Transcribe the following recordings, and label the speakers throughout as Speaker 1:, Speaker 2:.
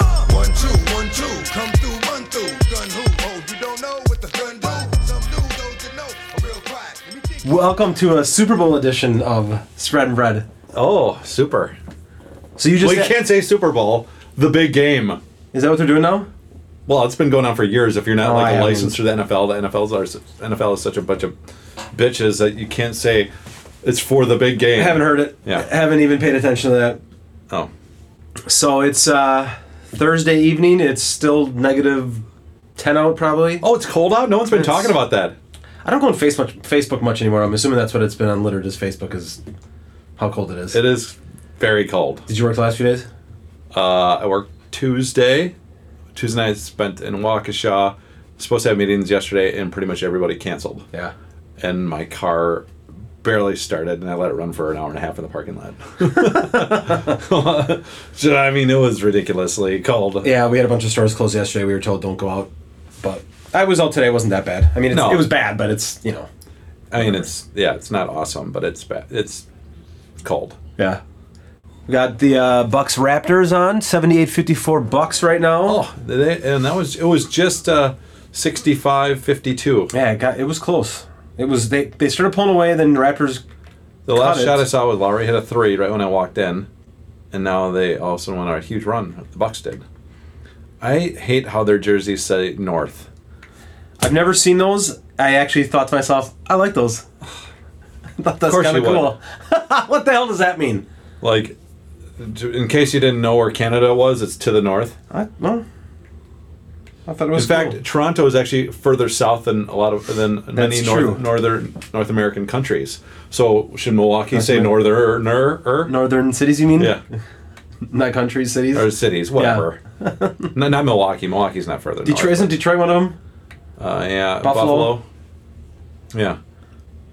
Speaker 1: Oh,
Speaker 2: Welcome to a Super Bowl edition of Spread and Bread.
Speaker 3: Oh, super.
Speaker 2: So you just
Speaker 3: well, you can't say Super Bowl, the big game.
Speaker 2: is that what they're doing now?
Speaker 3: Well, it's been going on for years. If you're not
Speaker 2: Oh, I
Speaker 3: like a
Speaker 2: haven't.
Speaker 3: license through the NFL, the NFL's are, NFL is such a bunch of bitches that you can't say it's for the big game.
Speaker 2: I haven't heard it.
Speaker 3: Yeah.
Speaker 2: Haven't even paid attention to that.
Speaker 3: Oh,
Speaker 2: So it's uh, Thursday evening. It's still negative ten out probably.
Speaker 3: oh, it's cold out. No one's been
Speaker 2: It's-
Speaker 3: talking about that.
Speaker 2: I don't go on Facebook Facebook much anymore. I'm assuming that's what it's been on littered as Facebook is how cold it is.
Speaker 3: It is very cold.
Speaker 2: Did you work the last few days?
Speaker 3: Uh, I worked Tuesday. Tuesday night spent in Waukesha. Supposed to have meetings yesterday, and pretty much everybody canceled.
Speaker 2: Yeah.
Speaker 3: And my car barely started, and I let it run for an hour and a half in the parking lot. so, I mean, it was ridiculously cold.
Speaker 2: Yeah, we had a bunch of stores closed yesterday. We were told don't go out, but I was out today. It wasn't that bad. I mean, it's,
Speaker 3: No.
Speaker 2: it was bad, but it's you know.
Speaker 3: I mean, it's yeah, it's not awesome, but it's bad. It's cold.
Speaker 2: Yeah. We got the uh, Bucks Raptors on seventy-eight fifty-four Bucks right now.
Speaker 3: Oh, they, and that was it was just uh, 65 52.
Speaker 2: Yeah, it, got, it was close. It was they they started pulling away. Then the Raptors.
Speaker 3: The last
Speaker 2: it.
Speaker 3: shot I saw was Lowry hit a three right when I walked in, and now they also went on a huge run. The Bucks did. I hate how their jerseys say North.
Speaker 2: I've never seen those. I actually thought to myself, I like those. I thought that's
Speaker 3: course
Speaker 2: kind of
Speaker 3: you would.
Speaker 2: cool. what the hell does that mean?
Speaker 3: Like, to- in case you didn't know where Canada was, it's to the north.
Speaker 2: I no. I thought it
Speaker 3: In
Speaker 2: was
Speaker 3: fact,
Speaker 2: cool.
Speaker 3: Toronto is actually further south than a lot of than many
Speaker 2: That's true.
Speaker 3: north, northern North American countries. So should Milwaukee say
Speaker 2: North-
Speaker 3: northerner er?
Speaker 2: northern cities. You mean?
Speaker 3: Yeah,
Speaker 2: Not countries, cities.
Speaker 3: or cities, whatever. no, not Milwaukee. Milwaukee's not further.
Speaker 2: Detroit
Speaker 3: north.
Speaker 2: isn't Detroit one of them?
Speaker 3: Uh, yeah,
Speaker 2: Buffalo.
Speaker 3: Buffalo. Yeah.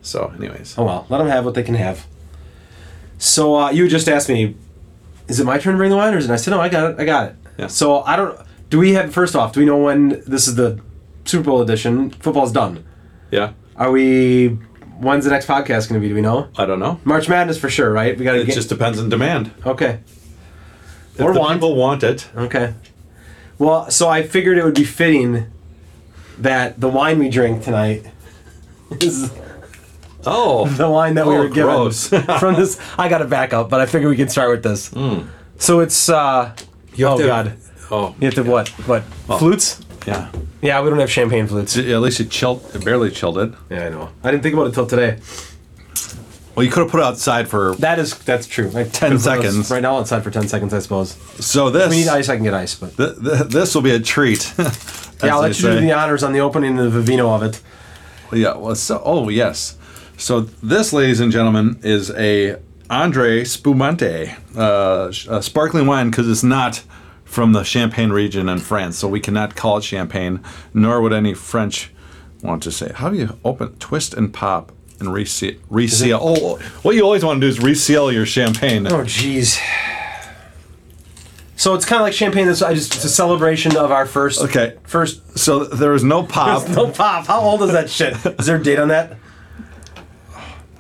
Speaker 3: So, anyways.
Speaker 2: Oh well, let them have what they can have. So uh, you just asked me, is it my turn to bring the wine, or is it? I said, no, I got it, I got it.
Speaker 3: Yeah.
Speaker 2: So I don't. Do we have first off? Do we know when this is the Super Bowl edition? Football's done.
Speaker 3: Yeah.
Speaker 2: Are we? When's the next podcast going to be? Do we know?
Speaker 3: I don't know.
Speaker 2: March Madness for sure, right? We got to
Speaker 3: It
Speaker 2: get
Speaker 3: just depends on demand.
Speaker 2: okay.
Speaker 3: If
Speaker 2: Or
Speaker 3: the
Speaker 2: want.
Speaker 3: people want it.
Speaker 2: Okay. Well, so I figured it would be fitting that the wine we drink tonight is
Speaker 3: Oh,
Speaker 2: the wine that we
Speaker 3: Oh,
Speaker 2: were given
Speaker 3: gross.
Speaker 2: from this. I got to back up, but I figure we can start with this. So it's uh, oh
Speaker 3: to-
Speaker 2: god,
Speaker 3: oh,
Speaker 2: you have to what what flutes?
Speaker 3: yeah.
Speaker 2: Yeah, we don't have champagne flutes.
Speaker 3: At least it chilled. It barely chilled it.
Speaker 2: Yeah, I know. I didn't think about it till today.
Speaker 3: Well, you could have put it outside for.
Speaker 2: That is that's true. Like ten
Speaker 3: Good for us. seconds.
Speaker 2: Right now, outside for ten seconds, I suppose.
Speaker 3: So
Speaker 2: If we need
Speaker 3: this
Speaker 2: ice. I can get ice, but
Speaker 3: th- th- this will be a treat.
Speaker 2: yeah, I'll
Speaker 3: As
Speaker 2: let you
Speaker 3: they
Speaker 2: do
Speaker 3: say.
Speaker 2: the honors on the opening of the Vivino of it.
Speaker 3: Yeah. Well, so oh yes. So this, ladies and gentlemen, is a Andre Spumante, uh, sh- uh, sparkling wine because it's not from the Champagne region in France, so we cannot call it champagne, nor would any French want to say. How do you open, twist, and pop? And reseal, reseal. Oh, what you always want to do is reseal your champagne.
Speaker 2: Oh, jeez. So it's kind of like champagne. That's I just it's a celebration of our first
Speaker 3: Okay.
Speaker 2: first
Speaker 3: So there is no pop.
Speaker 2: no pop. How old is that shit? Is there a date on that?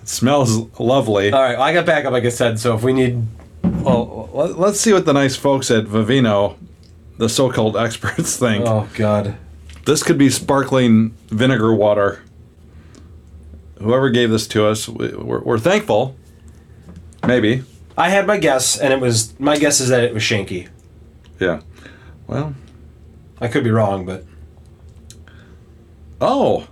Speaker 3: It smells lovely.
Speaker 2: All right, well, I got backup, like I said. So if we need,
Speaker 3: Well, let- let's see what the nice folks at Vivino, the so-called experts, think.
Speaker 2: oh god,
Speaker 3: This could be sparkling vinegar water. Whoever gave this to us, we- we're, we're thankful. Maybe.
Speaker 2: I had my guess, and it was my guess is that it was Shanky.
Speaker 3: Yeah. Well,
Speaker 2: I could be wrong, but
Speaker 3: oh,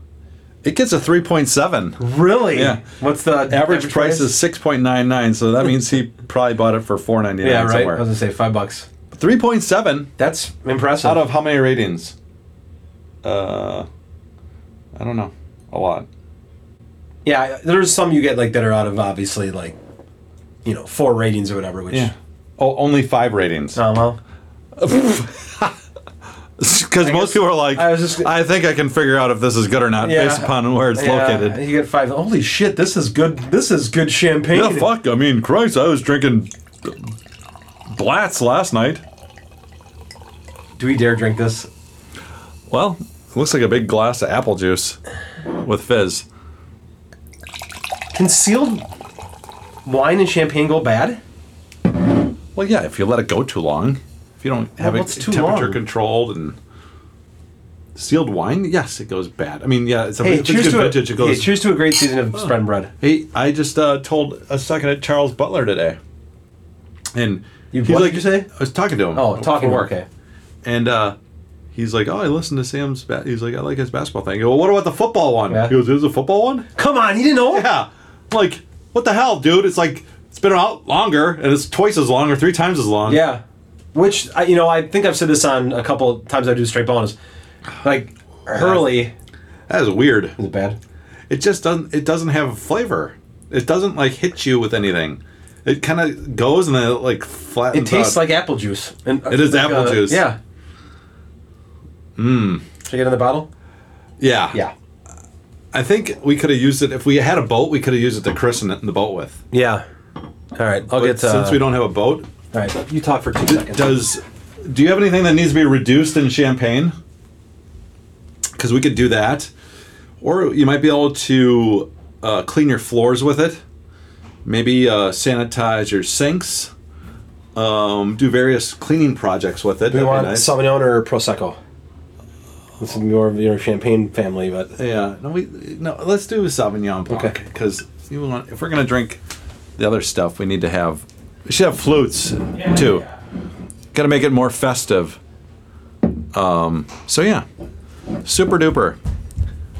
Speaker 3: it gets a 3.7.
Speaker 2: really,
Speaker 3: Yeah.
Speaker 2: What's the
Speaker 3: Average price is 6.99, so that means he probably bought it for 4.99
Speaker 2: yeah, right. I
Speaker 3: somewhere.
Speaker 2: was gonna say five bucks.
Speaker 3: 3.7
Speaker 2: That's impressive.
Speaker 3: out of how many ratings? Uh, I don't know. A lot.
Speaker 2: yeah, there's some you get like that are out of obviously like, you know, four ratings or whatever. Which
Speaker 3: Oh, only five ratings.
Speaker 2: oh well,
Speaker 3: Because most
Speaker 2: guess-
Speaker 3: people are like,
Speaker 2: I
Speaker 3: I,
Speaker 2: was just-
Speaker 3: think I can figure out if this is good or not
Speaker 2: Yeah.
Speaker 3: based upon where it's located.
Speaker 2: You get five. Holy shit, this is good. This is good champagne.
Speaker 3: Yeah, fuck. I mean, Christ, I was drinking Blatz last night.
Speaker 2: Do we dare drink this?
Speaker 3: Well, looks like a big glass of apple juice with fizz.
Speaker 2: Concealed wine and champagne go bad?
Speaker 3: Well, yeah, if you let it go too long, if you don't have
Speaker 2: Well,
Speaker 3: it
Speaker 2: what's too
Speaker 3: temperature
Speaker 2: long?
Speaker 3: controlled and Sealed wine? Yes, it goes bad. I mean, yeah, it's a,
Speaker 2: Hey,
Speaker 3: if it's
Speaker 2: cheers
Speaker 3: good
Speaker 2: to, a,
Speaker 3: vintage. It goes.
Speaker 2: hey, cheers to a great season of spread and bread.
Speaker 3: Hey, I just uh, told a second at Charles Butler today, and
Speaker 2: You-
Speaker 3: he's
Speaker 2: what
Speaker 3: like,
Speaker 2: did you say?
Speaker 3: I was talking to him.
Speaker 2: Oh, talking
Speaker 3: for
Speaker 2: work. Okay.
Speaker 3: and uh, he's like, "Oh, I listened to Sam's." Ba-. He's like, "I like his basketball thing." I go, well, what about the football one?
Speaker 2: Yeah.
Speaker 3: He goes, "There's a football one."
Speaker 2: Come on, you didn't know?
Speaker 3: Yeah, I'm like what the hell, dude? It's like it's been out longer, and it's twice as long or three times as long.
Speaker 2: Yeah. Which I, you know, I think I've said this on a couple times I do straight bonus. Like Hurley
Speaker 3: that is weird.
Speaker 2: is it bad?
Speaker 3: It just doesn't. It doesn't have flavor. It doesn't like hit you with anything. It kind of goes and then it like
Speaker 2: It
Speaker 3: flattens.
Speaker 2: tastes
Speaker 3: out.
Speaker 2: like apple juice. And uh,
Speaker 3: It is apple juice. Hmm.
Speaker 2: Yeah. Mmm. Should I get in the bottle?
Speaker 3: yeah,
Speaker 2: Yeah.
Speaker 3: I think we could have used it if we had a boat. We could have used it to christen it in the boat with.
Speaker 2: Yeah. All right. I'll
Speaker 3: But
Speaker 2: get. Uh,
Speaker 3: since we don't have a boat,
Speaker 2: All right. You talk for two seconds.
Speaker 3: does do you have anything that needs to be reduced in champagne? Because we could do that, or you might be able to uh, clean your floors with it. Maybe uh, sanitize your sinks. Um, do various cleaning projects with it.
Speaker 2: Do we
Speaker 3: That'd be
Speaker 2: want
Speaker 3: nice.
Speaker 2: Sauvignon or Prosecco? This is more of your champagne family, but
Speaker 3: Yeah, no, we no. Let's do Sauvignon Blanc
Speaker 2: Okay.
Speaker 3: because you want if we're gonna drink the other stuff, we need to have we should have flutes too. Got to make it more festive. Um. So yeah, super duper.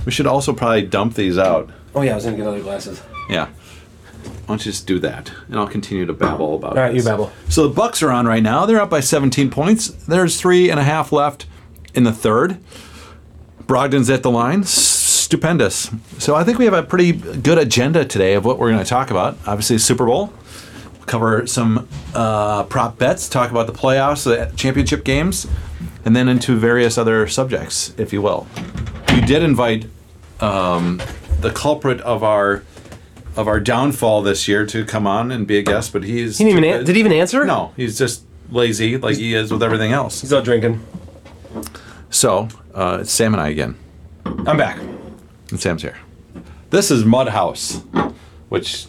Speaker 3: We should also probably dump these out.
Speaker 2: oh yeah, I was gonna get other glasses.
Speaker 3: Yeah. Why don't you just do that, and I'll continue to babble about.
Speaker 2: All right, you
Speaker 3: this.
Speaker 2: babble.
Speaker 3: So the Bucks are on right now. They're up by 17 points. There's three and a half left in the third. Brogdon's at the line. S- Stupendous. So I think we have a pretty good agenda today of what we're going to talk about. Obviously, Super Bowl. We'll cover some uh, prop bets. Talk about the playoffs, the championship games, and then into various other subjects, if you will. You did invite um, the culprit of our of our downfall this year to come on and be a guest, but he's
Speaker 2: He didn't even an- did he even answer?
Speaker 3: no, he's just lazy like he is with everything else.
Speaker 2: He's out drinking.
Speaker 3: So, uh, it's Sam and I again.
Speaker 2: I'm back.
Speaker 3: And Sam's here. This is Mud House, which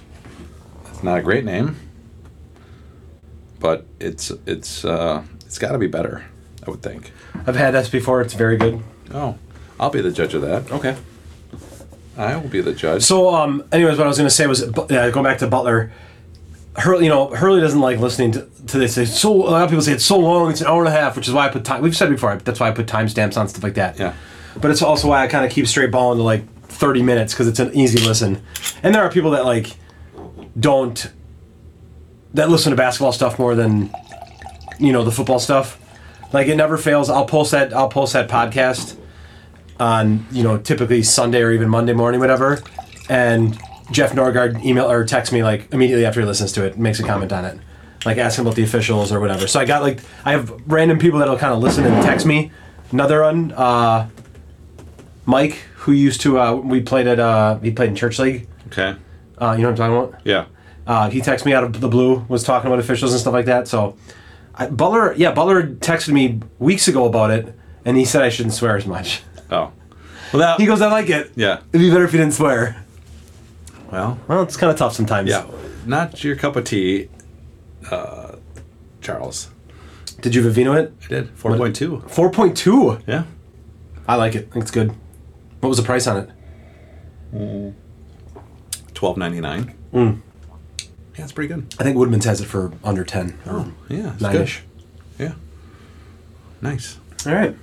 Speaker 3: it's not a great name, but it's it's uh, it's got to be better, I would think.
Speaker 2: I've had this before. It's very good.
Speaker 3: Oh, I'll be the judge of that.
Speaker 2: Okay.
Speaker 3: I will be the judge.
Speaker 2: So, um, anyways, what I was going to say was bu- uh, going back to Butler. Hurley, you know, Hurley doesn't like listening to, to this. It's so a lot of people say it's so long. It's an hour and a half, which is why I put time. We've said before. That's why I put timestamps on stuff like that.
Speaker 3: Yeah.
Speaker 2: But it's also why I kind of keep straight balling to like thirty minutes because it's an easy listen. And there are people that like don't that listen to basketball stuff more than you know the football stuff. Like it never fails. I'll post that. I'll post that podcast on you know typically Sunday or even Monday morning, whatever. And Jeff Norgard email or text me like immediately after he listens to it, makes a comment on it, like asking about the officials or whatever. So I got like I have random people that'll kind of listen and text me. Another one, uh, Mike, who used to uh, we played at uh, he played in church league.
Speaker 3: okay.
Speaker 2: Uh, you know what I'm talking about?
Speaker 3: Yeah.
Speaker 2: Uh, he texted me out of the blue, was talking about officials and stuff like that. So, I, Butler, yeah, Butler texted me weeks ago about it, and he said I shouldn't swear as much.
Speaker 3: Oh. Well, that.
Speaker 2: He goes, I like it.
Speaker 3: yeah.
Speaker 2: It'd be better if you didn't swear.
Speaker 3: Well.
Speaker 2: Well, it's kind of tough sometimes.
Speaker 3: Yeah. Not your cup of tea, uh, Charles.
Speaker 2: Did you Vivino it?
Speaker 3: I did four point two.
Speaker 2: 4.2.
Speaker 3: Yeah.
Speaker 2: I like it. I think it's good. What was the price on it?
Speaker 3: Twelve ninety nine. Yeah, it's pretty good.
Speaker 2: I think Woodman's has it for under 10 or
Speaker 3: Yeah, it's
Speaker 2: 9 ish.
Speaker 3: good. Yeah, nice.
Speaker 2: All right.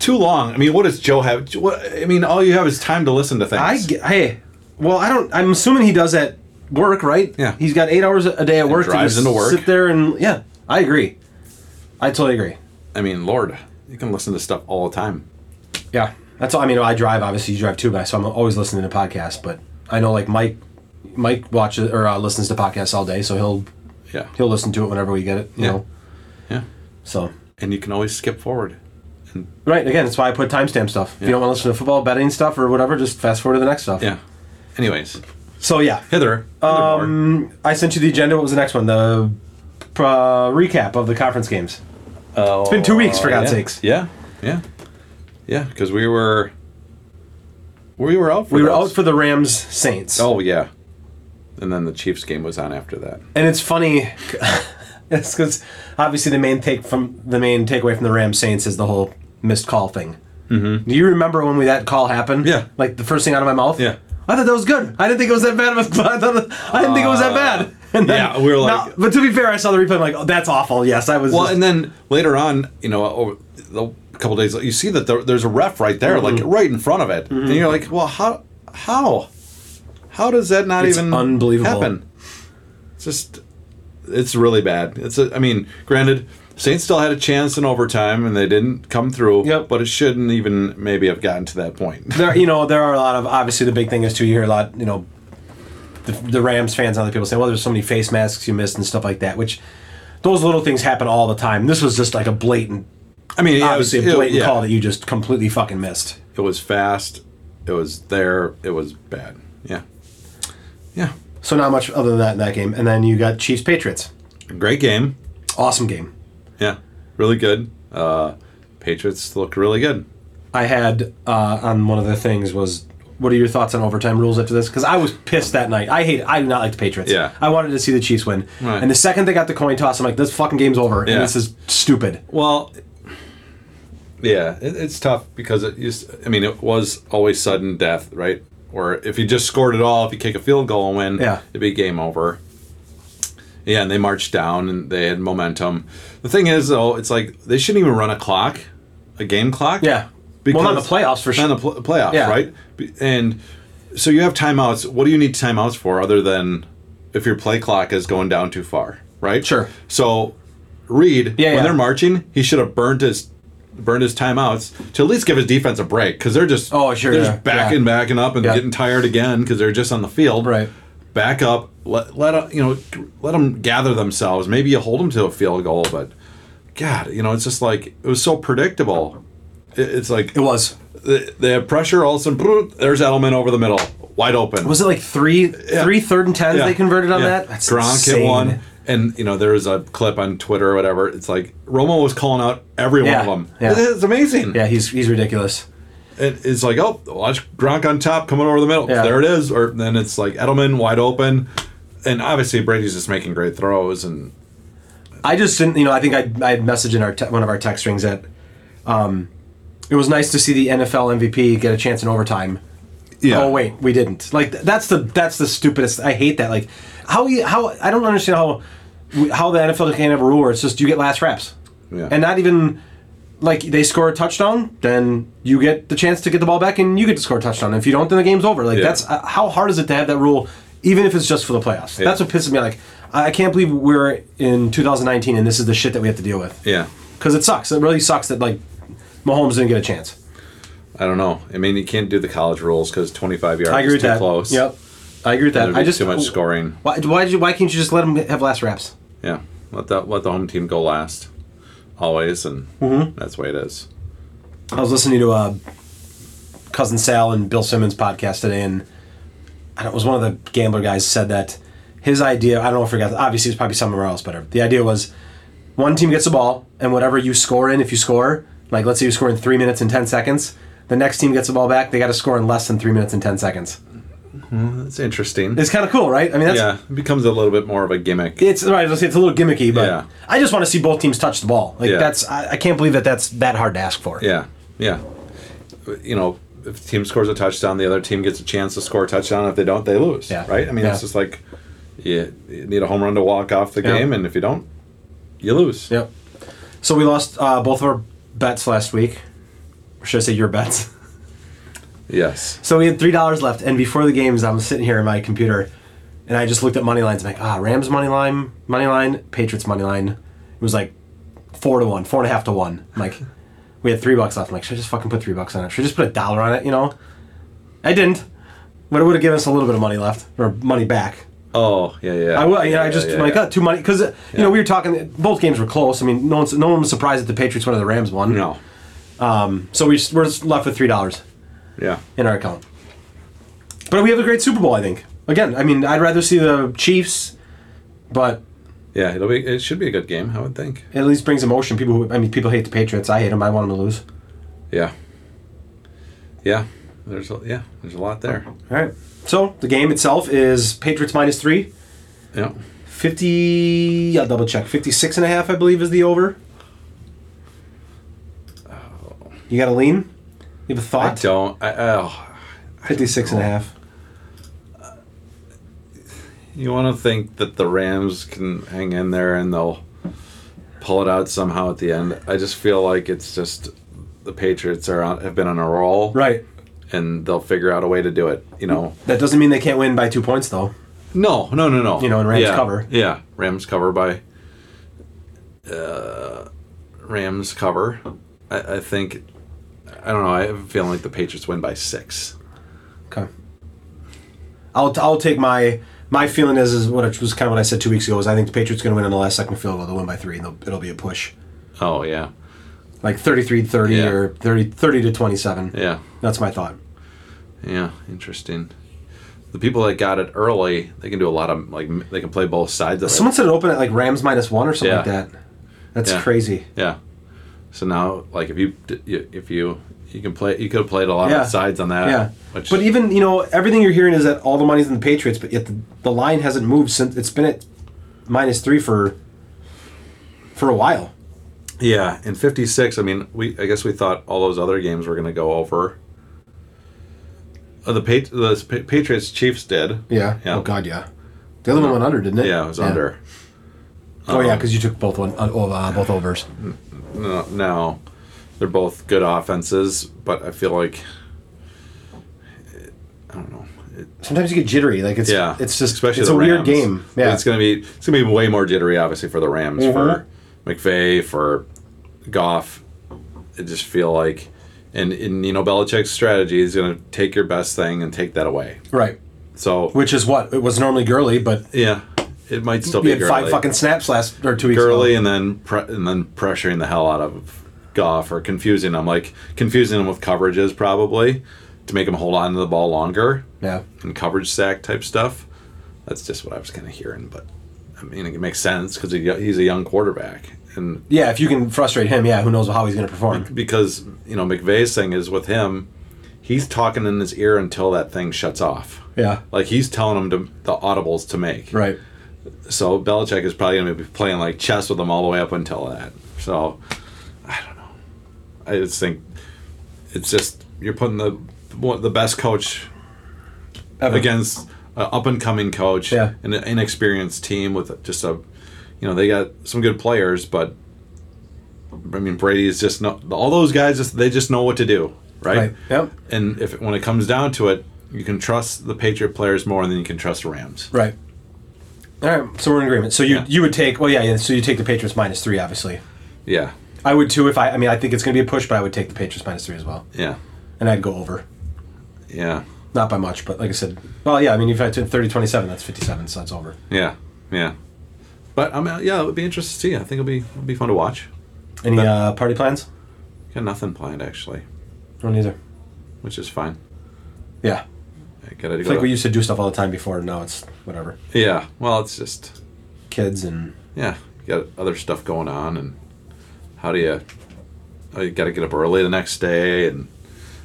Speaker 3: Too long. I mean, what does Joe have? What I mean, all you have is time to listen to things.
Speaker 2: I get, hey, well, I don't, I'm assuming he does that work, right?
Speaker 3: Yeah.
Speaker 2: He's got eight hours a day at work
Speaker 3: drives
Speaker 2: to just
Speaker 3: into work.
Speaker 2: sit there and, yeah, I agree. I totally agree.
Speaker 3: I mean, Lord, you can listen to stuff all the time.
Speaker 2: Yeah, that's all. I mean, I drive. Obviously, you drive too, but so I'm always listening to podcasts. But I know like Mike, Mike watches or uh, listens to podcasts all day, so he'll
Speaker 3: Yeah,
Speaker 2: he'll listen to it whenever we get it. You
Speaker 3: Yeah.
Speaker 2: know,
Speaker 3: yeah.
Speaker 2: so
Speaker 3: And you can always skip forward.
Speaker 2: right again, that's why I put timestamp stuff. If you don't want to listen to football betting stuff or whatever, just fast forward to the next stuff.
Speaker 3: Yeah. Anyways,
Speaker 2: So yeah,
Speaker 3: hither. hitherward.
Speaker 2: um, I sent you the agenda. What was the next one? The uh, recap of the conference games.
Speaker 3: Oh, it's
Speaker 2: been two weeks, for God's
Speaker 3: yeah.
Speaker 2: sakes.
Speaker 3: Yeah, yeah, yeah. Because we were, we were out. For
Speaker 2: We were out
Speaker 3: those.
Speaker 2: for the Rams Saints.
Speaker 3: Oh yeah, and then the Chiefs game was on after that.
Speaker 2: And it's funny, it's because obviously the main take from the main takeaway from the Rams Saints is the whole missed call thing. Do you remember when we that call happened?
Speaker 3: Mm-hmm. Yeah.
Speaker 2: Like the first thing out of my mouth.
Speaker 3: Yeah.
Speaker 2: I thought that was good. I didn't think it was that bad. Of a, I, thought that- I didn't think it was that bad. And
Speaker 3: Uh, yeah, we were like-
Speaker 2: No, but to be fair, I saw the replay. I'm like, oh, that's awful. Yes, I was.
Speaker 3: Well,
Speaker 2: just-
Speaker 3: and then later on, you know, over the a couple days, you see that there, there's a ref right there,
Speaker 2: Mm-hmm.
Speaker 3: like right in front of it, and you're like, well, how, how, how does that not
Speaker 2: It's
Speaker 3: even
Speaker 2: unbelievable.
Speaker 3: happen? It's just, it's really bad. It's, a, I mean, granted, Saints still had a chance in overtime and they didn't come through.
Speaker 2: Yep.
Speaker 3: But it shouldn't even maybe have gotten to that point.
Speaker 2: there, you know, there are a lot of obviously the big thing is too. You hear a lot, you know, the, the Rams fans and other people say, "Well, there's so many face masks you missed and stuff like that," which those little things happen all the time. This was just like a blatant,
Speaker 3: I mean, yeah, it was,
Speaker 2: obviously a
Speaker 3: it-
Speaker 2: blatant
Speaker 3: yeah.
Speaker 2: call that you just completely fucking missed.
Speaker 3: It was fast. It was there. It was bad. Yeah. Yeah.
Speaker 2: So not much other than that in that game. And then you got Chiefs Patriots,
Speaker 3: Great game.
Speaker 2: awesome game.
Speaker 3: Yeah, really good. Uh, Patriots look really good.
Speaker 2: I had uh, on one of the things was, what are your thoughts on overtime rules after this? Because I was pissed that night. I hate. I do not like the Patriots.
Speaker 3: Yeah.
Speaker 2: I wanted to see the Chiefs win.
Speaker 3: Right.
Speaker 2: And the second they got the coin toss, I'm like, this fucking game's over.
Speaker 3: Yeah.
Speaker 2: And this is stupid.
Speaker 3: Well, yeah, it, it's tough because it used. I mean, it was always sudden death, right? Or if you just scored it all, if you kick a field goal and win,
Speaker 2: Yeah.
Speaker 3: it'd be game over. Yeah, and they marched down and they had momentum. The thing is, though, it's like they shouldn't even run a clock, a game clock.
Speaker 2: Yeah.
Speaker 3: Because
Speaker 2: well, not in the playoffs for sure.
Speaker 3: on the pl- playoffs,
Speaker 2: Yeah.
Speaker 3: right? B- And so you have timeouts. What do you need timeouts for other than if your play clock is going down too far, right?
Speaker 2: Sure.
Speaker 3: So Reed,
Speaker 2: Yeah,
Speaker 3: when
Speaker 2: yeah.
Speaker 3: they're marching, he should have burned his burned his timeouts to at least give his defense a break because they're just
Speaker 2: Oh, sure,
Speaker 3: they're
Speaker 2: yeah,
Speaker 3: just backing
Speaker 2: yeah.
Speaker 3: backing up and
Speaker 2: Yeah.
Speaker 3: getting tired again because they're just on the field
Speaker 2: Right.
Speaker 3: back up let let 'em- you know let them gather themselves maybe you hold them to a field goal but god you know it's just like it was so predictable It- it's like
Speaker 2: It was.
Speaker 3: they they have pressure. All of a sudden, brrr, there's Edelman over the middle, wide open.
Speaker 2: Was it like three, three third and tens
Speaker 3: Yeah.
Speaker 2: they converted on
Speaker 3: Yeah.
Speaker 2: that? That's
Speaker 3: Gronk
Speaker 2: insane.
Speaker 3: hit one, and you know there was a clip on Twitter or whatever. It's like Romo was calling out every
Speaker 2: Yeah.
Speaker 3: one of them.
Speaker 2: Yeah.
Speaker 3: It- It's amazing.
Speaker 2: Yeah, he's he's ridiculous.
Speaker 3: It- it's like oh, watch Gronk on top coming over the middle.
Speaker 2: Yeah.
Speaker 3: There it is. Or then it's like Edelman wide open, and obviously Brady's just making great throws. And
Speaker 2: I just didn't, you know, I think I I had messaged in our te- one of our text strings that um, it was nice to see the NFL MVP get a chance in overtime.
Speaker 3: yeah,
Speaker 2: Oh wait, we didn't. Like th- that's the that's the stupidest. I hate that. Like how you how I don't understand how we- how the NFL can't have a rule where it's just you get last reps,
Speaker 3: Yeah.
Speaker 2: and not even like they score a touchdown, then you get the chance to get the ball back and you get to score a touchdown. If you don't, then the game's over. Like
Speaker 3: Yeah.
Speaker 2: that's uh, how hard is it to have that rule, even if it's just for the playoffs. That's what pisses me. Like I I can't believe we're in 2019 and this is the shit that we have to deal with.
Speaker 3: yeah.
Speaker 2: Because it sucks. It really sucks that like Mahomes didn't get a chance.
Speaker 3: I don't know. I mean, you can't do the college rules because 25 yards
Speaker 2: I agree
Speaker 3: is
Speaker 2: with
Speaker 3: too
Speaker 2: that.
Speaker 3: close.
Speaker 2: Yep. I agree with that.
Speaker 3: There'd be
Speaker 2: I just
Speaker 3: too much scoring.
Speaker 2: Why, why, did you, why can't you just let them have last reps?
Speaker 3: Yeah, let the let the home team go last, always, and
Speaker 2: Mm-hmm.
Speaker 3: that's the way it is.
Speaker 2: I was listening to uh, cousin Sal and Bill Simmons podcast today, and I don't, it was one of the gambler guys said that his idea. I don't know. if I forgot. Obviously, it's probably somewhere else better. The idea was one team gets the ball, and whatever you score in, if you score, like let's say you score in three minutes and ten seconds, the next team gets the ball back. They got to score in less than three minutes and ten seconds.
Speaker 3: It's interesting.
Speaker 2: It's kind of cool, right? I mean, that's
Speaker 3: yeah, it becomes a little bit more of a gimmick.
Speaker 2: It's right. Let's say it's a little gimmicky, but
Speaker 3: Yeah.
Speaker 2: I just want to see both teams touch the ball. Like
Speaker 3: Yeah.
Speaker 2: that's I, I can't believe that that's that hard to ask for.
Speaker 3: Yeah, yeah. You know, if the team scores a touchdown, the other team gets a chance to score a touchdown. If they don't, they lose.
Speaker 2: Yeah.
Speaker 3: Right. I mean,
Speaker 2: Yeah.
Speaker 3: it's just like you, you need a home run to walk off the
Speaker 2: Yeah.
Speaker 3: game, and if you don't, you lose.
Speaker 2: Yep. So we lost uh, both of our bets last week. Or should I say your bets?
Speaker 3: Yes.
Speaker 2: So we had three dollars left, and before the games, I'm sitting here in my computer, and I just looked at money lines. I'm like, ah, Rams money line, money line, Patriots money line. It was like four to one, four and a half to one. I'm like, we had three bucks left. I'm like, should I just fucking put three bucks on it? Should I just put a dollar on it? You know, I didn't, but it would have given us a little bit of money left or money back.
Speaker 3: Oh yeah, yeah.
Speaker 2: I will. Yeah,
Speaker 3: yeah,
Speaker 2: I just
Speaker 3: yeah,
Speaker 2: my
Speaker 3: yeah.
Speaker 2: God, too money because you know we were talking. Both games were close. I mean, no one's no one was surprised that the Patriots won or the Rams won.
Speaker 3: No.
Speaker 2: So we just, we're just left with three dollars
Speaker 3: Yeah.
Speaker 2: in our account. But we have a great Super Bowl, I think. Again, I mean, I'd rather see the Chiefs, but
Speaker 3: Yeah. It'll be. It should be a good game. I would think.
Speaker 2: it at least brings emotion. People, who, I mean, people hate the Patriots. I hate them. I want them to lose.
Speaker 3: Yeah. Yeah. There's a, yeah. There's a lot there.
Speaker 2: All right. So the game itself is Patriots minus three.
Speaker 3: Yeah.
Speaker 2: 50, I'll double check. 56 and a half, I believe, is the over. You got a lean? You have a
Speaker 3: Oh. I
Speaker 2: thought?
Speaker 3: don't. I, oh,
Speaker 2: 56 and a half.
Speaker 3: You want to think that the Rams can hang in there and they'll pull it out somehow at the end. I just feel like it's just the Patriots are on, have been on a roll,
Speaker 2: Right.
Speaker 3: And they'll figure out a way to do it. You know,
Speaker 2: That doesn't mean they can't win by two points, though.
Speaker 3: no, no, no, no.
Speaker 2: You know, and Rams
Speaker 3: Yeah,
Speaker 2: cover.
Speaker 3: Yeah, Rams cover by. Uh, Rams cover. I, I think. I don't know. I have a feeling like the Patriots win by six.
Speaker 2: Okay. I'll, I'll take my my feeling is is what it was kind of what I said two weeks ago is I think the Patriots going to win on the last second field goal. They'll win by three and they'll- it'll be a push,
Speaker 3: Oh yeah,
Speaker 2: like 33-30
Speaker 3: Yeah.
Speaker 2: or 30, 30 to twenty seven.
Speaker 3: yeah.
Speaker 2: That's my thought.
Speaker 3: Yeah, interesting. The people that got it early, they can do a lot of like m- they can play both sides of
Speaker 2: Someone said it open at like Rams minus one or something
Speaker 3: Yeah.
Speaker 2: like that. That's
Speaker 3: Yeah.
Speaker 2: crazy.
Speaker 3: it. Yeah. So now, like if you d- you- if you you can play, you could have played a lot
Speaker 2: Yeah.
Speaker 3: of sides on that.
Speaker 2: Yeah.
Speaker 3: Which,
Speaker 2: but e even, you know, everything you're hearing is that all the money's in the Patriots, but yet the, the line hasn't moved since it's been at minus three for for a while.
Speaker 3: yeah, in '56, I mean, we I guess we thought all those other games were going to go over. Oh, the Pat- the Pa- Patriots Chiefs did.
Speaker 2: Yeah.
Speaker 3: Yeah.
Speaker 2: Oh God, yeah. The other one went under, didn't it?
Speaker 3: Yeah, it was under.
Speaker 2: Oh yeah, because you took both one uh, oh, uh, both overs.
Speaker 3: No, no, they're both good offenses, but I feel like I don't know. It,
Speaker 2: Sometimes you get jittery, like it's
Speaker 3: Yeah,
Speaker 2: it's just
Speaker 3: especially
Speaker 2: it's a
Speaker 3: the
Speaker 2: weird
Speaker 3: Rams.
Speaker 2: game. Yeah. Mm-hmm.
Speaker 3: it's gonna be it's gonna be way more jittery, obviously, for the Rams for McVay for Goff. I just feel like, and, and you know Belichick's strategy is gonna take your best thing and take that away.
Speaker 2: right.
Speaker 3: So
Speaker 2: Which is what it was normally Gurley, but
Speaker 3: yeah, it might still
Speaker 2: we
Speaker 3: be
Speaker 2: had five
Speaker 3: Gurley.
Speaker 2: fucking snaps last or two weeks
Speaker 3: Gurley
Speaker 2: ago.
Speaker 3: and then pre- and then pressuring the hell out of Goff or confusing him, like confusing him with coverages probably to make him hold on to the ball longer
Speaker 2: Yeah.
Speaker 3: and coverage sack type stuff. That's just what I was kind of hearing, but I mean, it makes sense because he, he's a young quarterback, and
Speaker 2: Yeah, if you can frustrate him, yeah, who knows how he's going to
Speaker 3: Mm.
Speaker 2: perform?
Speaker 3: because you know McVay's thing is with him, he's talking in his ear until that thing shuts off.
Speaker 2: Yeah.
Speaker 3: Like he's telling him to, the audibles to make.
Speaker 2: Right.
Speaker 3: So Belichick is probably going to be playing like chess with them all the way up until that. So I don't know. I just think it's just you're putting the one- the best coach
Speaker 2: Ever.
Speaker 3: against an up and coming coach
Speaker 2: Yeah.
Speaker 3: and an inexperienced team with just a, you know, they got some good players, but I mean Brady is just no all those guys just they just know what to do, right?
Speaker 2: Right. Yep.
Speaker 3: And if when it comes down to it, you can trust the Patriot players more than you can trust the Rams.
Speaker 2: Right. All right, so we're in agreement. So you
Speaker 3: Yeah.
Speaker 2: you would take well, yeah, yeah. So you take the Patriots minus three, obviously.
Speaker 3: Yeah,
Speaker 2: I would too if I. I mean, I think it's going to be a push, but I would take the Patriots minus three as well,
Speaker 3: yeah,
Speaker 2: and I'd go over.
Speaker 3: yeah.
Speaker 2: Not by much, but like I said, well, yeah. I mean, if I took 30-27, that's fifty-seven, so that's over.
Speaker 3: Yeah, yeah. But I'm uh, yeah, it would be interesting to see. I think it'll be it'll be fun to watch.
Speaker 2: Any uh, party plans?
Speaker 3: Got nothing planned actually,
Speaker 2: No, neither.
Speaker 3: which is fine.
Speaker 2: Yeah,
Speaker 3: I gotta
Speaker 2: it's
Speaker 3: go.
Speaker 2: like we used to do stuff all the time before. and Now it's whatever,
Speaker 3: yeah. Well, it's just
Speaker 2: kids and
Speaker 3: yeah, you got other stuff going on, and how do you? Oh, you got to get up early the next day, and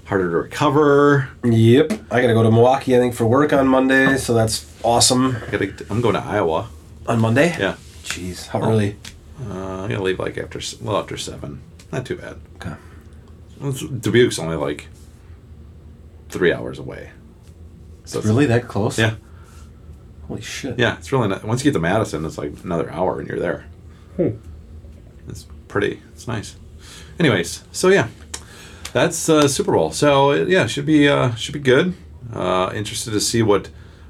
Speaker 3: harder to recover.
Speaker 2: yep. I got to go to Milwaukee, I think, for work on Monday, so that's awesome.
Speaker 3: I gotta, I'm going to Iowa.
Speaker 2: On Monday?
Speaker 3: Yeah,
Speaker 2: Jeez, how early?
Speaker 3: uh, I'm gonna leave like after s- well after seven. Not too bad.
Speaker 2: Okay.
Speaker 3: Well, it's- Dubuque's only like three hours away. So it's-
Speaker 2: Really that close?
Speaker 3: Yeah.
Speaker 2: Holy shit.
Speaker 3: Yeah, it's really nice. Once you get to Madison, it's like another hour and you're there. It's pretty. It's nice. Anyways, so yeah, that's uh, Super Bowl. So it- yeah, should be uh, should be good. Uh, interested to see what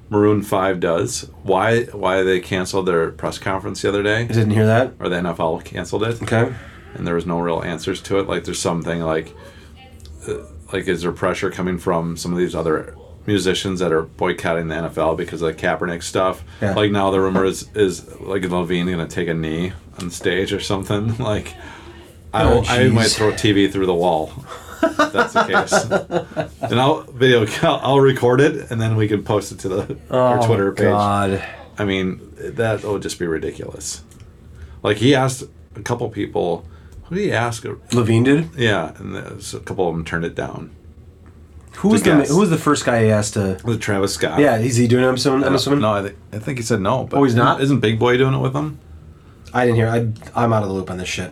Speaker 3: Maroon Five does. Why why they canceled their press conference the other day,
Speaker 2: I didn't hear that.
Speaker 3: or the NFL canceled it,
Speaker 2: Okay.
Speaker 3: and there was no real answers to it. Like there's something like uh, like is there pressure coming from some of these other musicians that are boycotting the NFL because of the Kaepernick stuff?
Speaker 2: Yeah.
Speaker 3: Like now the rumor is is like Levine gonna take a knee on stage or something. Like I
Speaker 2: Oh,
Speaker 3: I might
Speaker 2: jeez.
Speaker 3: throw TV through the wall. if that's the case. and I'll video I'll, I'll record it and then we can post it to the our Twitter page.
Speaker 2: Oh, God.
Speaker 3: I mean, that would just be ridiculous. Like he asked a couple people, who did he ask?
Speaker 2: Levine did.
Speaker 3: Yeah, and there's a couple of them turned it down.
Speaker 2: Who was the
Speaker 3: guess.
Speaker 2: Who was the first guy he asked to?
Speaker 3: Was it Travis Scott? Uh,
Speaker 2: Yeah, is he doing it? I'm assuming. I'm assuming?
Speaker 3: No, I, th- I think he said no. But
Speaker 2: Oh, he's not?
Speaker 3: Isn't Big Boy doing it with him?
Speaker 2: I didn't hear. I, I'm out of the Hmm. loop on this shit.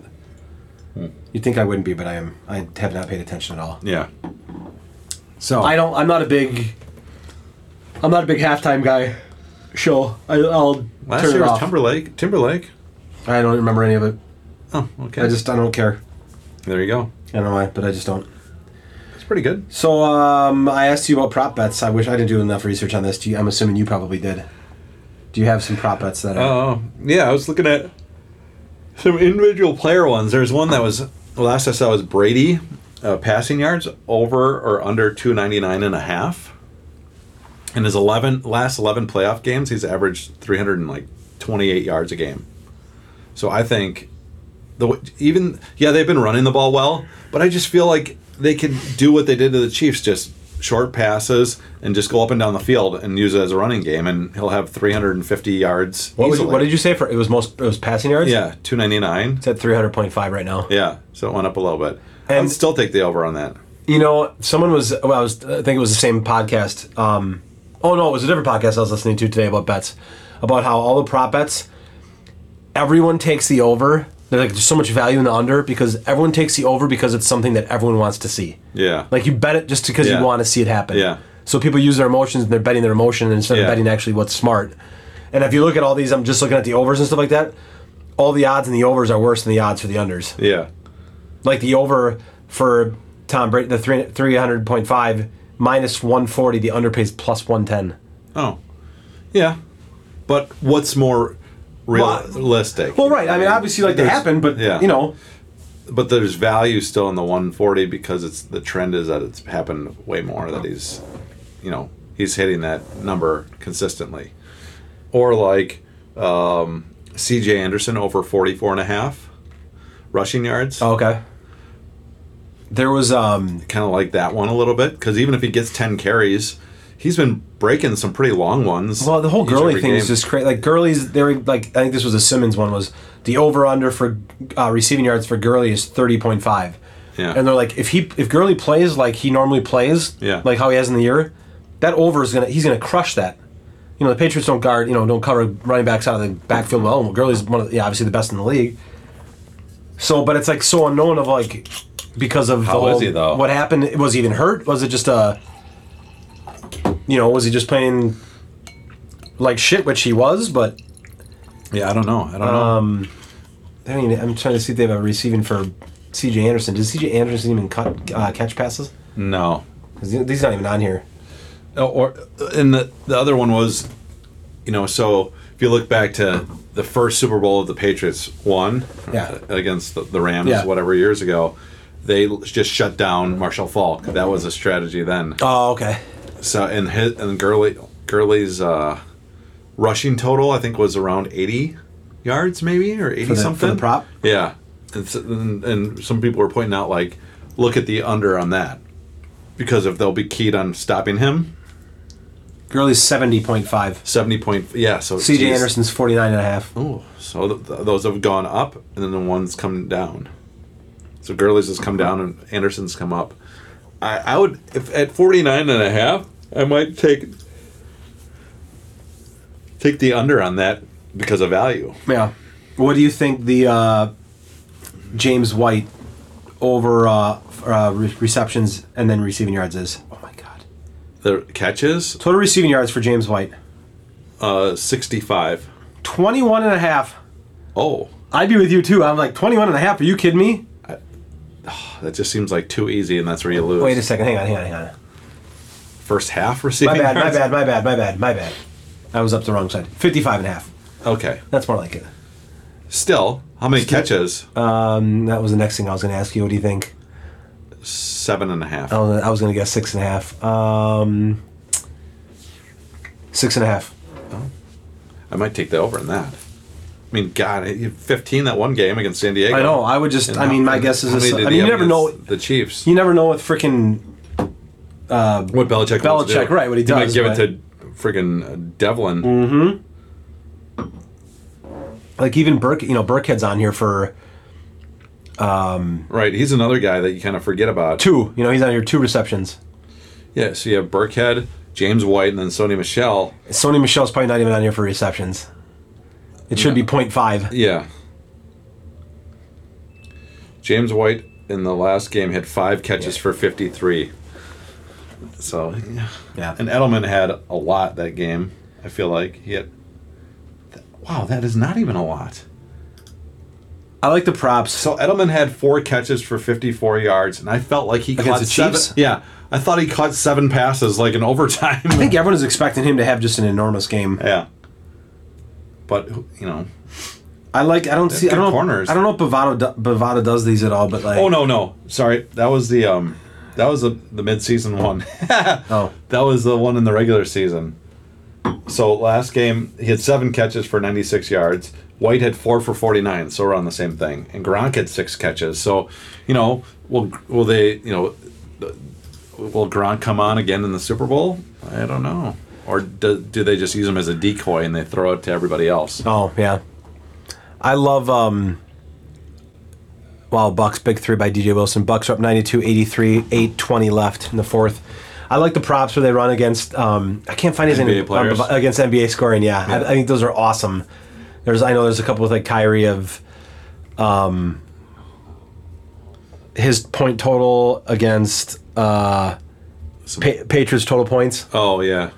Speaker 2: You'd think I wouldn't be, but I am. I have not paid attention at all.
Speaker 3: Yeah. So
Speaker 2: I don't. I'm not a big. I'm not a big halftime guy. Show. I, I'll
Speaker 3: Last
Speaker 2: turn
Speaker 3: year
Speaker 2: it
Speaker 3: was
Speaker 2: off.
Speaker 3: Timberlake. Timberlake.
Speaker 2: I don't remember any of it.
Speaker 3: Oh, okay.
Speaker 2: I just. I don't care.
Speaker 3: there you go.
Speaker 2: I don't know why, but I just don't.
Speaker 3: It's pretty good.
Speaker 2: So um, I asked you about prop bets. I wish I didn't do enough research on this. Do you, I'm assuming you probably did. Do you have some prop bets that are?
Speaker 3: Oh, yeah. I was looking at some individual player ones. There's one that was last I saw was Brady uh, passing yards over or under 299 and a half. In his 11 last 11 playoff games, he's averaged 328 yards a game. So I think the w- even yeah they've been running the ball well, but I just feel like they could do what they did to the Chiefs just short passes and just go up and down the field and use it as a running game and he'll have 350 yards
Speaker 2: what, was,
Speaker 3: easily.
Speaker 2: what did you say for? It was most. It was passing yards.
Speaker 3: Yeah, two ninety nine.
Speaker 2: It's at 300.5 right now.
Speaker 3: Yeah, so it went up a little bit.
Speaker 2: And-
Speaker 3: I'd still take the over on that.
Speaker 2: You know, someone was. Well, I was. I think it was the same podcast. Um, oh no, it was a different podcast I was listening to today about bets, about how all the prop bets, everyone takes the over. They're like, there's so much value in the under because everyone takes the over because it's something that everyone wants to see.
Speaker 3: Yeah,
Speaker 2: Like you bet it just because
Speaker 3: Yeah.
Speaker 2: you want to see it happen.
Speaker 3: Yeah.
Speaker 2: So people use their emotions and they're betting their emotion instead
Speaker 3: Yeah.
Speaker 2: of betting actually what's smart. And if you look at all these, I'm just looking at the overs and stuff like that. All the odds and the overs are worse than the odds for the unders.
Speaker 3: yeah,
Speaker 2: Like the over for Tom Brady, the three three hundred point five minus one forty. The under pays plus one ten.
Speaker 3: oh, yeah. But what's more
Speaker 2: Well,
Speaker 3: realistic?
Speaker 2: Well, right. I mean, obviously, like they
Speaker 3: There's-
Speaker 2: happen, but
Speaker 3: yeah.
Speaker 2: you know,
Speaker 3: but there's value still in the 140 because it's the trend is that it's happened way more that he's, you know, he's hitting that number consistently, or like um, C.J. Anderson over 44 and a half rushing yards.
Speaker 2: oh, okay. There was um
Speaker 3: kind of like that one a little bit because even if he gets 10 carries, he's been breaking some pretty long ones.
Speaker 2: well the whole
Speaker 3: each
Speaker 2: Gurley
Speaker 3: every
Speaker 2: thing is
Speaker 3: game.
Speaker 2: just crazy. Like Gurley's, they were like I think this was a Simmons one was the over under for uh, receiving yards for Gurley is thirty point five.
Speaker 3: Yeah.
Speaker 2: And they're like, if he if Gurley plays like he normally plays,
Speaker 3: Yeah.
Speaker 2: like how he has in the year, that over is gonna he's gonna crush that. You know, the Patriots don't guard, you know, don't cover running backs out of the backfield well. And Gurley's one of the, yeah, obviously the best in the league. So, but it's like so unknown of like because of
Speaker 3: How
Speaker 2: the
Speaker 3: is
Speaker 2: whole,
Speaker 3: he, though?
Speaker 2: what happened. Was he even hurt? Was it just a, you know, was he just playing like shit, which he was? But
Speaker 3: yeah, I don't know. I don't
Speaker 2: Um,
Speaker 3: know.
Speaker 2: I mean, I'm trying to see if they have a receiving for C.J. Anderson. Does C.J. Anderson even cut uh, catch passes?
Speaker 3: No.
Speaker 2: 'Cause He's not even on here.
Speaker 3: Oh, Or and the the other one was, you know, so if you look back to the first Super Bowl that the Patriots won
Speaker 2: Yeah.
Speaker 3: uh, against the, the Rams,
Speaker 2: Yeah.
Speaker 3: whatever years ago, they l- just shut down Marshall Falk. That was a strategy then.
Speaker 2: Oh, okay.
Speaker 3: So and his and Gurley Gurley's uh, rushing total I think was around eighty yards maybe or eighty
Speaker 2: the- for
Speaker 3: something
Speaker 2: the prop?
Speaker 3: Yeah, and, so, and, and some people were pointing out like, look at the under on that because if they'll be keyed on stopping him
Speaker 2: Gurley's 70.5.
Speaker 3: seventy point yeah so
Speaker 2: CJ
Speaker 3: geez.
Speaker 2: Anderson's 49 and a half.
Speaker 3: oh so th- th- those have gone up and then the ones come down so Gurley's has come down and Anderson's come up I I would if at forty nine and a half I might take take the under on that because of value
Speaker 2: Yeah. What do you think the uh, James White over uh, uh, re- receptions and then receiving yards is? Oh, my God.
Speaker 3: the catches
Speaker 2: Total receiving yards for James White
Speaker 3: uh sixty five
Speaker 2: 21 and a half.
Speaker 3: oh
Speaker 2: I'd be with you, too. I'm like, 21 and a half? Are you kidding me?
Speaker 3: that just seems like too easy and that's where you lose
Speaker 2: Wait a second. Hang on, hang on, hang on.
Speaker 3: first half receiving
Speaker 2: My bad, my
Speaker 3: yards?
Speaker 2: bad, my bad, my bad, my bad. I was up the wrong side. 55 and a half.
Speaker 3: okay
Speaker 2: That's more like it.
Speaker 3: still how many catches
Speaker 2: Um, that was the next thing I was going to ask you. What do you think?
Speaker 3: seven and a half
Speaker 2: I was, I was gonna guess six and a half. Um, six and a half.
Speaker 3: I might take the over in that. I mean, God, he had 15 that one game against San Diego.
Speaker 2: I know. I would just.
Speaker 3: And
Speaker 2: I
Speaker 3: how-
Speaker 2: mean, my
Speaker 3: and
Speaker 2: guess is.
Speaker 3: how
Speaker 2: This,
Speaker 3: many
Speaker 2: I
Speaker 3: did
Speaker 2: mean,
Speaker 3: he
Speaker 2: you
Speaker 3: have
Speaker 2: never know.
Speaker 3: against The Chiefs.
Speaker 2: You never know with freaking.
Speaker 3: what Belichick wants to
Speaker 2: Belichick,
Speaker 3: do.
Speaker 2: right, Mm. what he
Speaker 3: might
Speaker 2: does,
Speaker 3: give
Speaker 2: but-
Speaker 3: it to friggin' Devlin.
Speaker 2: Like even Burke, you know, Burkhead's on here for
Speaker 3: Right, he's another guy that you kind of forget about.
Speaker 2: two. You know, he's on here two receptions.
Speaker 3: Yeah, so you have Burkhead, James White, and then Sony Michelle.
Speaker 2: Sony Michelle's probably not even on here for receptions. It should be 0.5.
Speaker 3: Yeah. James White in the last game had five catches for 53. So, yeah.
Speaker 2: Yeah.
Speaker 3: And Edelman had a lot that game. I feel like he had. th- Wow, that is not even a lot.
Speaker 2: I like the props.
Speaker 3: So Edelman had four catches for 54 yards, and I felt like he
Speaker 2: Against
Speaker 3: caught
Speaker 2: the
Speaker 3: seven.
Speaker 2: Chiefs?
Speaker 3: Yeah, I thought he caught seven passes like in overtime.
Speaker 2: I think everyone is expecting him to have just an enormous game.
Speaker 3: yeah, but who- you know,
Speaker 2: I like. I don't see. I
Speaker 3: good
Speaker 2: don't know.
Speaker 3: corners.
Speaker 2: I don't know if Bovada do, Bovada does these at all, but like.
Speaker 3: oh no, no, sorry, that was the um, that was the the mid-season one.
Speaker 2: Oh.
Speaker 3: That was the one in the regular season. So last game, he had seven catches for 96 yards. White had four for 49, so we're on the same thing. And Gronk had six catches. So, you know, will will they, you know, will Gronk come on again in the Super Bowl? I don't know. Or do, do they just use him as a decoy and they throw it to everybody else?
Speaker 2: Oh yeah. I love. um Wow, Bucks big three by DJ Wilson. Bucks are up 92, 83, 820 left in the fourth. I like the props where they run against. Um, I can't find his
Speaker 3: NBA
Speaker 2: name
Speaker 3: players?
Speaker 2: um, against NBA scoring. Yeah, I, I think those are awesome. There's, I know there's a couple with like Kyrie of, um, his point total against uh, pa- Patriots total points,
Speaker 3: Oh, yeah.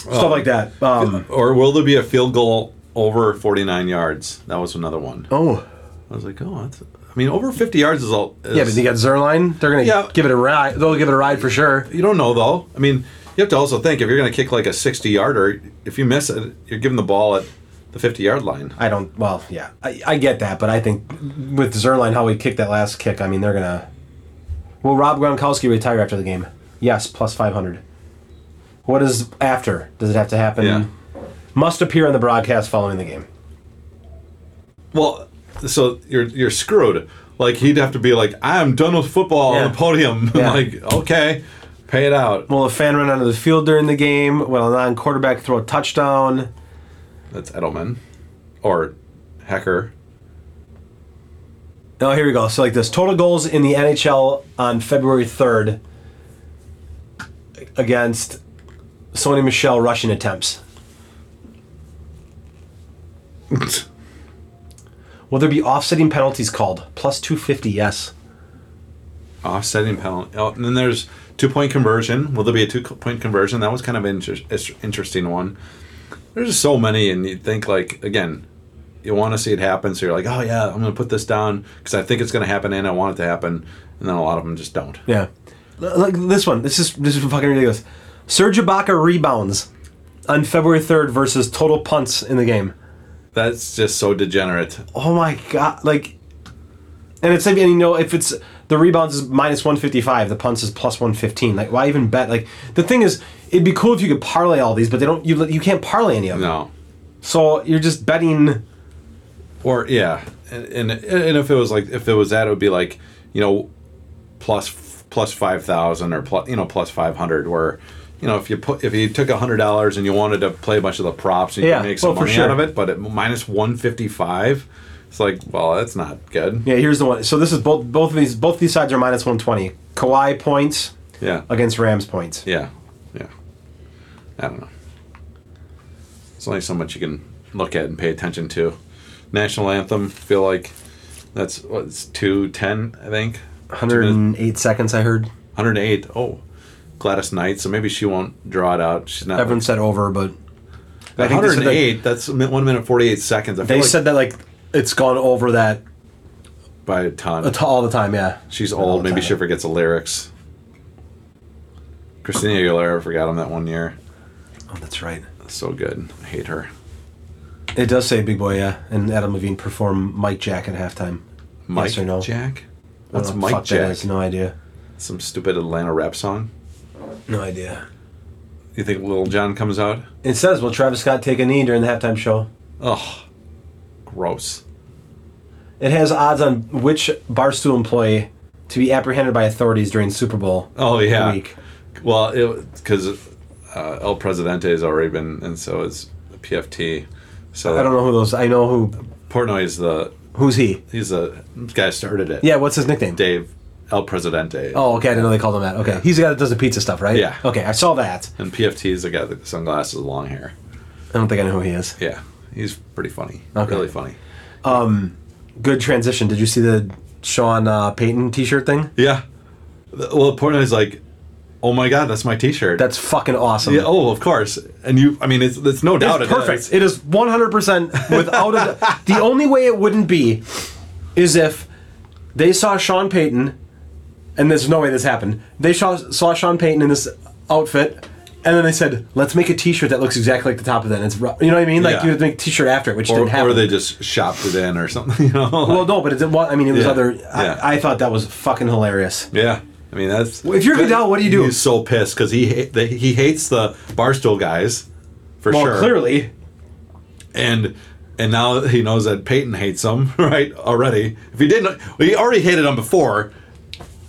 Speaker 2: stuff like that. Um,
Speaker 3: Or will there be a field goal over 49 yards? That was another one.
Speaker 2: oh,
Speaker 3: I was like, oh, that's, I mean, over 50 yards is all. Is,
Speaker 2: yeah, but you got Zerline. They're gonna
Speaker 3: Yeah.
Speaker 2: give it a ride. They'll give it a ride for sure.
Speaker 3: You don't know though. I mean, you have to also think if you're going to kick like a 60 yarder, if you miss it, you're giving the ball at the 50 yard line.
Speaker 2: I don't. Well, yeah, I, I get that, but I think with Zerline, how he kicked that last kick, I mean, they're gonna. Will Rob Gronkowski retire after the game? Yes, plus five hundred. What is after? Does it have to happen?
Speaker 3: Yeah.
Speaker 2: Must appear on the broadcast following the game.
Speaker 3: Well, so you're you're screwed. Like he'd have to be like, I'm done with football
Speaker 2: Yeah.
Speaker 3: on the podium.
Speaker 2: Yeah.
Speaker 3: like okay, pay it out.
Speaker 2: Will a fan run onto the field during the game? Will a non-quarterback throw a touchdown?
Speaker 3: That's Edelman, or Hecker.
Speaker 2: Oh, here we go. So like this total goals in the NHL on February third against Sony Michelle rushing attempts. Will there be offsetting penalties called? Plus two fifty. Yes.
Speaker 3: Offsetting penalty. Oh, and then there's two point conversion. Will there be a two co- point conversion? That was kind of an inter- is- interesting one. There's just so many, and you think like again, you want to see it happen, so you're like, oh yeah, I'm gonna put this down because I think it's gonna happen and I want it to happen, and then a lot of them just don't.
Speaker 2: Yeah. L- Look this one. This is this is fucking ridiculous. Serge Ibaka rebounds on February third versus total punts in the game.
Speaker 3: That's just so degenerate.
Speaker 2: Oh my god! Like, and it's and you know if it's the rebounds is minus one fifty five, the punts is plus one fifteen. Like, why even bet? Like, the thing is, it'd be cool if you could parlay all these, but they don't. You you can't parlay any of them.
Speaker 3: No,
Speaker 2: So you're just betting.
Speaker 3: or yeah, and, and and if it was like if it was that, it would be like you know, plus plus five thousand or plus you know plus five hundred where. You know, if you put if you took hundred dollars and you wanted to play a bunch of the props, and you
Speaker 2: Yeah,
Speaker 3: could make some
Speaker 2: well, for
Speaker 3: money
Speaker 2: sure.
Speaker 3: out of it. But at minus one fifty five, it's like, well, that's not good.
Speaker 2: Yeah, here's the one. So this is both both of these both these sides are minus one twenty. Kawhi points
Speaker 3: Yeah,
Speaker 2: against Rams points.
Speaker 3: yeah, yeah. I don't know. There's only so much you can look at and pay attention to. National anthem, feel like that's what's two ten, I think.
Speaker 2: One hundred and eight seconds. I heard
Speaker 3: 108. Oh, Gladys Knight. So maybe she won't draw it out. She's not.
Speaker 2: everyone said over, but
Speaker 3: That
Speaker 2: I think they said that-
Speaker 3: 108. That's mi- one minute 48 seconds. I feel
Speaker 2: they
Speaker 3: like
Speaker 2: said that like it's gone over that
Speaker 3: by a ton.
Speaker 2: a t- all the time. Yeah.
Speaker 3: She's
Speaker 2: all
Speaker 3: old.
Speaker 2: the
Speaker 3: Maybe
Speaker 2: time.
Speaker 3: she forgets the lyrics. Christina Aguilera forgot them that one year.
Speaker 2: Oh, that's right.
Speaker 3: So good. I hate her.
Speaker 2: It does say Big Boy, yeah, and Adam Levine perform Mike Jack at halftime.
Speaker 3: Mike
Speaker 2: or no? I
Speaker 3: Jack.
Speaker 2: don't
Speaker 3: What's
Speaker 2: know
Speaker 3: Mike
Speaker 2: what the fuck that
Speaker 3: Jack?
Speaker 2: is. No idea.
Speaker 3: Some stupid Atlanta rap song.
Speaker 2: No idea.
Speaker 3: You think Lil Jon comes out?
Speaker 2: It says, "Will Travis Scott take a knee during the halftime show?"
Speaker 3: Ugh, gross.
Speaker 2: It has odds on which Barstool employee to be apprehended by authorities during Super Bowl.
Speaker 3: Oh yeah.
Speaker 2: week.
Speaker 3: Well, because uh, El Presidente has already been, and so is PFT. So
Speaker 2: I don't know who those. I know who.
Speaker 3: Portnoy is the
Speaker 2: Who's he?
Speaker 3: he's the guy who started it.
Speaker 2: Yeah. What's his nickname?
Speaker 3: Dave El Presidente.
Speaker 2: Oh, okay. I didn't know they called him that. Okay, he's the guy that does the pizza stuff, right?
Speaker 3: Yeah.
Speaker 2: Okay, I saw that.
Speaker 3: And PFT is the guy with the sunglasses, and long hair.
Speaker 2: I don't think I know who he is.
Speaker 3: Yeah, he's pretty funny.
Speaker 2: Okay.
Speaker 3: Really funny.
Speaker 2: Good transition. Did you see the Sean uh, Payton T-shirt thing?
Speaker 3: Yeah. Th- Well, Portnoy's like, oh my god, that's my T-shirt.
Speaker 2: That's fucking awesome.
Speaker 3: yeah, oh, of course. And you, I mean, it's, it's no doubt
Speaker 2: it's
Speaker 3: it
Speaker 2: perfect.
Speaker 3: is.
Speaker 2: It is 100% without a doubt. The only way it wouldn't be is if they saw Sean Payton, and there's no way this happened. They saw, saw Sean Payton in this outfit, and then they said, let's make a t shirt that looks exactly like the top of that. And it's, ru- you know what I mean? Like,
Speaker 3: Yeah.
Speaker 2: you would make a t shirt after it, which
Speaker 3: Or,
Speaker 2: didn't happen.
Speaker 3: or they just shopped it in or something. You know?
Speaker 2: well, no, but it didn't, wa- I mean, it was
Speaker 3: Yeah.
Speaker 2: other.
Speaker 3: Yeah.
Speaker 2: I, I thought that was fucking hilarious.
Speaker 3: Yeah, I mean that's.
Speaker 2: If you're Goodell, what do you do?
Speaker 3: He's so pissed because he ha- they, he hates the barstool guys, for
Speaker 2: Well,
Speaker 3: sure.
Speaker 2: clearly,
Speaker 3: and and now he knows that Peyton hates him, right? Already, if he didn't, well, he already hated him before,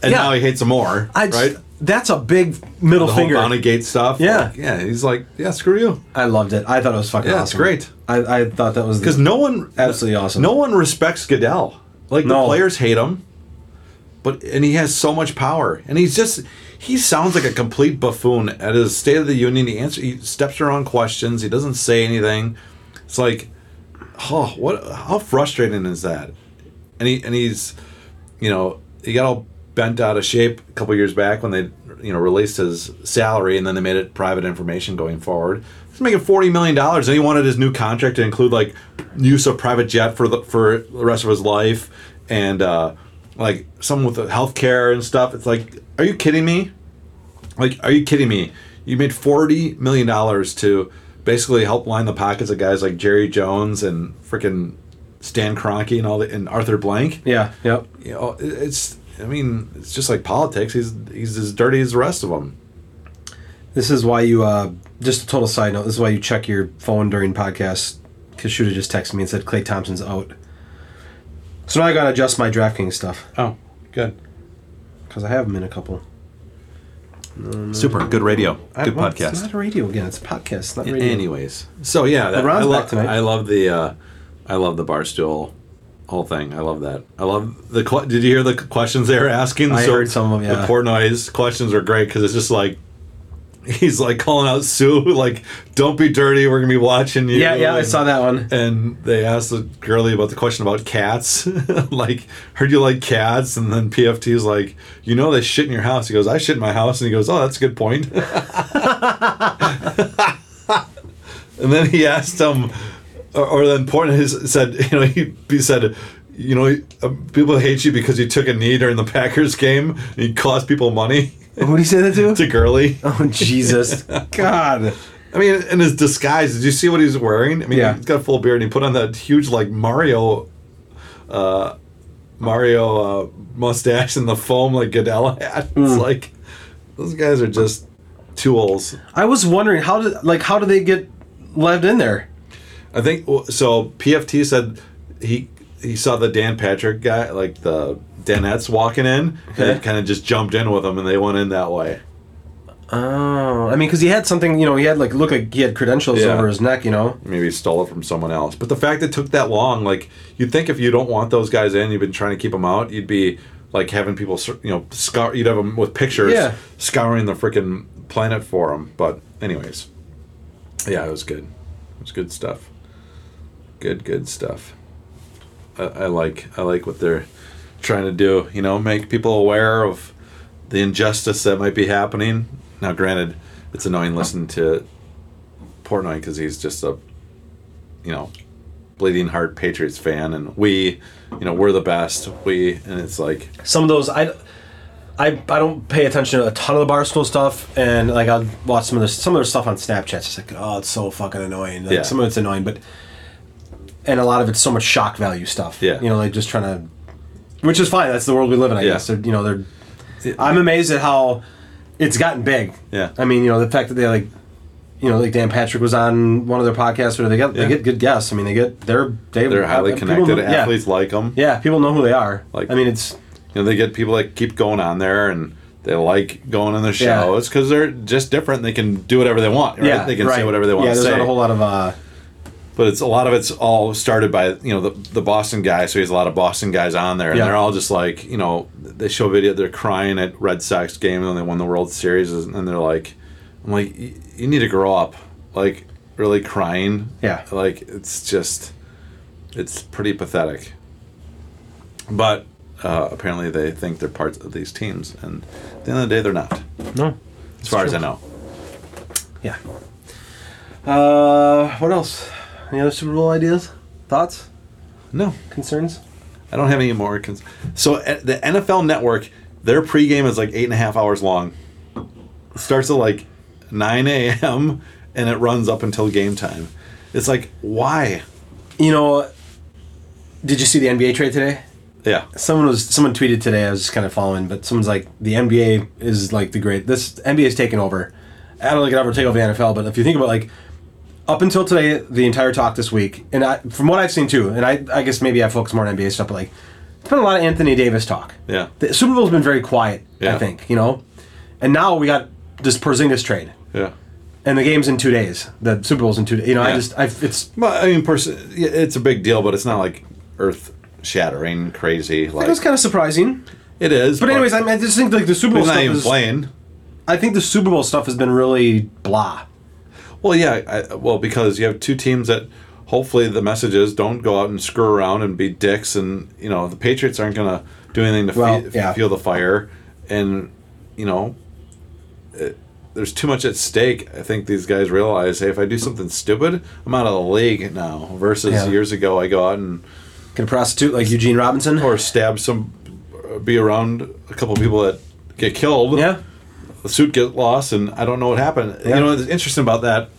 Speaker 3: and
Speaker 2: Yeah.
Speaker 3: now he hates him more,
Speaker 2: I just,
Speaker 3: right?
Speaker 2: that's a big middle
Speaker 3: The whole
Speaker 2: finger.
Speaker 3: Bounty Gate stuff.
Speaker 2: Yeah.
Speaker 3: like, yeah. He's like, yeah, screw you,
Speaker 2: I loved it. I thought it was fucking
Speaker 3: Yeah, it's
Speaker 2: awesome.
Speaker 3: great.
Speaker 2: I, I thought that was
Speaker 3: because no one
Speaker 2: Absolutely awesome.
Speaker 3: No one respects Goodell. Like
Speaker 2: No.
Speaker 3: the players hate him, but and he has so much power, and he's just he sounds like a complete buffoon at his State of the Union. He answer, he steps around questions. He doesn't say anything. It's like, oh, what? How frustrating is that? And he and he's, you know, he got all bent out of shape a couple years back when they, you know, released his salary, and then they made it private information going forward. He's making forty million dollars, and he wanted his new contract to include like use of private jet for the for the rest of his life, and uh, like someone with health care and stuff. It's like, are you kidding me? Like, are you kidding me? You made forty million dollars to basically help line the pockets of guys like Jerry Jones and freaking Stan Kroenke and all the and Arthur Blank.
Speaker 2: Yeah. Yep.
Speaker 3: You know, it- it's I mean, it's just like politics. He's he's as dirty as the rest of them.
Speaker 2: This is why you. Uh, just a total side note. This is why you check your phone during podcasts. Because Shooter just texted me and said Clay Thompson's out. So now I gotta adjust my DraftKings stuff
Speaker 3: Oh, good,
Speaker 2: because I have them in a couple.
Speaker 3: super good radio,
Speaker 2: I-
Speaker 3: good
Speaker 2: well, It's
Speaker 3: podcast.
Speaker 2: not a radio again. It's a podcast. It's not radio.
Speaker 3: Anyways, so yeah, that, I,
Speaker 2: LeBron's
Speaker 3: lo-
Speaker 2: back tonight.
Speaker 3: I love the uh, I love the barstool whole thing. I love that. I love the. Qu- did you hear the questions they were asking?
Speaker 2: I heard some of 'em, yeah.
Speaker 3: The Portnoy's questions were great because it's just like. He's like calling out Sue, like, "Don't be dirty. We're gonna be watching you."
Speaker 2: Yeah. Yeah. I
Speaker 3: and-
Speaker 2: saw that one.
Speaker 3: and they asked the girlie about the question about cats. like, heard you like cats, and then PFT is like, you know they shit in your house. He goes, I shit in my house, and he goes, oh, that's a good point. and then he asked him, or, or then Portland has said, you know, he, he said. You know, he- uh, people hate you because you took a knee during the Packers game and you cost people money
Speaker 2: Who did he say that to?
Speaker 3: to Gurley.
Speaker 2: Oh Jesus, God!
Speaker 3: I mean, in his disguise, did you see what he's wearing? I mean,
Speaker 2: Yeah.
Speaker 3: he's got a full beard and he put on that huge, like, Mario, uh, Mario uh, mustache and the foam, like, Goodell hat. It's
Speaker 2: Hmm.
Speaker 3: like, those guys are just tools.
Speaker 2: I was wondering how did like how did they get left in there?
Speaker 3: I think, so PFT said he he saw the Dan Patrick guy, like, the Danettes walking in, and
Speaker 2: Okay.
Speaker 3: he kind of just jumped in with him and they went in that way.
Speaker 2: Oh, I mean, because he had something. You know, he had like look like he had credentials
Speaker 3: Yeah.
Speaker 2: over his neck. You know.
Speaker 3: maybe stole it from someone else. But the fact it took that long, like you'd think if you don't want those guys in, you've been trying to keep them out, you'd be like having people, sc- you know, scour. You'd have them with pictures,
Speaker 2: Yeah.
Speaker 3: scouring the freaking planet for them. But anyways, yeah, it was good. It was good stuff. Good, good stuff. I, I like, I like what they're trying to do. You know, make people aware of the injustice that might be happening. Now, granted, it's annoying listening to Portnoy because he's just a, you know, bleeding heart Patriots fan, and we, you know, we're the best. We, and it's like,
Speaker 2: some of those I, I, I don't pay attention to a ton of the barstool stuff, and like I watch some of their some of their stuff on Snapchat. It's just like oh, it's so fucking annoying. Like,
Speaker 3: Yeah.
Speaker 2: Some of it's annoying, but and a lot of it's so much shock value stuff.
Speaker 3: Yeah.
Speaker 2: you know, like just trying to, which is fine. That's the world we live in. I
Speaker 3: Yeah.
Speaker 2: guess they're you know they're. I'm amazed at how it's gotten big.
Speaker 3: Yeah.
Speaker 2: I mean you know the fact that they like. You know, like Dan Patrick was on one of their podcasts, where they get
Speaker 3: Yeah.
Speaker 2: they get good guests. I mean, they get they're they,
Speaker 3: they're highly
Speaker 2: people
Speaker 3: connected.
Speaker 2: know-
Speaker 3: Athletes like them.
Speaker 2: Yeah, yeah, people know who they are.
Speaker 3: Like-
Speaker 2: Like, I mean, it's
Speaker 3: You know, they get people that keep going on there and. They like going on the shows because they're just different. They can do whatever they want. Right? they can say whatever they want
Speaker 2: Yeah,
Speaker 3: to
Speaker 2: there's
Speaker 3: say.
Speaker 2: not a whole lot of uh,
Speaker 3: but it's a lot of it's all started by you know the, the Boston guy. So he has a lot of Boston guys on there, and
Speaker 2: Yeah.
Speaker 3: they're all just like you know they show video. They're crying at Red Sox game when they won the World Series, and they're like, I'm like, "Y- you need to grow up, like really crying.
Speaker 2: Yeah.
Speaker 3: like it's just, it's pretty pathetic. But uh, apparently they think they're parts of these teams, and at the end of the day, they're not.
Speaker 2: no.
Speaker 3: as far as I
Speaker 2: true.
Speaker 3: know.
Speaker 2: Yeah. Uh, what else? Any other Super Bowl ideas? Thoughts?
Speaker 3: No,
Speaker 2: Concerns?
Speaker 3: I don't have any more. Cons- so at the NFL Network, their pregame is like eight and a half hours long. It starts at like nine a.m. and it runs up until game time. It's like why?
Speaker 2: You know, did you see the NBA trade today?
Speaker 3: Yeah,
Speaker 2: Someone was someone tweeted today. I was just kind of following, but someone's like, the NBA is like the great. This NBA's taken over. I don't think it ever take over the NFL, but if you think about like up until today, the entire talk this week, and I, from what I've seen too, and I, I guess maybe I focus more on NBA stuff, but like it's been a lot of Anthony Davis talk.
Speaker 3: yeah,
Speaker 2: The Super Bowl's been very quiet, I
Speaker 3: Yeah.
Speaker 2: think, you know, and now we got this Porzingis trade.
Speaker 3: yeah.
Speaker 2: and the game's in two days. The Super Bowl's in two days. You know, I
Speaker 3: Yeah.
Speaker 2: just, I, it's.
Speaker 3: But I mean, person, yeah, it's a big deal, but it's not like earth shattering crazy. Like
Speaker 2: It was kind of surprising,
Speaker 3: it is.
Speaker 2: but anyways, I, mean, I just think like the Super Bowl
Speaker 3: he's
Speaker 2: stuff
Speaker 3: not even
Speaker 2: is.
Speaker 3: playing.
Speaker 2: I think the Super Bowl stuff has been really blah.
Speaker 3: Well, yeah. I, well, because you have two teams that hopefully the messages don't go out and screw around and be dicks, and you know the Patriots aren't going to do anything to fe-
Speaker 2: Well, yeah.
Speaker 3: feel the fire, and you know. It, there's too much at stake. I think these guys realize, hey, if I do something stupid, I'm out of the league now. Versus
Speaker 2: Yeah.
Speaker 3: years ago, I go out and
Speaker 2: Can a prostitute like Eugene Robinson?
Speaker 3: or stab some, be around a couple people that get killed.
Speaker 2: yeah,
Speaker 3: the suit get lost, and I don't know what happened.
Speaker 2: Yeah.
Speaker 3: You know, it's interesting about that.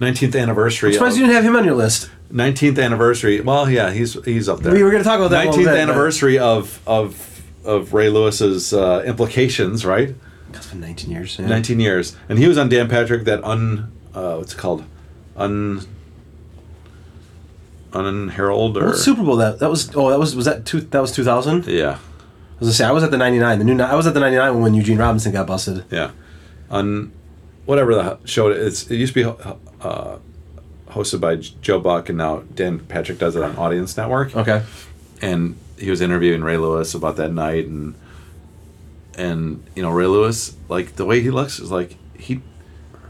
Speaker 3: 19th anniversary.
Speaker 2: surprised
Speaker 3: of-
Speaker 2: you didn't have him on your list.
Speaker 3: 19th anniversary. Well, yeah, he's he's up there.
Speaker 2: We were gonna talk about that a little
Speaker 3: 19th
Speaker 2: bit, but-
Speaker 3: anniversary of of of Ray Lewis's uh, implications, right?
Speaker 2: It's been 19 years. Yeah.
Speaker 3: 19 years, and he was on Dan Patrick that un uh, what's it called un unheralded or
Speaker 2: What Super Bowl that that was? Oh, that was was that two? That was 2000. I
Speaker 3: yeah
Speaker 2: was gonna say I was at the 99. The new ni- I was at the 99 when Eugene Robinson got busted.
Speaker 3: Yeah, on whatever the h- show it is. It used to be ho- uh, hosted by J- Joe Buck, and now Dan Patrick does it on Audience Network.
Speaker 2: Okay.
Speaker 3: And he was interviewing Ray Lewis about that night, and and you know Ray Lewis, like the way he looks is like he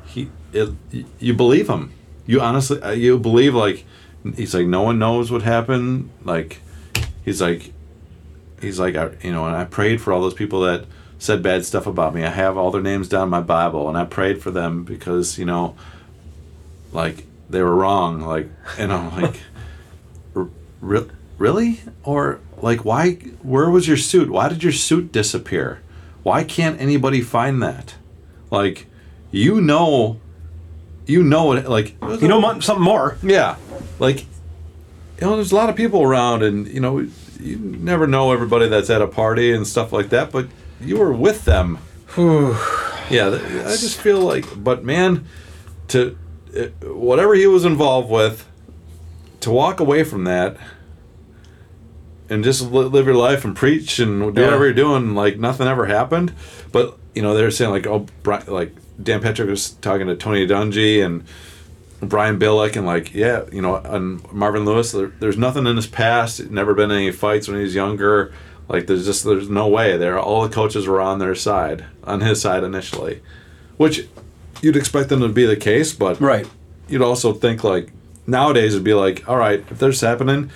Speaker 3: he it, y- you believe him. You honestly uh, you believe like he's like no one knows what happened. Like he's like he's like I, you know and i prayed for all those people that said bad stuff about me i have all their names down in my bible and i prayed for them because you know like they were wrong like and i'm like "R- re- really or like why where was your suit why did your suit disappear why can't anybody find that like you know you know it like
Speaker 2: You know mon- something more?
Speaker 3: yeah, like you know, there's a lot of people around, and you know, you never know everybody that's at a party and stuff like that. But you were with them. yeah, th- I just feel like, but man, to it, whatever he was involved with, to walk away from that. And just li- live your life and preach and do
Speaker 2: Yeah.
Speaker 3: whatever you're doing, like nothing ever happened. But you know they're saying like, oh, Bri- like Dan Patrick was talking to Tony Dungy and Brian Billick and like yeah, you know, and Marvin Lewis. There, there's nothing in his past. Never been any fights when he was younger. Like there's just there's no way. There all the coaches were on their side, on his side initially, which you'd expect them to be the case, but
Speaker 2: Right.
Speaker 3: you'd also think like nowadays it'd be like, all right, if this happening,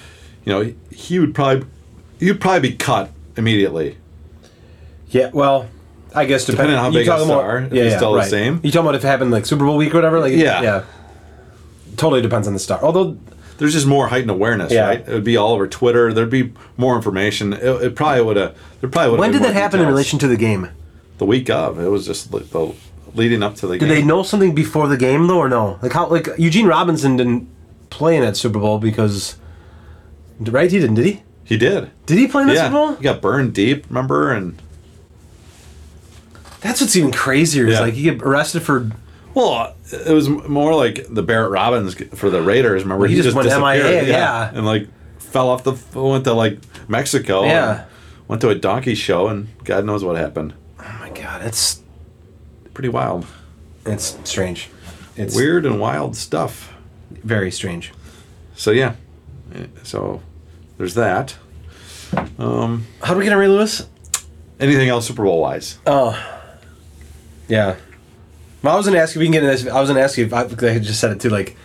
Speaker 3: you know, he would probably you'd probably be cut immediately.
Speaker 2: Yeah, well, I guess depending,
Speaker 3: Depending on how
Speaker 2: you
Speaker 3: big a
Speaker 2: talking
Speaker 3: star, if it's still the same.
Speaker 2: You talking about if it happened like Super Bowl week or whatever? Like
Speaker 3: Yeah.
Speaker 2: yeah. Totally depends on the star. Although
Speaker 3: There's just more heightened awareness,
Speaker 2: Yeah.
Speaker 3: right? It would be all over Twitter. There'd be more information. It, it probably would have. There probably would.
Speaker 2: when did that happen in relation to the game?
Speaker 3: The week of it was just like the leading up to the
Speaker 2: Did
Speaker 3: game.
Speaker 2: they know something before the game though or no? Like how like Eugene Robinson didn't play in that Super Bowl because right he didn't, did he?
Speaker 3: He did.
Speaker 2: Did he play in that
Speaker 3: yeah,
Speaker 2: Super Bowl?
Speaker 3: he got burned deep. Remember and
Speaker 2: That's what's even crazier. Is
Speaker 3: Yeah.
Speaker 2: like you get arrested for oh
Speaker 3: well, it was more like the Barrett Robbins for the Raiders. Remember
Speaker 2: He just went MIA,
Speaker 3: disappeared,
Speaker 2: yeah.
Speaker 3: and like fell off the went to like Mexico. and
Speaker 2: Yeah.
Speaker 3: went to a donkey show and God knows what happened.
Speaker 2: oh my god, it's
Speaker 3: Pretty wild,
Speaker 2: it's strange. It's
Speaker 3: weird and wild stuff.
Speaker 2: very strange.
Speaker 3: So yeah, Eh, so there's that. Um,
Speaker 2: How do we get on Ray Lewis?
Speaker 3: anything else Super Bowl wise?
Speaker 2: Oh, yeah. Well, I was gonna ask if we can get into this. I was gonna ask you if I, 'cause I had just said it too. Like,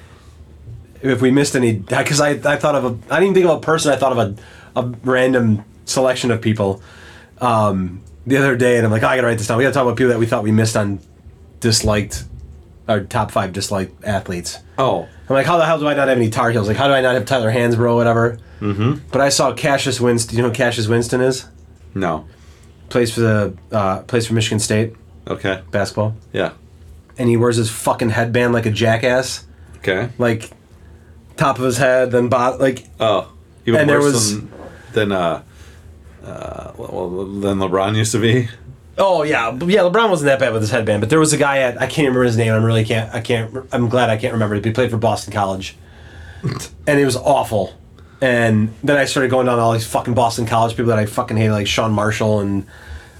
Speaker 2: if we missed any, because I, I thought of a I didn't think of a person. I thought of a a random selection of people. Um, the other day, and I'm like, oh, I gotta write this down. We gotta talk about people that we thought we missed on disliked, our top five disliked athletes.
Speaker 3: Oh,
Speaker 2: I'm like, how the hell do I not have any Tar Heels? Like, how do I not have Tyler Hansbrough, whatever? Mm-hmm. But I saw Cassius Winston. You know who Cassius Winston is?
Speaker 3: no.
Speaker 2: Plays for the uh, plays for Michigan State
Speaker 3: Okay.
Speaker 2: basketball,
Speaker 3: Yeah.
Speaker 2: and he wears his fucking headband like a jackass,
Speaker 3: Okay.
Speaker 2: like top of his head, then bot like
Speaker 3: Oh, even
Speaker 2: And there
Speaker 3: worse
Speaker 2: was-
Speaker 3: than than uh, uh, well, well, than LeBron used to be.
Speaker 2: Oh yeah, but yeah. LeBron wasn't that bad with his headband, but there was a guy at I can't remember his name. I'm really can't. I can't. I'm glad I can't remember. it, but He played for Boston College, and it was awful. And then I started going down all these fucking Boston College people that I fucking hated, like Sean Marshall, and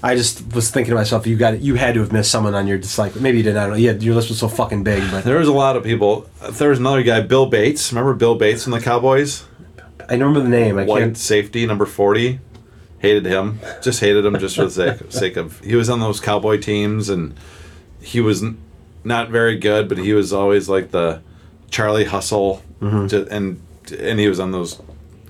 Speaker 2: I just was thinking to myself, you got you had to have missed someone on your dislike. Maybe you didn't. I don't know. Yeah, your list was so fucking big, but
Speaker 3: There was a lot of people. There was another guy, Bill Bates. Remember Bill Bates from the Cowboys?
Speaker 2: I don't remember the name. I
Speaker 3: White
Speaker 2: can't.
Speaker 3: safety, number forty. Hated him. Just hated him just for the sake, sake of. He was on those Cowboy teams, and he was n- not very good, but he was always like the Charlie Hustle,
Speaker 2: Mm-hmm.
Speaker 3: ju- and and he was on those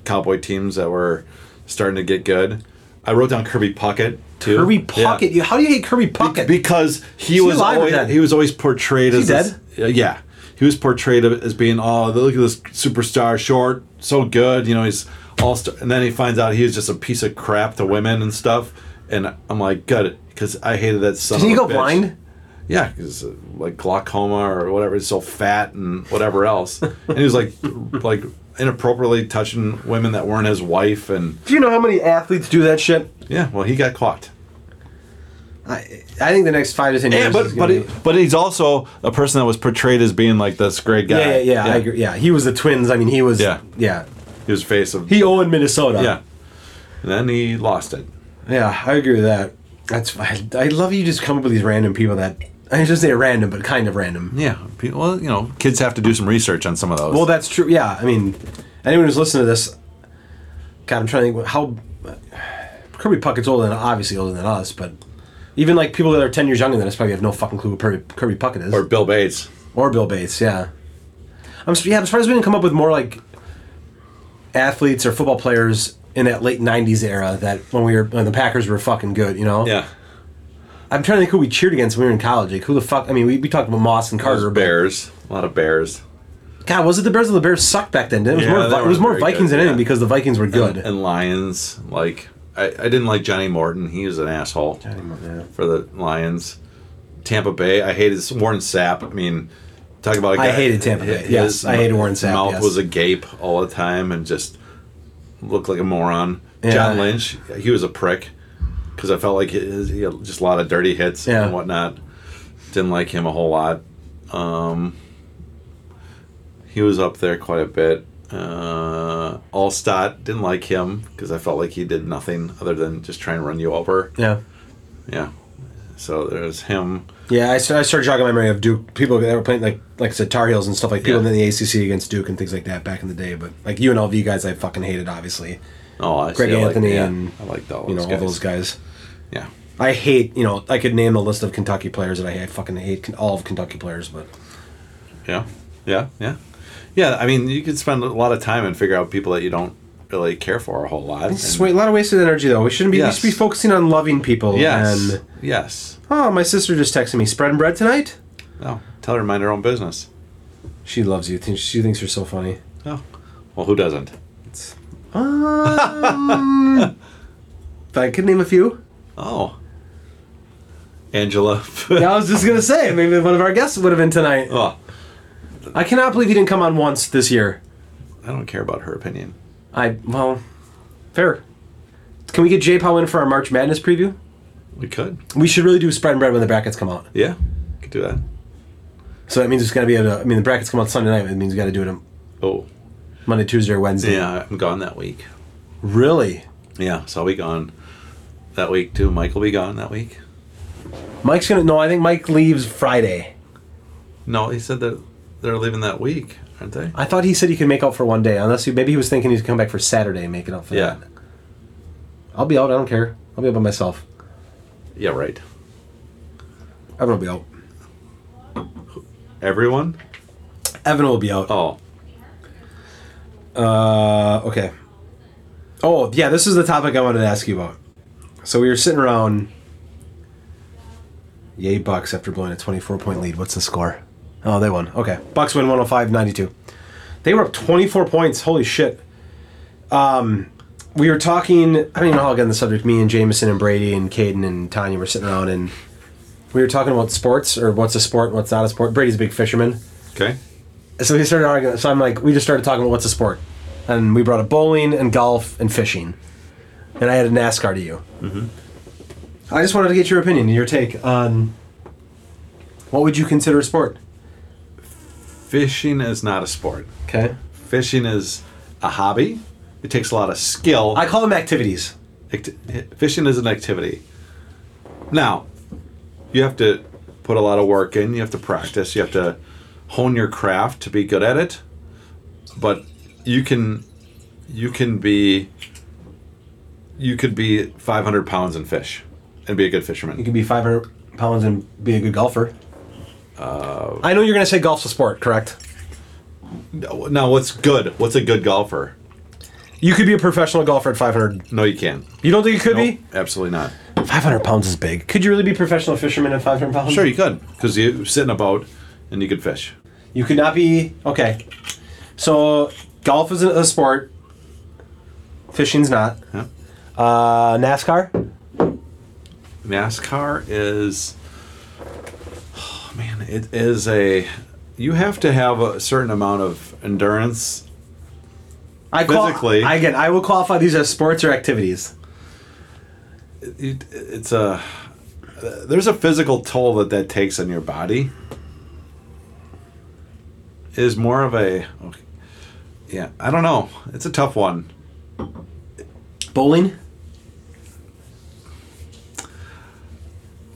Speaker 3: Cowboy teams that were starting to get good. I wrote down Kirby Puckett too.
Speaker 2: Kirby
Speaker 3: Yeah.
Speaker 2: Puckett. You How do you hate Kirby Puckett?
Speaker 3: because he
Speaker 2: Is he
Speaker 3: was
Speaker 2: alive or
Speaker 3: always,
Speaker 2: dead?
Speaker 3: he was always portrayed
Speaker 2: Is he
Speaker 3: as this- uh, yeah he was portrayed as being oh look at this superstar short so good you know he's all star and then he finds out he's just a piece of crap to women and stuff and I'm like good because I hated that son
Speaker 2: Did
Speaker 3: of
Speaker 2: he
Speaker 3: a
Speaker 2: go
Speaker 3: bitch.
Speaker 2: blind?
Speaker 3: yeah because like glaucoma or whatever he's so fat and whatever else and he was like like inappropriately touching women that weren't his wife and
Speaker 2: Do you know how many athletes do that shit?
Speaker 3: yeah well he got caught
Speaker 2: I, I think the next five to ten years.
Speaker 3: Yeah,
Speaker 2: is
Speaker 3: but
Speaker 2: gonna
Speaker 3: but
Speaker 2: be-
Speaker 3: but he's also a person that was portrayed as being like this great guy.
Speaker 2: Yeah, yeah, yeah, I agree. Yeah, he was the twins. I mean, he was.
Speaker 3: Yeah.
Speaker 2: Yeah,
Speaker 3: His face of
Speaker 2: He owned Minnesota.
Speaker 3: yeah. And then he lost it.
Speaker 2: yeah, I agree with that. That's I, I love you. Just come up with these random people that I just say random, but kind of random.
Speaker 3: Yeah. Pe- Well, you know, kids have to do some research on some of those.
Speaker 2: Well, that's true. Yeah, I mean, anyone who's listening to this, God, I'm trying to think how Kirby Puckett's older than obviously older than us, but even like people that are ten years younger than us probably have no fucking clue who Kirby, Kirby Puckett is
Speaker 3: or Bill Bates.
Speaker 2: Or Bill Bates, yeah. I'm su- yeah, I'm surprised we didn't come up with more like athletes or football players in that late '90s era that when we were when the Packers were fucking good, you know.
Speaker 3: Yeah.
Speaker 2: I'm trying to think who we cheered against when we were in college. Like who the fuck? I mean, we, we talked about Moss and Carter.
Speaker 3: Those bears. A lot of bears.
Speaker 2: but- God, was it the Bears or the Bears sucked back then? It was
Speaker 3: Yeah,
Speaker 2: more
Speaker 3: they
Speaker 2: Vi- it was
Speaker 3: weren't
Speaker 2: more
Speaker 3: very
Speaker 2: Vikings
Speaker 3: good,
Speaker 2: than anything
Speaker 3: yeah.
Speaker 2: because the Vikings were good.
Speaker 3: And lions. Like I, I didn't like Johnny Morton. He was an asshole.
Speaker 2: yeah.
Speaker 3: For the Lions. Tampa Bay. I hated Warren Sapp. I mean, talk about. A
Speaker 2: I
Speaker 3: guy-
Speaker 2: hated Tampa Bay. Yes, I hated Warren Sapp,
Speaker 3: Mouth
Speaker 2: yes.
Speaker 3: was agape all the time and just looked like a moron.
Speaker 2: Yeah.
Speaker 3: John Lynch. He was a prick because I felt like his, he had just a lot of dirty hits
Speaker 2: Yeah.
Speaker 3: and whatnot. Didn't like him a whole lot. Um, he was up there quite a bit. Uh, Allstott didn't like him because I felt like he did nothing other than just try and run you over.
Speaker 2: yeah.
Speaker 3: Yeah. So there's him.
Speaker 2: Yeah, I st- I started jogging my memory of Duke people that were playing like like I said Tar Heels and stuff like people
Speaker 3: Yeah.
Speaker 2: in the ACC against Duke and things like that back in the day. But like UNLV guys, I fucking hated obviously.
Speaker 3: Oh, I see.
Speaker 2: Greg
Speaker 3: I like-
Speaker 2: Anthony
Speaker 3: yeah,
Speaker 2: and,
Speaker 3: I like those
Speaker 2: You know
Speaker 3: guys.
Speaker 2: all those guys.
Speaker 3: Yeah.
Speaker 2: I hate, you know, I could name a list of Kentucky players that I hate. I fucking hate Ken- all of Kentucky players, but
Speaker 3: Yeah. Yeah. Yeah. Yeah. I mean, you could spend a lot of time and figure out people that you don't really care for a whole lot.
Speaker 2: it's
Speaker 3: and-
Speaker 2: wa- a lot of wasted energy though. We shouldn't be.
Speaker 3: Yes.
Speaker 2: We should be focusing on loving people.
Speaker 3: Yes.
Speaker 2: And
Speaker 3: yes.
Speaker 2: oh, my sister just texted me, spreading bread tonight.
Speaker 3: Oh, tell her to mind her own business.
Speaker 2: She loves you. Thinks- She thinks you're so funny.
Speaker 3: Oh. Well, who doesn't?
Speaker 2: It's, um, if I could name a few.
Speaker 3: Oh. Angela.
Speaker 2: Yeah, I was just gonna say maybe one of our guests would have been tonight.
Speaker 3: oh,
Speaker 2: I cannot believe you didn't come on once this year.
Speaker 3: I don't care about her opinion.
Speaker 2: I well, fair. Can we get J Powell in for our March Madness preview?
Speaker 3: We could.
Speaker 2: We should really do spread and bread when the brackets come out.
Speaker 3: Yeah. Could do that.
Speaker 2: So that means it's got to be. At a, I mean, the brackets come out Sunday night. It means you got to do it on
Speaker 3: Oh.
Speaker 2: Monday, Tuesday, or Wednesday.
Speaker 3: Yeah. I'm gone that week.
Speaker 2: Really,
Speaker 3: Yeah. So I'll be gone that week too. Mike will be gone that week.
Speaker 2: Mike's gonna. No, I think Mike leaves Friday.
Speaker 3: No, he said that they're leaving that week, aren't they?
Speaker 2: I thought he said he could make out for one day, unless he, maybe he was thinking he'd come back for Saturday and make it up for
Speaker 3: Yeah.
Speaker 2: that. I'll be out. I don't care. I'll be out by myself.
Speaker 3: Yeah, right.
Speaker 2: Everyone will be out.
Speaker 3: Everyone?
Speaker 2: Evan will be out.
Speaker 3: Oh.
Speaker 2: Uh, okay. Oh yeah, this is the topic I wanted to ask you about. So we were sitting around Yay, Bucks after blowing a 24 point lead. What's the score? Oh, they won. Okay. Bucks win 105 92. They were up 24 points. Holy shit. Um, we were talking, I don't even know how I got on the subject. Me and Jameson and Brady and Caden and Tanya were sitting around and we were talking about sports or what's a sport and what's not a sport. Brady's a big fisherman.
Speaker 3: Okay.
Speaker 2: So we started arguing. So I'm like, we just started talking about what's a sport. And we brought up bowling and golf and fishing. And I had a NASCAR to you. Mm-hmm. I just wanted to get your opinion, your take on what would you consider a sport?
Speaker 3: Fishing is not a sport.
Speaker 2: Okay.
Speaker 3: Fishing is a hobby. It takes a lot of skill.
Speaker 2: I call them activities.
Speaker 3: Acti- fishing is an activity. Now, you have to put a lot of work in. You have to practice. You have to hone your craft to be good at it. But you can, you can be, you could be 500 pounds and fish, and be a good
Speaker 2: You
Speaker 3: fisherman.
Speaker 2: can be 500 pounds and be a good golfer. I know you're going to say golf's a sport, correct?
Speaker 3: Now, what's good? What's a good golfer?
Speaker 2: You could be a professional golfer at 500.
Speaker 3: No, you can't.
Speaker 2: You don't think you could
Speaker 3: Nope, absolutely not.
Speaker 2: be? 500 pounds is big. Could you really be a professional fisherman at 500 pounds?
Speaker 3: Sure, you could, because you sit in a boat and you could fish.
Speaker 2: You could not be okay. So golf is a, a sport. Fishing's not.
Speaker 3: Yeah.
Speaker 2: Uh, NASCAR.
Speaker 3: NASCAR is, oh man, it is a. You have to have a certain amount of endurance.
Speaker 2: I qual-
Speaker 3: Physically.
Speaker 2: I, again, I will qualify these as sports or activities.
Speaker 3: It, it's a. There's a physical toll that that takes on your body. It Is more of a. Okay, yeah, I don't know. It's a tough one.
Speaker 2: Bowling.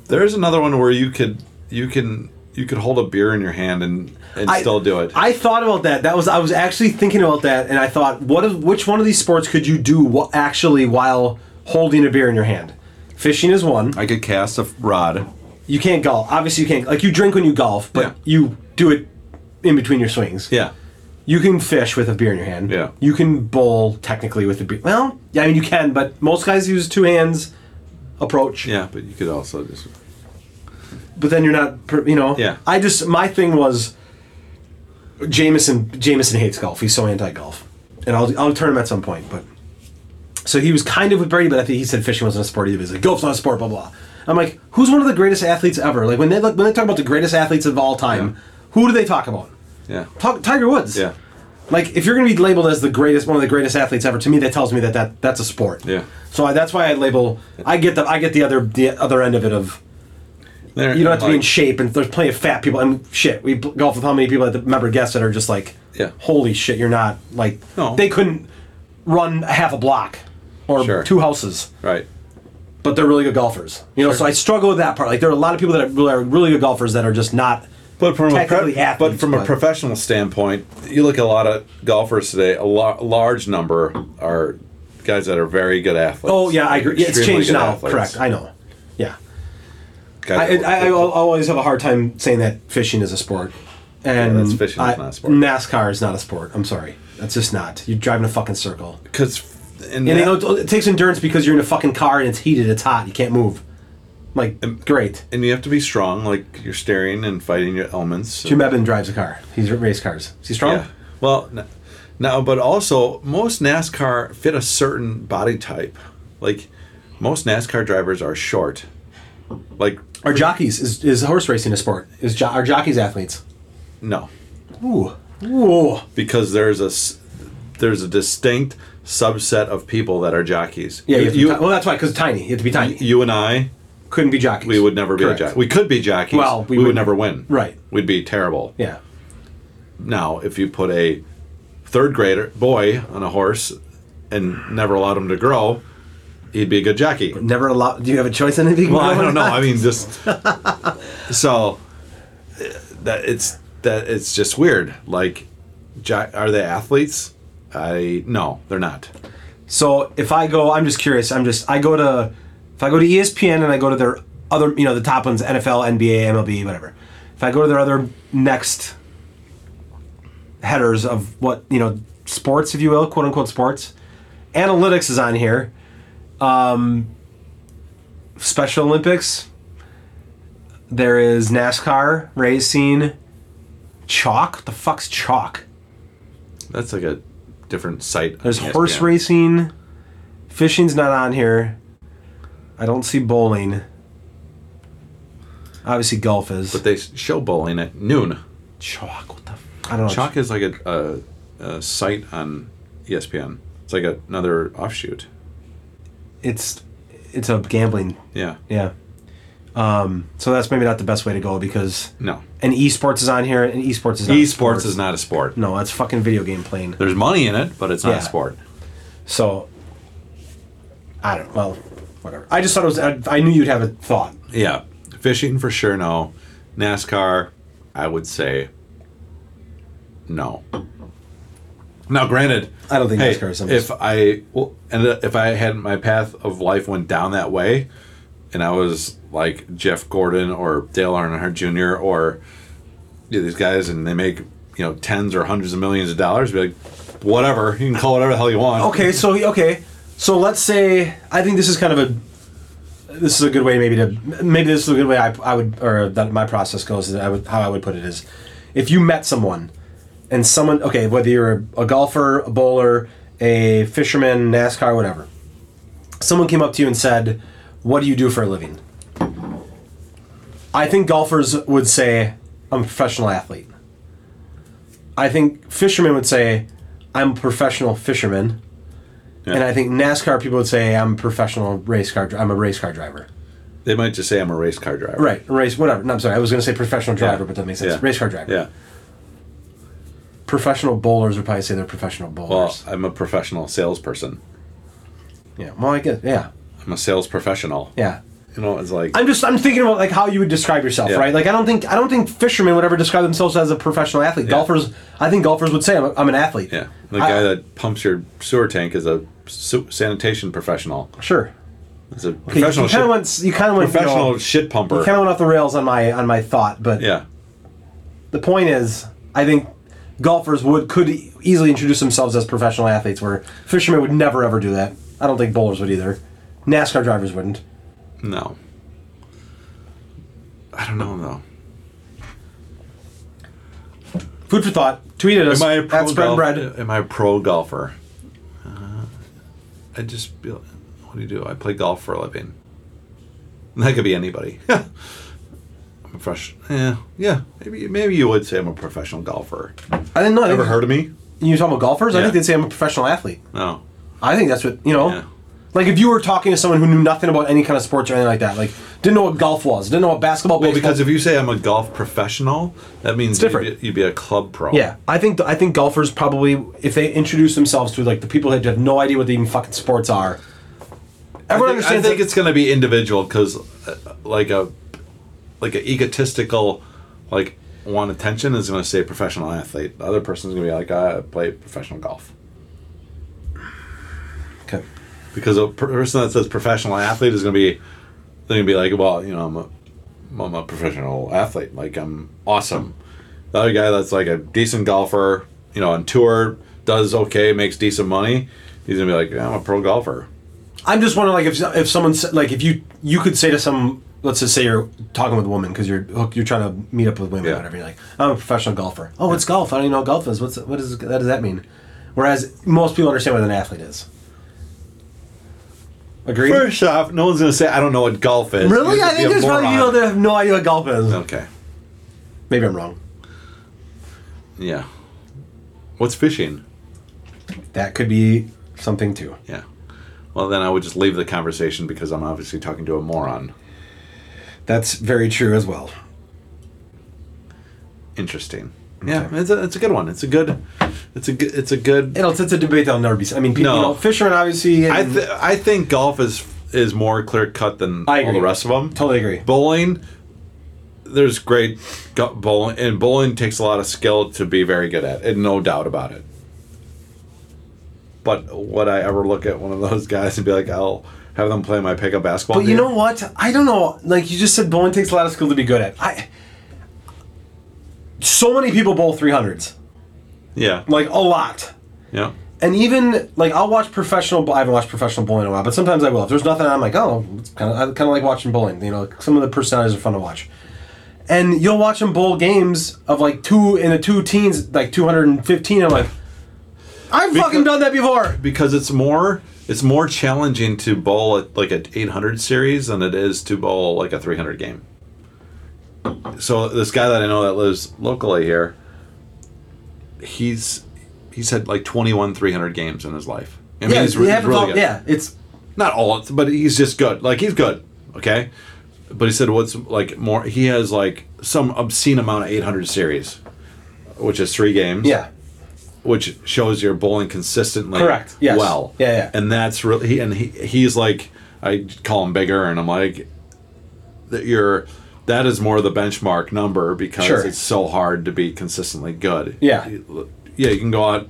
Speaker 3: There's another one where you could you can you could hold a beer in your hand and and
Speaker 2: I-
Speaker 3: still do it.
Speaker 2: I thought about that. That was I was actually thinking about that, and I thought, what of which one of these sports could you do wh- actually while holding a beer in your hand? Fishing is one.
Speaker 3: I could cast a rod.
Speaker 2: You can't golf. Obviously, you can't. Like you drink when you golf, but
Speaker 3: Yeah.
Speaker 2: you do it in between your swings.
Speaker 3: Yeah.
Speaker 2: You can fish with a beer in your hand.
Speaker 3: Yeah.
Speaker 2: You can bowl technically with a beer. Well, yeah, I mean you can, but most guys use two hands approach.
Speaker 3: Yeah, but you could also just
Speaker 2: But then you're not, per- you know.
Speaker 3: Yeah.
Speaker 2: I just my thing was. Jameson Jameson hates golf. He's so anti golf, and I'll I'll turn him at some point. But so he was kind of with Brady, but I think he said fishing wasn't a sport either. He's like golf's not a sport, blah blah. I'm like, who's one of the greatest athletes ever? Like when they like, when they talk about the greatest athletes of all time,
Speaker 3: Yeah.
Speaker 2: who do they talk about?
Speaker 3: yeah.
Speaker 2: Talk, Tiger Woods.
Speaker 3: Yeah.
Speaker 2: Like if you're going to be labeled as the greatest, one of the greatest athletes ever, to me that tells me that, that that's a sport.
Speaker 3: Yeah.
Speaker 2: So I, that's why I label. I get the I get the other the other end of it of
Speaker 3: There-
Speaker 2: you don't have to be in
Speaker 3: like-
Speaker 2: shape and there's plenty of fat people and shit. We b- golf with how many people at the member guests that are just like,
Speaker 3: Yeah.
Speaker 2: holy shit, you're not like
Speaker 3: No.
Speaker 2: they couldn't run half a block or
Speaker 3: Sure.
Speaker 2: two houses,
Speaker 3: Right.
Speaker 2: but they're really good golfers. You know, so I struggle with that part. Like there are a lot of people that are really, are really good golfers that are just not.
Speaker 3: But from a
Speaker 2: Technically athletes,
Speaker 3: but from a
Speaker 2: but-
Speaker 3: professional standpoint, you look at a lot of golfers today. A lar- large number are guys that are very good athletes.
Speaker 2: Oh yeah, I agree. Yeah, it's
Speaker 3: Extremely
Speaker 2: changed
Speaker 3: good
Speaker 2: now.
Speaker 3: athletes.
Speaker 2: Correct, I know. Yeah. I,
Speaker 3: Guys that
Speaker 2: I, I
Speaker 3: work-
Speaker 2: I'll always have a hard time saying that fishing is a sport. And
Speaker 3: Yeah, that's fishing is
Speaker 2: I-
Speaker 3: not a sport.
Speaker 2: NASCAR is not a sport. I'm sorry. That's just not. You're driving a fucking circle.
Speaker 3: Because
Speaker 2: And
Speaker 3: in that-
Speaker 2: you know, it takes endurance because you're in a fucking car and it's heated, it's hot, you can't move. Like,
Speaker 3: Um,
Speaker 2: great.
Speaker 3: and you have to be strong, like you're steering and fighting your elements.
Speaker 2: Jim Eben drives a car. He's race cars. Is he strong?
Speaker 3: Yeah. Well, n- now, but also most NASCAR fit a certain body type. Like most NASCAR drivers are short. Like
Speaker 2: Are jockeys is, is horse racing a sport? Is jo- are jockeys athletes?
Speaker 3: no,
Speaker 2: Ooh, ooh.
Speaker 3: because there's a s- there's a distinct subset of people that are jockeys.
Speaker 2: Yeah, you,
Speaker 3: you
Speaker 2: have to be
Speaker 3: you,
Speaker 2: ti- well, that's why because tiny. You have to be tiny.
Speaker 3: you and I
Speaker 2: Couldn't be jockeys.
Speaker 3: we would never be
Speaker 2: Correct.
Speaker 3: a jockey. We could be jockeys.
Speaker 2: Well, we
Speaker 3: we, would
Speaker 2: wouldn't.
Speaker 3: never win.
Speaker 2: Right.
Speaker 3: We'd be terrible.
Speaker 2: Yeah.
Speaker 3: Now, if you put a third grader boy on a horse and never allowed him to grow, he'd be a good jockey.
Speaker 2: Never allow. Do you have a choice in anything?
Speaker 3: Well, I don't know. I mean, just so uh, that it's that it's just weird. Like, jo- are they athletes? I no, they're not.
Speaker 2: So if I go, I'm just curious. I'm just I go to if I go to E ESPN and I go to their other you know the top ones NFL, NBA, MLB, whatever. If I go to their other next headers of what you know sports, if you will, quote unquote sports, analytics is on here. Um, Special Olympics. There is NASCAR racing. Chalk? What the fuck's chalk?
Speaker 3: That's like a different site.
Speaker 2: There's
Speaker 3: on E
Speaker 2: horse
Speaker 3: ESPN.
Speaker 2: racing. Fishing's not on here. I don't see bowling. Obviously, golf is.
Speaker 3: But they show bowling at noon.
Speaker 2: chalk? What the? F- I don't know.
Speaker 3: Chalk is like a, a, a site on E ESPN. It's like another offshoot.
Speaker 2: It's it's a gambling.
Speaker 3: Yeah.
Speaker 2: Yeah. Um, so that's maybe not the best way to go because
Speaker 3: No.
Speaker 2: and esports is on here and esports is not
Speaker 3: Esports is not a sport.
Speaker 2: no that's fucking video game playing
Speaker 3: There's money in it, but it's not
Speaker 2: Yeah.
Speaker 3: a sport.
Speaker 2: so I don't well whatever I just thought it was I, I knew you'd have a thought
Speaker 3: Yeah. Fishing for sure, no. NASCAR, I would say no. Now, granted,
Speaker 2: I don't think
Speaker 3: hey,
Speaker 2: NASCAR is something-
Speaker 3: if I well, and if I had my path of life went down that way, and I was like Jeff Gordon or Dale Earnhardt Jr. or you know, these guys, and they make you know tens or hundreds of millions of dollars, be like, whatever, you can call it whatever the hell you want.
Speaker 2: okay so he- okay so let's say I think this is kind of a this is a good way maybe to maybe this is a good way I, I would or that my process goes that I would how I would put it is if you met someone and someone okay whether you're a, a golfer a bowler a fisherman NASCAR whatever someone came up to you and said what do you do for a living I think golfers would say I'm a professional athlete I think fishermen would say I'm a professional fisherman
Speaker 3: Yeah.
Speaker 2: and I think NASCAR people would say I'm a professional race car. dri- I'm a race car driver.
Speaker 3: They might just say I'm a race car driver.
Speaker 2: Right, race whatever. No, I'm sorry. I was going to say professional
Speaker 3: Yeah.
Speaker 2: driver, but that makes sense.
Speaker 3: Yeah.
Speaker 2: Race car driver.
Speaker 3: Yeah.
Speaker 2: Professional bowlers would probably say they're professional
Speaker 3: Well,
Speaker 2: bowlers.
Speaker 3: I'm a professional salesperson.
Speaker 2: yeah. Well, I guess. Yeah.
Speaker 3: I'm a sales professional.
Speaker 2: Yeah.
Speaker 3: You know, it's like
Speaker 2: I'm just I'm thinking about like how you would describe yourself,
Speaker 3: Yeah.
Speaker 2: right? Like I don't think I don't think fishermen would ever describe themselves as a professional athlete. Golfers, I think golfers would say I'm, a, I'm an athlete.
Speaker 3: yeah, the
Speaker 2: I-
Speaker 3: guy that pumps your sewer tank is a su- sanitation professional.
Speaker 2: Sure.
Speaker 3: It's a
Speaker 2: Okay,
Speaker 3: professional
Speaker 2: You kind
Speaker 3: shit,
Speaker 2: of went. You kind of went.
Speaker 3: professional
Speaker 2: You, know,
Speaker 3: shit pumper.
Speaker 2: kind of went off the rails on my on my thought, but
Speaker 3: yeah,
Speaker 2: the point is, I think golfers would could e- easily introduce themselves as professional athletes, where fishermen would never ever do that. I don't think bowlers would either. NASCAR drivers wouldn't.
Speaker 3: no. I don't know though.
Speaker 2: Food for thought. Tweet at us
Speaker 3: Am I a pro
Speaker 2: at Spread
Speaker 3: golf-
Speaker 2: Bread.
Speaker 3: Am I a pro golfer? Uh, I just feel. What do you do? I play golf for a living. That could be anybody. I'm a fresh. Yeah, yeah. Maybe maybe you would say I'm a professional golfer.
Speaker 2: I didn't know. I
Speaker 3: Ever
Speaker 2: think-
Speaker 3: heard of me?
Speaker 2: You talking about golfers? I
Speaker 3: Yeah.
Speaker 2: think they'd say I'm a professional athlete.
Speaker 3: No.
Speaker 2: I think that's what you know.
Speaker 3: Yeah.
Speaker 2: Like if you were talking to someone who knew nothing about any kind of sports or anything like that, like didn't know what golf was, didn't know what basketball.
Speaker 3: Well,
Speaker 2: baseball-
Speaker 3: because if you say I'm a golf professional, that means
Speaker 2: different.
Speaker 3: You'd, be, you'd be a club pro.
Speaker 2: Yeah, I think I think golfers probably if they introduce themselves to like the people that have no idea what the even fucking sports are.
Speaker 3: I
Speaker 2: Everyone
Speaker 3: think, I
Speaker 2: understands.
Speaker 3: think
Speaker 2: that-
Speaker 3: it's going to be individual because, uh, like a, like a egotistical, like want attention is going to say professional athlete. The other person's going to be like, I play professional golf.
Speaker 2: Okay.
Speaker 3: Because a per- person that says professional athlete is going to be, they're going to be like, well, you know, I'm a, I'm a professional athlete. Like I'm awesome. The other guy that's like a decent golfer, you know, on tour does okay, makes decent money. He's going to be like, yeah, I'm a pro golfer.
Speaker 2: I'm just wondering, like, if if someone sa- like if you you could say to some, let's just say you're talking with a woman because you're hooked, you're trying to meet up with women, or
Speaker 3: Yeah.
Speaker 2: whatever. You're like, I'm a professional golfer. Oh, what's golf? I don't even know what golf is. What's what is that? Does that mean? Whereas most people understand what an athlete is. Agreed.
Speaker 3: First off, no one's gonna say I don't know what golf is.
Speaker 2: Really,
Speaker 3: You'd
Speaker 2: I
Speaker 3: be
Speaker 2: think
Speaker 3: a
Speaker 2: there's probably
Speaker 3: moron.
Speaker 2: people that have no idea what golf is.
Speaker 3: Okay.
Speaker 2: Maybe I'm wrong.
Speaker 3: Yeah. What's fishing?
Speaker 2: That could be something too.
Speaker 3: Yeah. Well, then I would just leave the conversation because I'm obviously talking to a moron.
Speaker 2: That's very true as well.
Speaker 3: Interesting. Yeah, it's a, it's a good one. It's a good, it's a good, it's a good.
Speaker 2: It'll, it's a debate that'll never be. I mean, people,
Speaker 3: No.
Speaker 2: you know, fishermen obviously.
Speaker 3: I
Speaker 2: and-
Speaker 3: th- I think golf is is more clear cut than
Speaker 2: I
Speaker 3: all
Speaker 2: agree.
Speaker 3: the rest of them.
Speaker 2: Totally agree.
Speaker 3: Bowling, there's great go- bowling, and bowling takes a lot of skill to be very good at, and no doubt about it. But would I ever look at one of those guys and be like, I'll have them play my pickup basketball?
Speaker 2: But you
Speaker 3: team?
Speaker 2: know what? I don't know. Like you just said, bowling takes a lot of skill to be good at. I so many people bowl three hundreds,
Speaker 3: Yeah.
Speaker 2: like a lot.
Speaker 3: Yeah.
Speaker 2: And even like I'll watch professional. bo- I haven't watched professional bowling in a while, but sometimes I will. If there's nothing, on, I'm like, oh, it's kind of I kind of like watching bowling. You know, some of the personalities are fun to watch. and you'll watch them bowl games of like two in the two teens, like 215. I'm like, I've fucking done that before.
Speaker 3: because it's more it's more challenging to bowl at like an 800 series than it is to bowl like a 300 game. So this guy that I know that lives locally here, he's he's had like 21 300 games in his life. I mean,
Speaker 2: Yeah,
Speaker 3: he's
Speaker 2: it's,
Speaker 3: re-
Speaker 2: it
Speaker 3: he's
Speaker 2: happens
Speaker 3: really
Speaker 2: all-
Speaker 3: good.
Speaker 2: yeah, it's
Speaker 3: not all, but he's just good. Like he's good, okay. But he said what's like more? He has like some obscene amount of 800 series, which is three games
Speaker 2: yeah.
Speaker 3: which shows you're bowling consistently
Speaker 2: Correct, yes.
Speaker 3: well
Speaker 2: Yeah, yeah.
Speaker 3: and that's really he, and he he's like i call him bigger and i'm like that you're that is more the benchmark number because
Speaker 2: Sure.
Speaker 3: it's so hard to be consistently good
Speaker 2: Yeah.
Speaker 3: yeah you can go out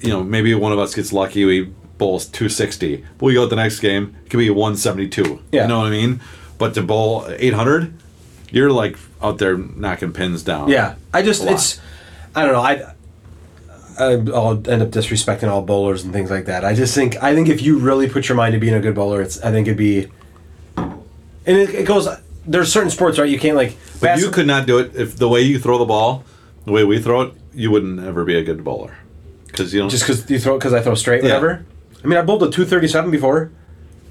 Speaker 3: you know maybe one of us gets lucky we bowls 260 but we go out the next game it could be 172
Speaker 2: Yeah.
Speaker 3: you know what i mean but to bowl 800 you're like out there knocking pins down
Speaker 2: Yeah, I just
Speaker 3: A lot.
Speaker 2: it's I don't know I. I- I'll end up disrespecting all bowlers and things like that. I just think I think if you really put your mind to being a good bowler, it's I think it'd be. And it, it goes. There's certain sports, right? You can't like.
Speaker 3: But
Speaker 2: bas-
Speaker 3: you could not do it if the way you throw the ball, the way we throw it, you wouldn't ever be a good bowler, because you don't
Speaker 2: just because you throw because I throw straight, whatever. I mean, I bowled a two thirty seven before.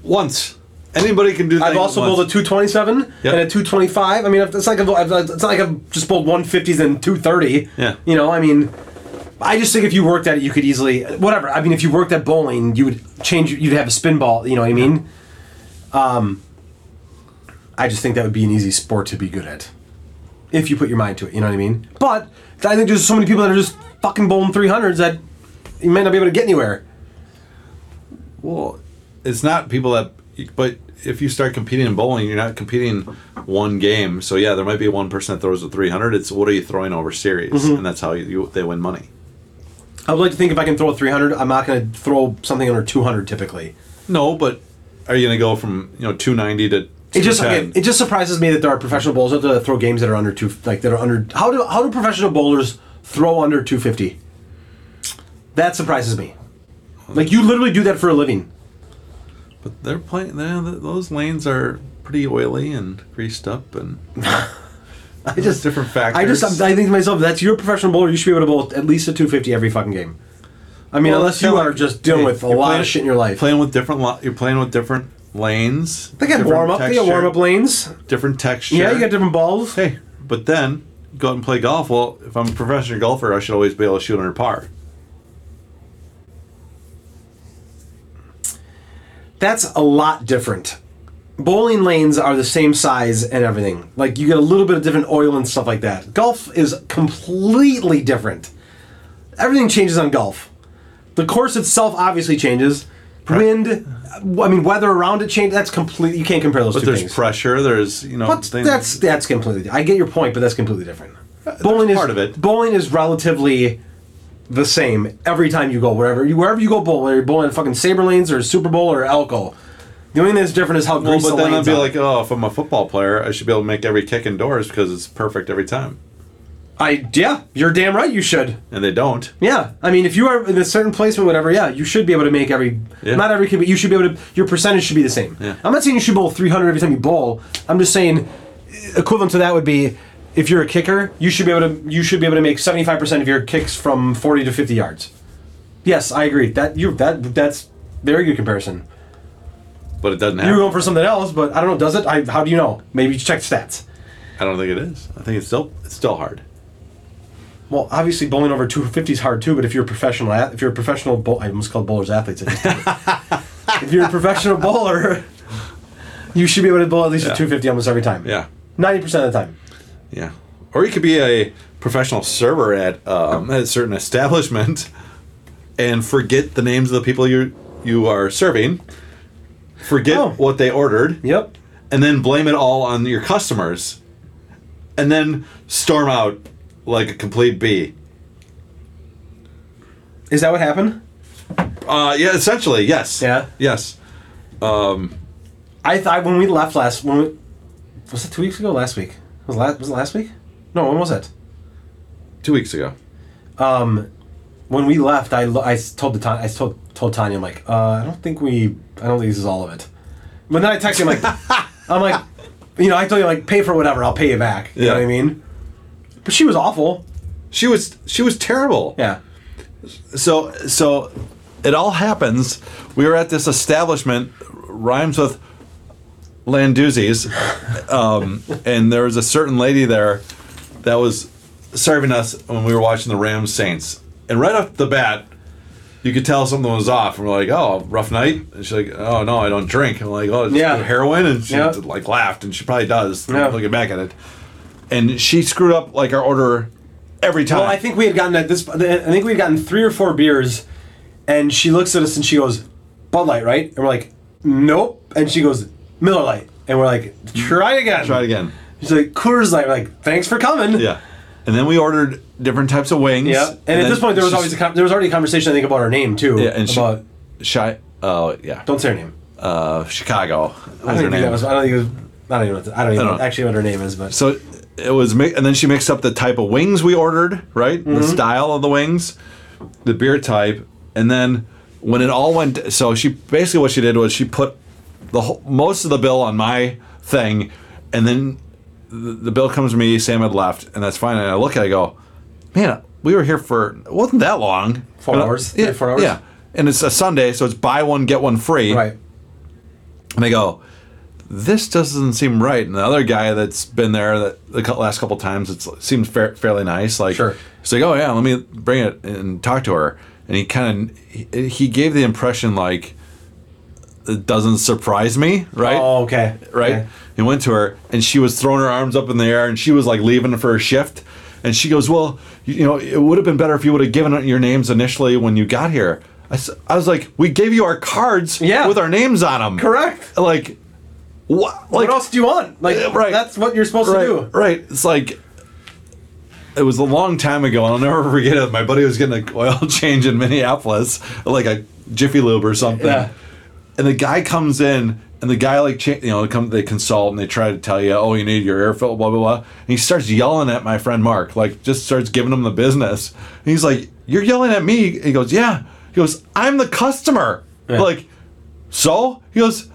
Speaker 3: once anybody can do.
Speaker 2: I've also bowled a two twenty seven
Speaker 3: Yep.
Speaker 2: and a two twenty five. I mean, it's like a, it's not like I've just bowled one fifties and two thirty.
Speaker 3: Yeah.
Speaker 2: you know, I mean, I just think if you worked at it, you could easily whatever. I mean, if you worked at bowling, you would change. You'd have a spin ball. You know what I mean? Um, I just think that would be an easy sport to be good at if you put your mind to it. You know what I mean? But I think there's so many people that are just fucking bowling three hundreds that you might not be able to get anywhere.
Speaker 3: Well, it's not people that, but if you start competing in bowling, you're not competing one game. So yeah, there might be one person that throws a 300. It's what are you throwing over series,
Speaker 2: Mm-hmm.
Speaker 3: and that's how you, you they win money.
Speaker 2: I would like to think if I can throw a 300, I'm not going to throw something under 200 typically.
Speaker 3: No, but are you going to go from you know 290 to
Speaker 2: It just it,
Speaker 3: 210?
Speaker 2: it just surprises me that there are professional bowlers out there that throw games that are under two like that are under how do how do professional bowlers throw under 250? That surprises me. Like you literally do that for a living.
Speaker 3: But they're playing. they're- Those lanes are pretty oily and greased up and.
Speaker 2: I just
Speaker 3: different factors.
Speaker 2: I just I think to myself that's your professional bowler. You should be able to bowl at least a 250 every fucking game. I mean,
Speaker 3: Well,
Speaker 2: unless
Speaker 3: it's kinda
Speaker 2: you are
Speaker 3: like-
Speaker 2: just dealing
Speaker 3: hey,
Speaker 2: with a
Speaker 3: you're
Speaker 2: lot
Speaker 3: playing-
Speaker 2: of shit in your life.
Speaker 3: Playing with different, lo- you're playing with different lanes.
Speaker 2: they got
Speaker 3: different
Speaker 2: warm up. They got
Speaker 3: texture,
Speaker 2: warm up lanes.
Speaker 3: Different texture.
Speaker 2: Yeah, you got different balls.
Speaker 3: Hey, but then go out and play golf. Well, if I'm a professional golfer, I should always be able to shoot under par.
Speaker 2: That's a lot different. Bowling lanes are the same size and everything. Like you get a little bit of different oil and stuff like that. Golf is completely different. Everything changes on golf. The course itself obviously changes. Wind, I mean weather around it changes. That's completely you can't compare those
Speaker 3: But
Speaker 2: two
Speaker 3: there's
Speaker 2: things.
Speaker 3: pressure. There's you know.
Speaker 2: but
Speaker 3: things-
Speaker 2: that's that's completely. I get your point, but that's completely different. Bowling is
Speaker 3: part of it.
Speaker 2: Bowling is relatively the same every time you go wherever you wherever you go bowl. Whether you're bowling Fucking Saber Lanes or Super Bowl or Elko. The only thing that's different is how
Speaker 3: Well,
Speaker 2: greasy
Speaker 3: but
Speaker 2: the
Speaker 3: then I'd
Speaker 2: lanes
Speaker 3: be
Speaker 2: are.
Speaker 3: like, oh, if I'm a football player, I should be able to make every kick indoors because it's perfect every time,
Speaker 2: I yeah, you're damn right. You should.
Speaker 3: and they don't.
Speaker 2: Yeah, I mean, if you are in a certain placement, whatever, yeah, you should be able to make every
Speaker 3: Yeah.
Speaker 2: not every kid, but you should be able to. Your percentage should be the same.
Speaker 3: Yeah.
Speaker 2: I'm not saying you should bowl 300 every time you bowl. I'm just saying eh, equivalent to that would be if you're a kicker, you should be able to you should be able to make 75 percent of your kicks from 40 to 50 yards. Yes, I agree. That you that that's very good comparison.
Speaker 3: But it doesn't
Speaker 2: You're
Speaker 3: happen.
Speaker 2: going for something else, but I don't know. Does it? I, how do you know? Maybe check stats.
Speaker 3: I don't think it is. I think it's still it's still hard.
Speaker 2: Well, obviously bowling over 250 is hard too, but if you're a professional, ath- if you're a professional, bowl- I almost called bowlers athletes. I just did. if you're a professional bowler, you should be able to bowl at least
Speaker 3: Yeah.
Speaker 2: a 250 almost every time.
Speaker 3: Yeah.
Speaker 2: 90% of the time.
Speaker 3: Yeah, or you could be a professional server at, um, at a certain establishment, and forget the names of the people you you are serving, forget
Speaker 2: Oh.
Speaker 3: what they ordered,
Speaker 2: Yep.
Speaker 3: and then blame it all on your customers, and then storm out like a complete bee.
Speaker 2: Is that what happened?
Speaker 3: Uh, yeah, essentially, yes.
Speaker 2: Yeah.
Speaker 3: Yes.
Speaker 2: I thought when we left last, when we, was it two weeks ago? Last week? Was, last, was it last week? No, when was it?
Speaker 3: Two weeks ago.
Speaker 2: Um, when we left, I, lo- I s- told the Ta- I told told Tanya I'm like, uh, I don't think we, I don't think this is all of it. But then I texted him like, I'm like, You know, I told you like pay for whatever, I'll pay you back. You
Speaker 3: Yeah.
Speaker 2: know what I mean? But she was awful.
Speaker 3: She was she was terrible.
Speaker 2: Yeah.
Speaker 3: So so it all happens. We were at this establishment rhymes with Landuzzi's, um, and there was a certain lady there that was serving us when we were watching the Rams Saints. And right off the bat, you could tell something was off. And we're like, "Oh, rough night." And she's like, "Oh no, I don't drink." I'm like, "Oh, it's
Speaker 2: Yeah.
Speaker 3: heroin," and she
Speaker 2: Yeah.
Speaker 3: like laughed, and she probably does.
Speaker 2: Yeah.
Speaker 3: Looking back at it, and she screwed up like our order every time.
Speaker 2: Well, I think we had gotten at this. I think we had gotten three or four beers, and she looks at us and she goes, "Bud Light, right?" And we're like, "Nope." And she goes, "Miller Light," and we're like, "Try again."
Speaker 3: Try it again.
Speaker 2: She's like, "Coors Light." We're like, "Thanks for coming."
Speaker 3: Yeah. And then we ordered different types of wings.
Speaker 2: Yeah. And, at
Speaker 3: then
Speaker 2: this point, there was
Speaker 3: she-
Speaker 2: always a con- there was already a conversation I think about her name too.
Speaker 3: yeah, and she,
Speaker 2: about
Speaker 3: shy. Oh yeah.
Speaker 2: don't say her name.
Speaker 3: Uh, Chicago.
Speaker 2: I
Speaker 3: was
Speaker 2: don't
Speaker 3: her
Speaker 2: think that
Speaker 3: name.
Speaker 2: was. I don't think it was. I don't even. Know what, I don't even
Speaker 3: don't know.
Speaker 2: actually know what her name is, but
Speaker 3: So it was, mi- and then she mixed up the type of wings we ordered, right?
Speaker 2: Mm-hmm.
Speaker 3: The style of the wings, the beer type, and then when it all went, so she basically what she did was she put the whole, most of the bill on my thing, and then the, the bill comes to me. Sam had left, and that's fine. And I look at, it, I go, man, we were here for it wasn't that long,
Speaker 2: Four
Speaker 3: And I-
Speaker 2: hours,
Speaker 3: yeah,
Speaker 2: three, four hours.
Speaker 3: yeah. And it's a Sunday, so it's buy one get one free,
Speaker 2: right.
Speaker 3: and they go, "This doesn't seem right." And the other guy that's been there that the cou- last couple times, it seems fair, fairly nice. Like,
Speaker 2: Sure.
Speaker 3: he's like, "Oh yeah, let me bring it and talk to her." And he kind of he, he gave the impression like it doesn't surprise me, right?
Speaker 2: Oh, okay.
Speaker 3: right?
Speaker 2: Okay.
Speaker 3: And went to her, and she was throwing her arms up in the air, and she was like leaving for her shift. And she goes, "Well, you, you know, it would have been better if you would have given out your names initially when you got here." I, s- I was like, "We gave you our cards
Speaker 2: Yeah.
Speaker 3: with our names on them,
Speaker 2: Correct.
Speaker 3: Like, what? Like,
Speaker 2: What else do you want? Like,
Speaker 3: Yeah, right.
Speaker 2: That's what you're supposed
Speaker 3: right,
Speaker 2: to do.
Speaker 3: right? It's like." It was a long time ago, and I'll never forget it. My buddy was getting an oil change in Minneapolis, like a Jiffy Lube or something
Speaker 2: Yeah.
Speaker 3: and the guy comes in and the guy like cha- you know come they consult and they try to tell you oh you need your air filter blah blah blah and he starts yelling at my friend mark like just starts giving him the business and he's like you're yelling at me he goes yeah he goes i'm the customer
Speaker 2: Yeah.
Speaker 3: like so he goes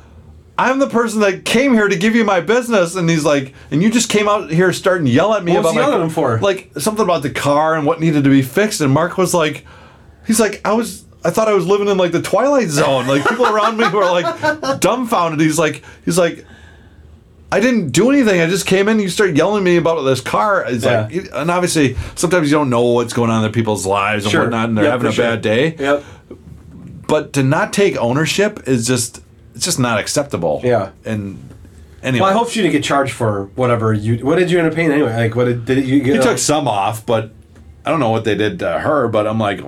Speaker 3: i'm the person that came here to give you my business and he's like and you just came out here starting to yell at me
Speaker 2: What was
Speaker 3: about
Speaker 2: he
Speaker 3: my
Speaker 2: yelling at him for?
Speaker 3: like something about the car and what needed to be fixed and mark was like he's like i was i thought i was living in like the twilight zone like people around me were like dumbfounded he's like he's like i didn't do anything i just came in you start yelling at me about this car it's like
Speaker 2: Yeah.
Speaker 3: and obviously sometimes you don't know what's going on in people's lives and
Speaker 2: Sure.
Speaker 3: whatnot and they're
Speaker 2: Yep,
Speaker 3: having a
Speaker 2: for sure.
Speaker 3: bad day
Speaker 2: Yep.
Speaker 3: but to not take ownership is just it's just not acceptable
Speaker 2: Yeah.
Speaker 3: and anyway
Speaker 2: Well, I hope she didn't get charged for whatever you. What did you end up paying anyway? Like, what did, did you get?
Speaker 3: He took some off, but I don't know what they did to her. But I'm like,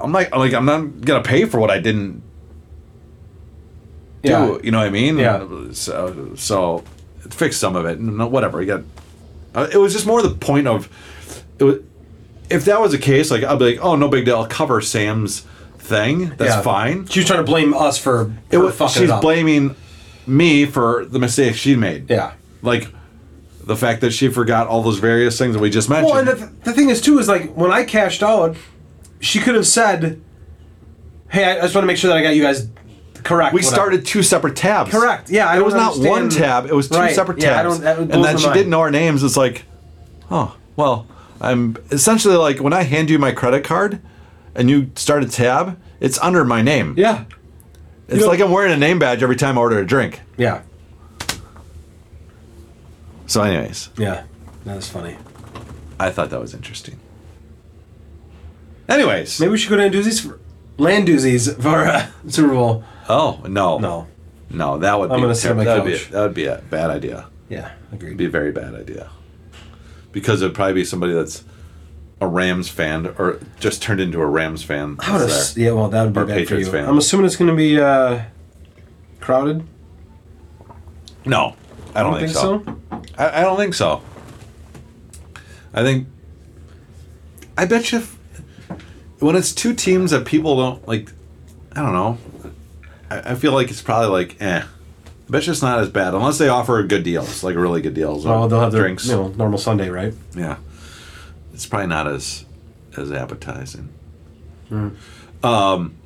Speaker 3: I'm like, I'm like, I'm not gonna pay for what I didn't do.
Speaker 2: yeah.
Speaker 3: You know what I mean?
Speaker 2: Yeah.
Speaker 3: So, so it fixed some of it. and no- Whatever. You got. uh, It was just more the point of, it was, if that was the case, like I'd be like, oh no big deal, I'll cover Sam's thing. That's
Speaker 2: Yeah.
Speaker 3: fine.
Speaker 2: She was trying to blame us for,
Speaker 3: It
Speaker 2: for
Speaker 3: was,
Speaker 2: fucking
Speaker 3: she's
Speaker 2: it up.
Speaker 3: blaming me for the mistakes she made.
Speaker 2: Yeah.
Speaker 3: Like. The fact that she forgot all those various things that we just mentioned.
Speaker 2: Well, and the, th- the thing is too is like when I cashed out, she could have said, "Hey, I I just want to make sure that I got you guys correct."
Speaker 3: We
Speaker 2: whatever."
Speaker 3: started two separate tabs.
Speaker 2: Correct. Yeah, I
Speaker 3: it
Speaker 2: don't
Speaker 3: was not one
Speaker 2: understand-
Speaker 3: tab. It was two
Speaker 2: Right.
Speaker 3: separate
Speaker 2: Yeah, I
Speaker 3: tabs.
Speaker 2: don't- that
Speaker 3: and
Speaker 2: blows
Speaker 3: then
Speaker 2: my
Speaker 3: she
Speaker 2: mind.
Speaker 3: didn't know our names. It's like, oh, well, I'm essentially like when I hand you my credit card, and you start a tab. It's under my name.
Speaker 2: Yeah.
Speaker 3: it's
Speaker 2: know-
Speaker 3: like I'm wearing a name badge every time I order a drink.
Speaker 2: Yeah.
Speaker 3: So, anyways,
Speaker 2: Yeah. That was funny.
Speaker 3: I thought that was interesting. Anyways,
Speaker 2: Maybe we should go to Landoozies for Landoozies for uh, Super Bowl.
Speaker 3: oh no,
Speaker 2: No.
Speaker 3: no, that would
Speaker 2: I'm
Speaker 3: be
Speaker 2: gonna sit on my
Speaker 3: that would be
Speaker 2: couch.
Speaker 3: that would be a bad idea.
Speaker 2: Yeah. Agreed.
Speaker 3: be a very bad idea because it'd probably be somebody that's a Rams fan or just turned into a Rams fan.
Speaker 2: I would
Speaker 3: that's
Speaker 2: ass-
Speaker 3: there.
Speaker 2: yeah, well, that would be
Speaker 3: Or
Speaker 2: bad
Speaker 3: Patriots
Speaker 2: for you.
Speaker 3: fan.
Speaker 2: I'm assuming it's going to be uh, crowded.
Speaker 3: No, I don't, think, so. I, I don't think so. I think. I bet you, if, when it's two teams that people don't like, I don't know. I, I feel like it's probably like eh. I bet you it's not as bad unless they offer good deals, like really good deals. or
Speaker 2: Oh, they'll have their
Speaker 3: drinks.
Speaker 2: you know, normal Sunday, right?
Speaker 3: Yeah, it's probably not as as appetizing.
Speaker 2: Hmm.
Speaker 3: Um,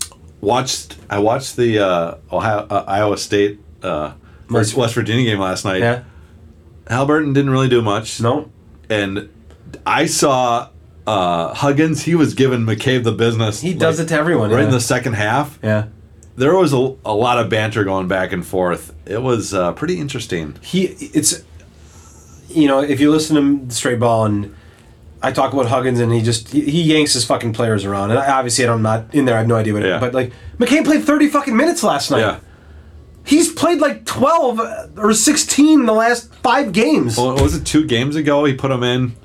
Speaker 3: watched I watched the uh, Ohio uh, Iowa State uh,
Speaker 2: West-
Speaker 3: West Virginia game last night. Halberton didn't really do much.
Speaker 2: No,
Speaker 3: And I saw uh, Huggins. He was giving McCabe the business.
Speaker 2: He does it to everyone,
Speaker 3: Right in
Speaker 2: yeah.
Speaker 3: the second half.
Speaker 2: yeah.
Speaker 3: There was a, a lot of banter going back and forth. It was uh, pretty interesting.
Speaker 2: he it's you know if you listen to straight ball and I talk about Huggins and he just he, he yanks his fucking players around and I, obviously I'm not in there I have no idea what
Speaker 3: Yeah.
Speaker 2: it, but like McCain played 30 fucking minutes last night
Speaker 3: Yeah.
Speaker 2: he's played like 12 or 16 in the last five games
Speaker 3: Well, was it two games ago he put him in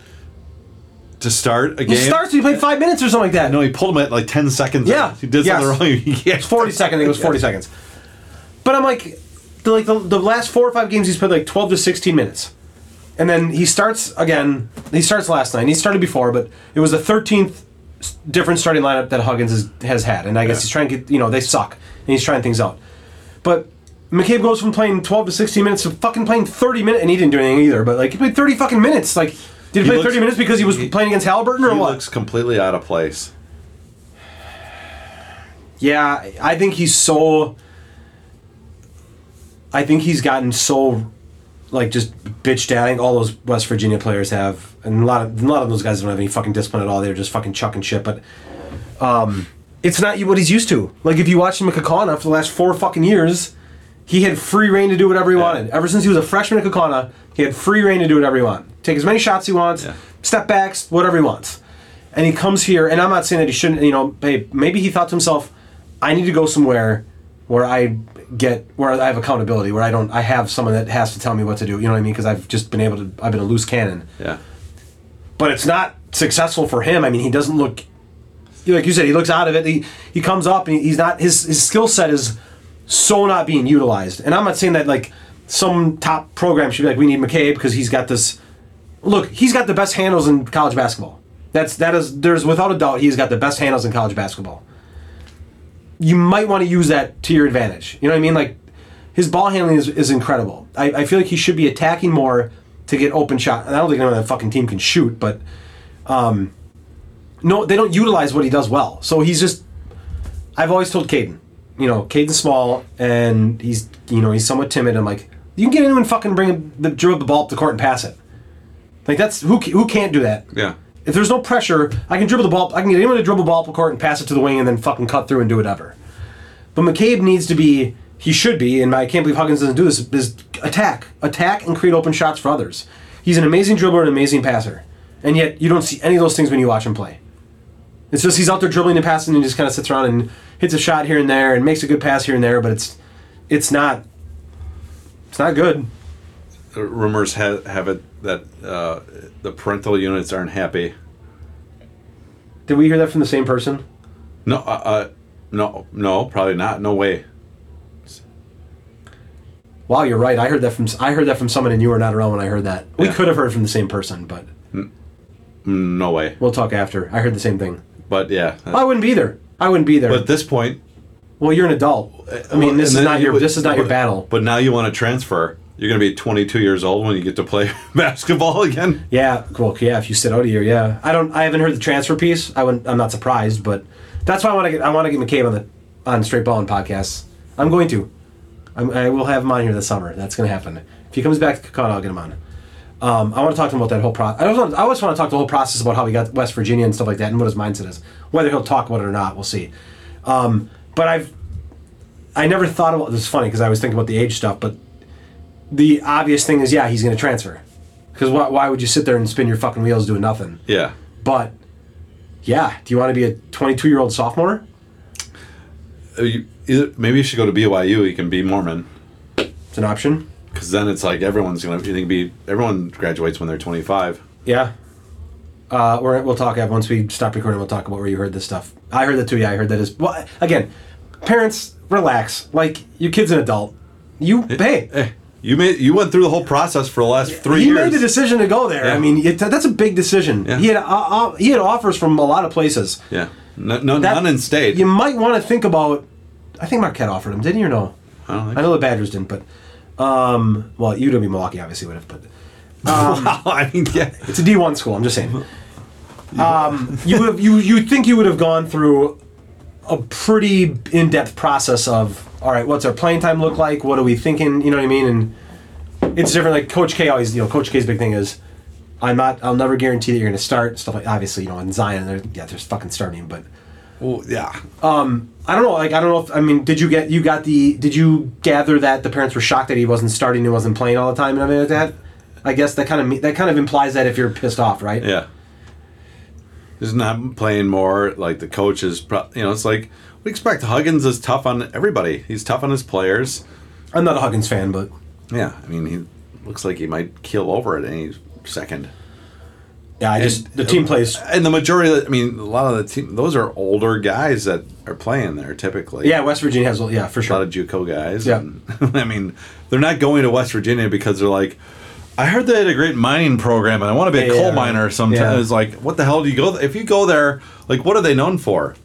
Speaker 3: to start a
Speaker 2: he
Speaker 3: game?
Speaker 2: starts he played five minutes or something like that
Speaker 3: No, he pulled him at like 10 seconds.
Speaker 2: Yeah.
Speaker 3: He did
Speaker 2: Yes.
Speaker 3: something wrong. yeah.
Speaker 2: It's 40 seconds. I think it was 40 seconds. But I'm like, the, like the, the last four or five games, he's played like 12 to 16 minutes. And then he starts again. He starts last night. He started before, but it was the 13th s- different starting lineup that Huggins has, has had. And I guess
Speaker 3: Yeah.
Speaker 2: he's trying to get, you know, they suck. And he's trying things out. But McCabe goes from playing 12 to 16 minutes to fucking playing 30 minutes. And he didn't do anything either, but like he played 30 fucking minutes. Like, did he,
Speaker 3: He
Speaker 2: play
Speaker 3: looks-
Speaker 2: 30 minutes because he was
Speaker 3: he-
Speaker 2: playing against Halliburton or
Speaker 3: He
Speaker 2: what?
Speaker 3: looks completely out of place.
Speaker 2: Yeah, I think he's so. I think he's gotten so, like, just bitched at. I think all those West Virginia players have, and a lot of a lot of those guys don't have any fucking discipline at all. They're just fucking chucking shit. But, um, it's not what he's used to. Like, if you watch him at Kakana for the last four fucking years, he had free reign to do whatever he wanted. Ever since he was a freshman at Kakana, he had free reign to do whatever he wanted. Take as many shots he wants,
Speaker 3: Yeah.
Speaker 2: step backs, whatever he wants. And he comes here, and I'm not saying that he shouldn't, you know, hey, maybe he thought to himself, I need to go somewhere where I get, where I have accountability, where I don't, I have someone that has to tell me what to do, you know what I mean? Because I've just been able to, I've been a loose cannon.
Speaker 3: Yeah.
Speaker 2: But it's not successful for him. I mean, he doesn't look, like you said, he looks out of it. He, he comes up and he's not, his, his skill set is so not being utilized. And I'm not saying that, like, some top program should be like, we need McCabe because he's got this look, he's got the best handles in college basketball. That's that is there's without a doubt he's got the best handles in college basketball. You might want to use that to your advantage. You know what I mean? Like his ball handling is, is incredible. I, I feel like he should be attacking more to get open shot. And I don't think anyone on that fucking team can shoot, but um no, they don't utilize what he does well. So he's just I've always told Caden, you know, Caden's small and he's you know, he's somewhat timid. I'm like, you can get anyone fucking bring him the dribble the ball up the court and pass it. Like that's who ca- who can't do that.
Speaker 3: Yeah.
Speaker 2: If there's no pressure, I can dribble the ball. I can get anyone to dribble the ball up the court and pass it to the wing, and then fucking cut through and do whatever. But McCabe needs to be. He should be, and I can't believe Huggins doesn't do this. Is attack, attack, and create open shots for others. He's an amazing dribbler, and an amazing passer, and yet you don't see any of those things when you watch him play. It's just he's out there dribbling and passing, and he just kind of sits around and hits a shot here and there, and makes a good pass here and there, but it's, it's not. It's not good.
Speaker 3: The Uh, rumors ha- have it that uh, the parental units aren't happy.
Speaker 2: Did we hear that from the same person?
Speaker 3: No, uh, uh, no, no, probably not. No way.
Speaker 2: Wow, you're right. I heard that from I heard that from someone, and you were not around when I heard that. We
Speaker 3: Yeah.
Speaker 2: could have heard from the same person, but
Speaker 3: No way.
Speaker 2: we'll talk after. I heard the same thing.
Speaker 3: But yeah.
Speaker 2: I wouldn't be there. I wouldn't be there.
Speaker 3: But at this point,
Speaker 2: well, you're an adult. I mean, this
Speaker 3: and
Speaker 2: is
Speaker 3: then
Speaker 2: not
Speaker 3: you
Speaker 2: your
Speaker 3: would-
Speaker 2: this is not your battle.
Speaker 3: But now you want to transfer. You're going to be 22 years old when you get to play basketball again.
Speaker 2: Yeah, cool. Yeah, if you sit out of here, yeah. I don't. I haven't heard the transfer piece. I wouldn't, I'm not surprised, but that's why I want to get. I want to get McCabe on the on Straight Ballin podcasts. I'm going to. I'm, I will have him on here this summer. That's going to happen. If he comes back to Kakana, I'll get him on. Um, I want to talk to him about that whole process. I always, want, I always want to talk the whole process about how he got West Virginia and stuff like that, and what his mindset is. Whether he'll talk about it or not, we'll see. Um, but I've, I never thought about. This is funny because I was thinking about the age stuff, but the obvious thing is, yeah, he's going to transfer. Because why, why would you sit there and spin your fucking wheels doing nothing?
Speaker 3: Yeah.
Speaker 2: But, yeah, do you want to be a 22 year old sophomore?
Speaker 3: Uh, You, either, maybe you should go to BYU. You can be Mormon.
Speaker 2: It's an option.
Speaker 3: Because then it's like everyone's going to you think be everyone graduates when they're 25.
Speaker 2: Yeah. Uh, we're, we'll talk uh, once we stop recording. We'll talk about where you heard this stuff. I heard that too. Yeah, I heard that is. Well, again, parents, relax. Like your kid's an adult. You
Speaker 3: Eh,
Speaker 2: hey,
Speaker 3: Hey, you made you went through the whole process for the last three
Speaker 2: he
Speaker 3: years.
Speaker 2: made the decision to go there.
Speaker 3: Yeah.
Speaker 2: I mean, it, that's a big decision.
Speaker 3: Yeah.
Speaker 2: He had uh, uh, he had offers from a lot of places.
Speaker 3: yeah, no, no
Speaker 2: That-
Speaker 3: none in state.
Speaker 2: You might want to think about. I think Marquette offered him, didn't you? Or no,
Speaker 3: I don't think
Speaker 2: I know the Badgers didn't, but um, well, UW Milwaukee obviously would have, but
Speaker 3: Wow, I mean, yeah,
Speaker 2: it's a D one school. I'm just saying. Um, you would have, you you think you would have gone through a pretty in depth process of all right, what's our playing time look like? What are we thinking? You know what I mean? And it's different. Like Coach K always, you know, Coach K's big thing is, I'm not, I'll never guarantee that you're going to start stuff like obviously, you know, and Zion, they're, yeah, they're fucking starting, but
Speaker 3: Well, yeah.
Speaker 2: Oh. I don't know. Like I don't know if I mean, did you get you got the did you gather that the parents were shocked that he wasn't starting and wasn't playing all the time and everything like that? I guess that kind of that kind of implies that if you're pissed off, right?
Speaker 3: Yeah. Just not playing more. Like the coach is, pro- you know, it's like we expect Huggins is tough on everybody. He's tough on his players.
Speaker 2: I'm not a Huggins fan, but
Speaker 3: Yeah, I mean, he looks like he might keel over at any second.
Speaker 2: yeah, I just the team plays.
Speaker 3: And the majority, of the, I mean, a lot of the team, those are older guys that are playing there typically.
Speaker 2: Yeah, West Virginia has yeah for
Speaker 3: a lot
Speaker 2: sure.
Speaker 3: of JUCO guys.
Speaker 2: Yeah.
Speaker 3: and- I mean, they're not going to West Virginia because they're like, I heard they had a great mining program, and I want to be a
Speaker 2: Yeah,
Speaker 3: coal
Speaker 2: right.
Speaker 3: miner.
Speaker 2: Yeah.
Speaker 3: Sometimes, like, what the hell do you go? If you go there, like, what are they known for?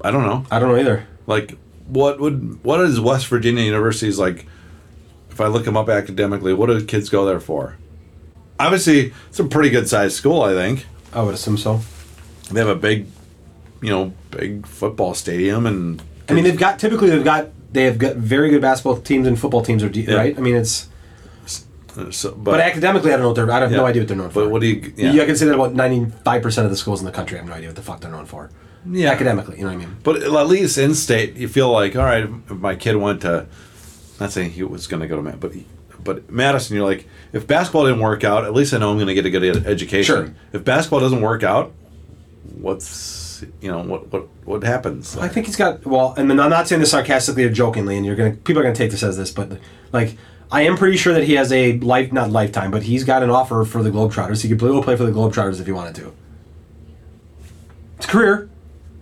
Speaker 3: I don't know.
Speaker 2: I don't know either.
Speaker 3: Like, what would what is West Virginia University's like? If I look them up academically, what do kids go there for? Obviously, it's a pretty good sized school. I think
Speaker 2: I would assume so.
Speaker 3: they have a big, you know, big football stadium, and
Speaker 2: I mean, they've got typically they've got they have got very good basketball teams and football teams are de- right. I mean, it's
Speaker 3: uh, so,
Speaker 2: but academically I don't know what they're I have no idea what they're known for.
Speaker 3: But what do you?
Speaker 2: yeah. I can say that about 95 percent of the schools in the country. I have no idea what the fuck they're known for.
Speaker 3: Yeah.
Speaker 2: academically, you know what I mean.
Speaker 3: But at least in state, you feel like, all right, if my kid went to, not saying he was going to go to Madison, but he- but Madison, you're like, if basketball didn't work out, at least I know I'm going to get a good ed- education.
Speaker 2: Sure.
Speaker 3: If basketball doesn't work out, what's you know what what what happens?
Speaker 2: I think he's got well, and then I'm not saying this sarcastically or jokingly, and you're gonna people are gonna take this as this, but like I am pretty sure that he has a life not lifetime, but he's got an offer for the Globetrotters. He could play, go play for the Globetrotters if he wanted to. It's a career.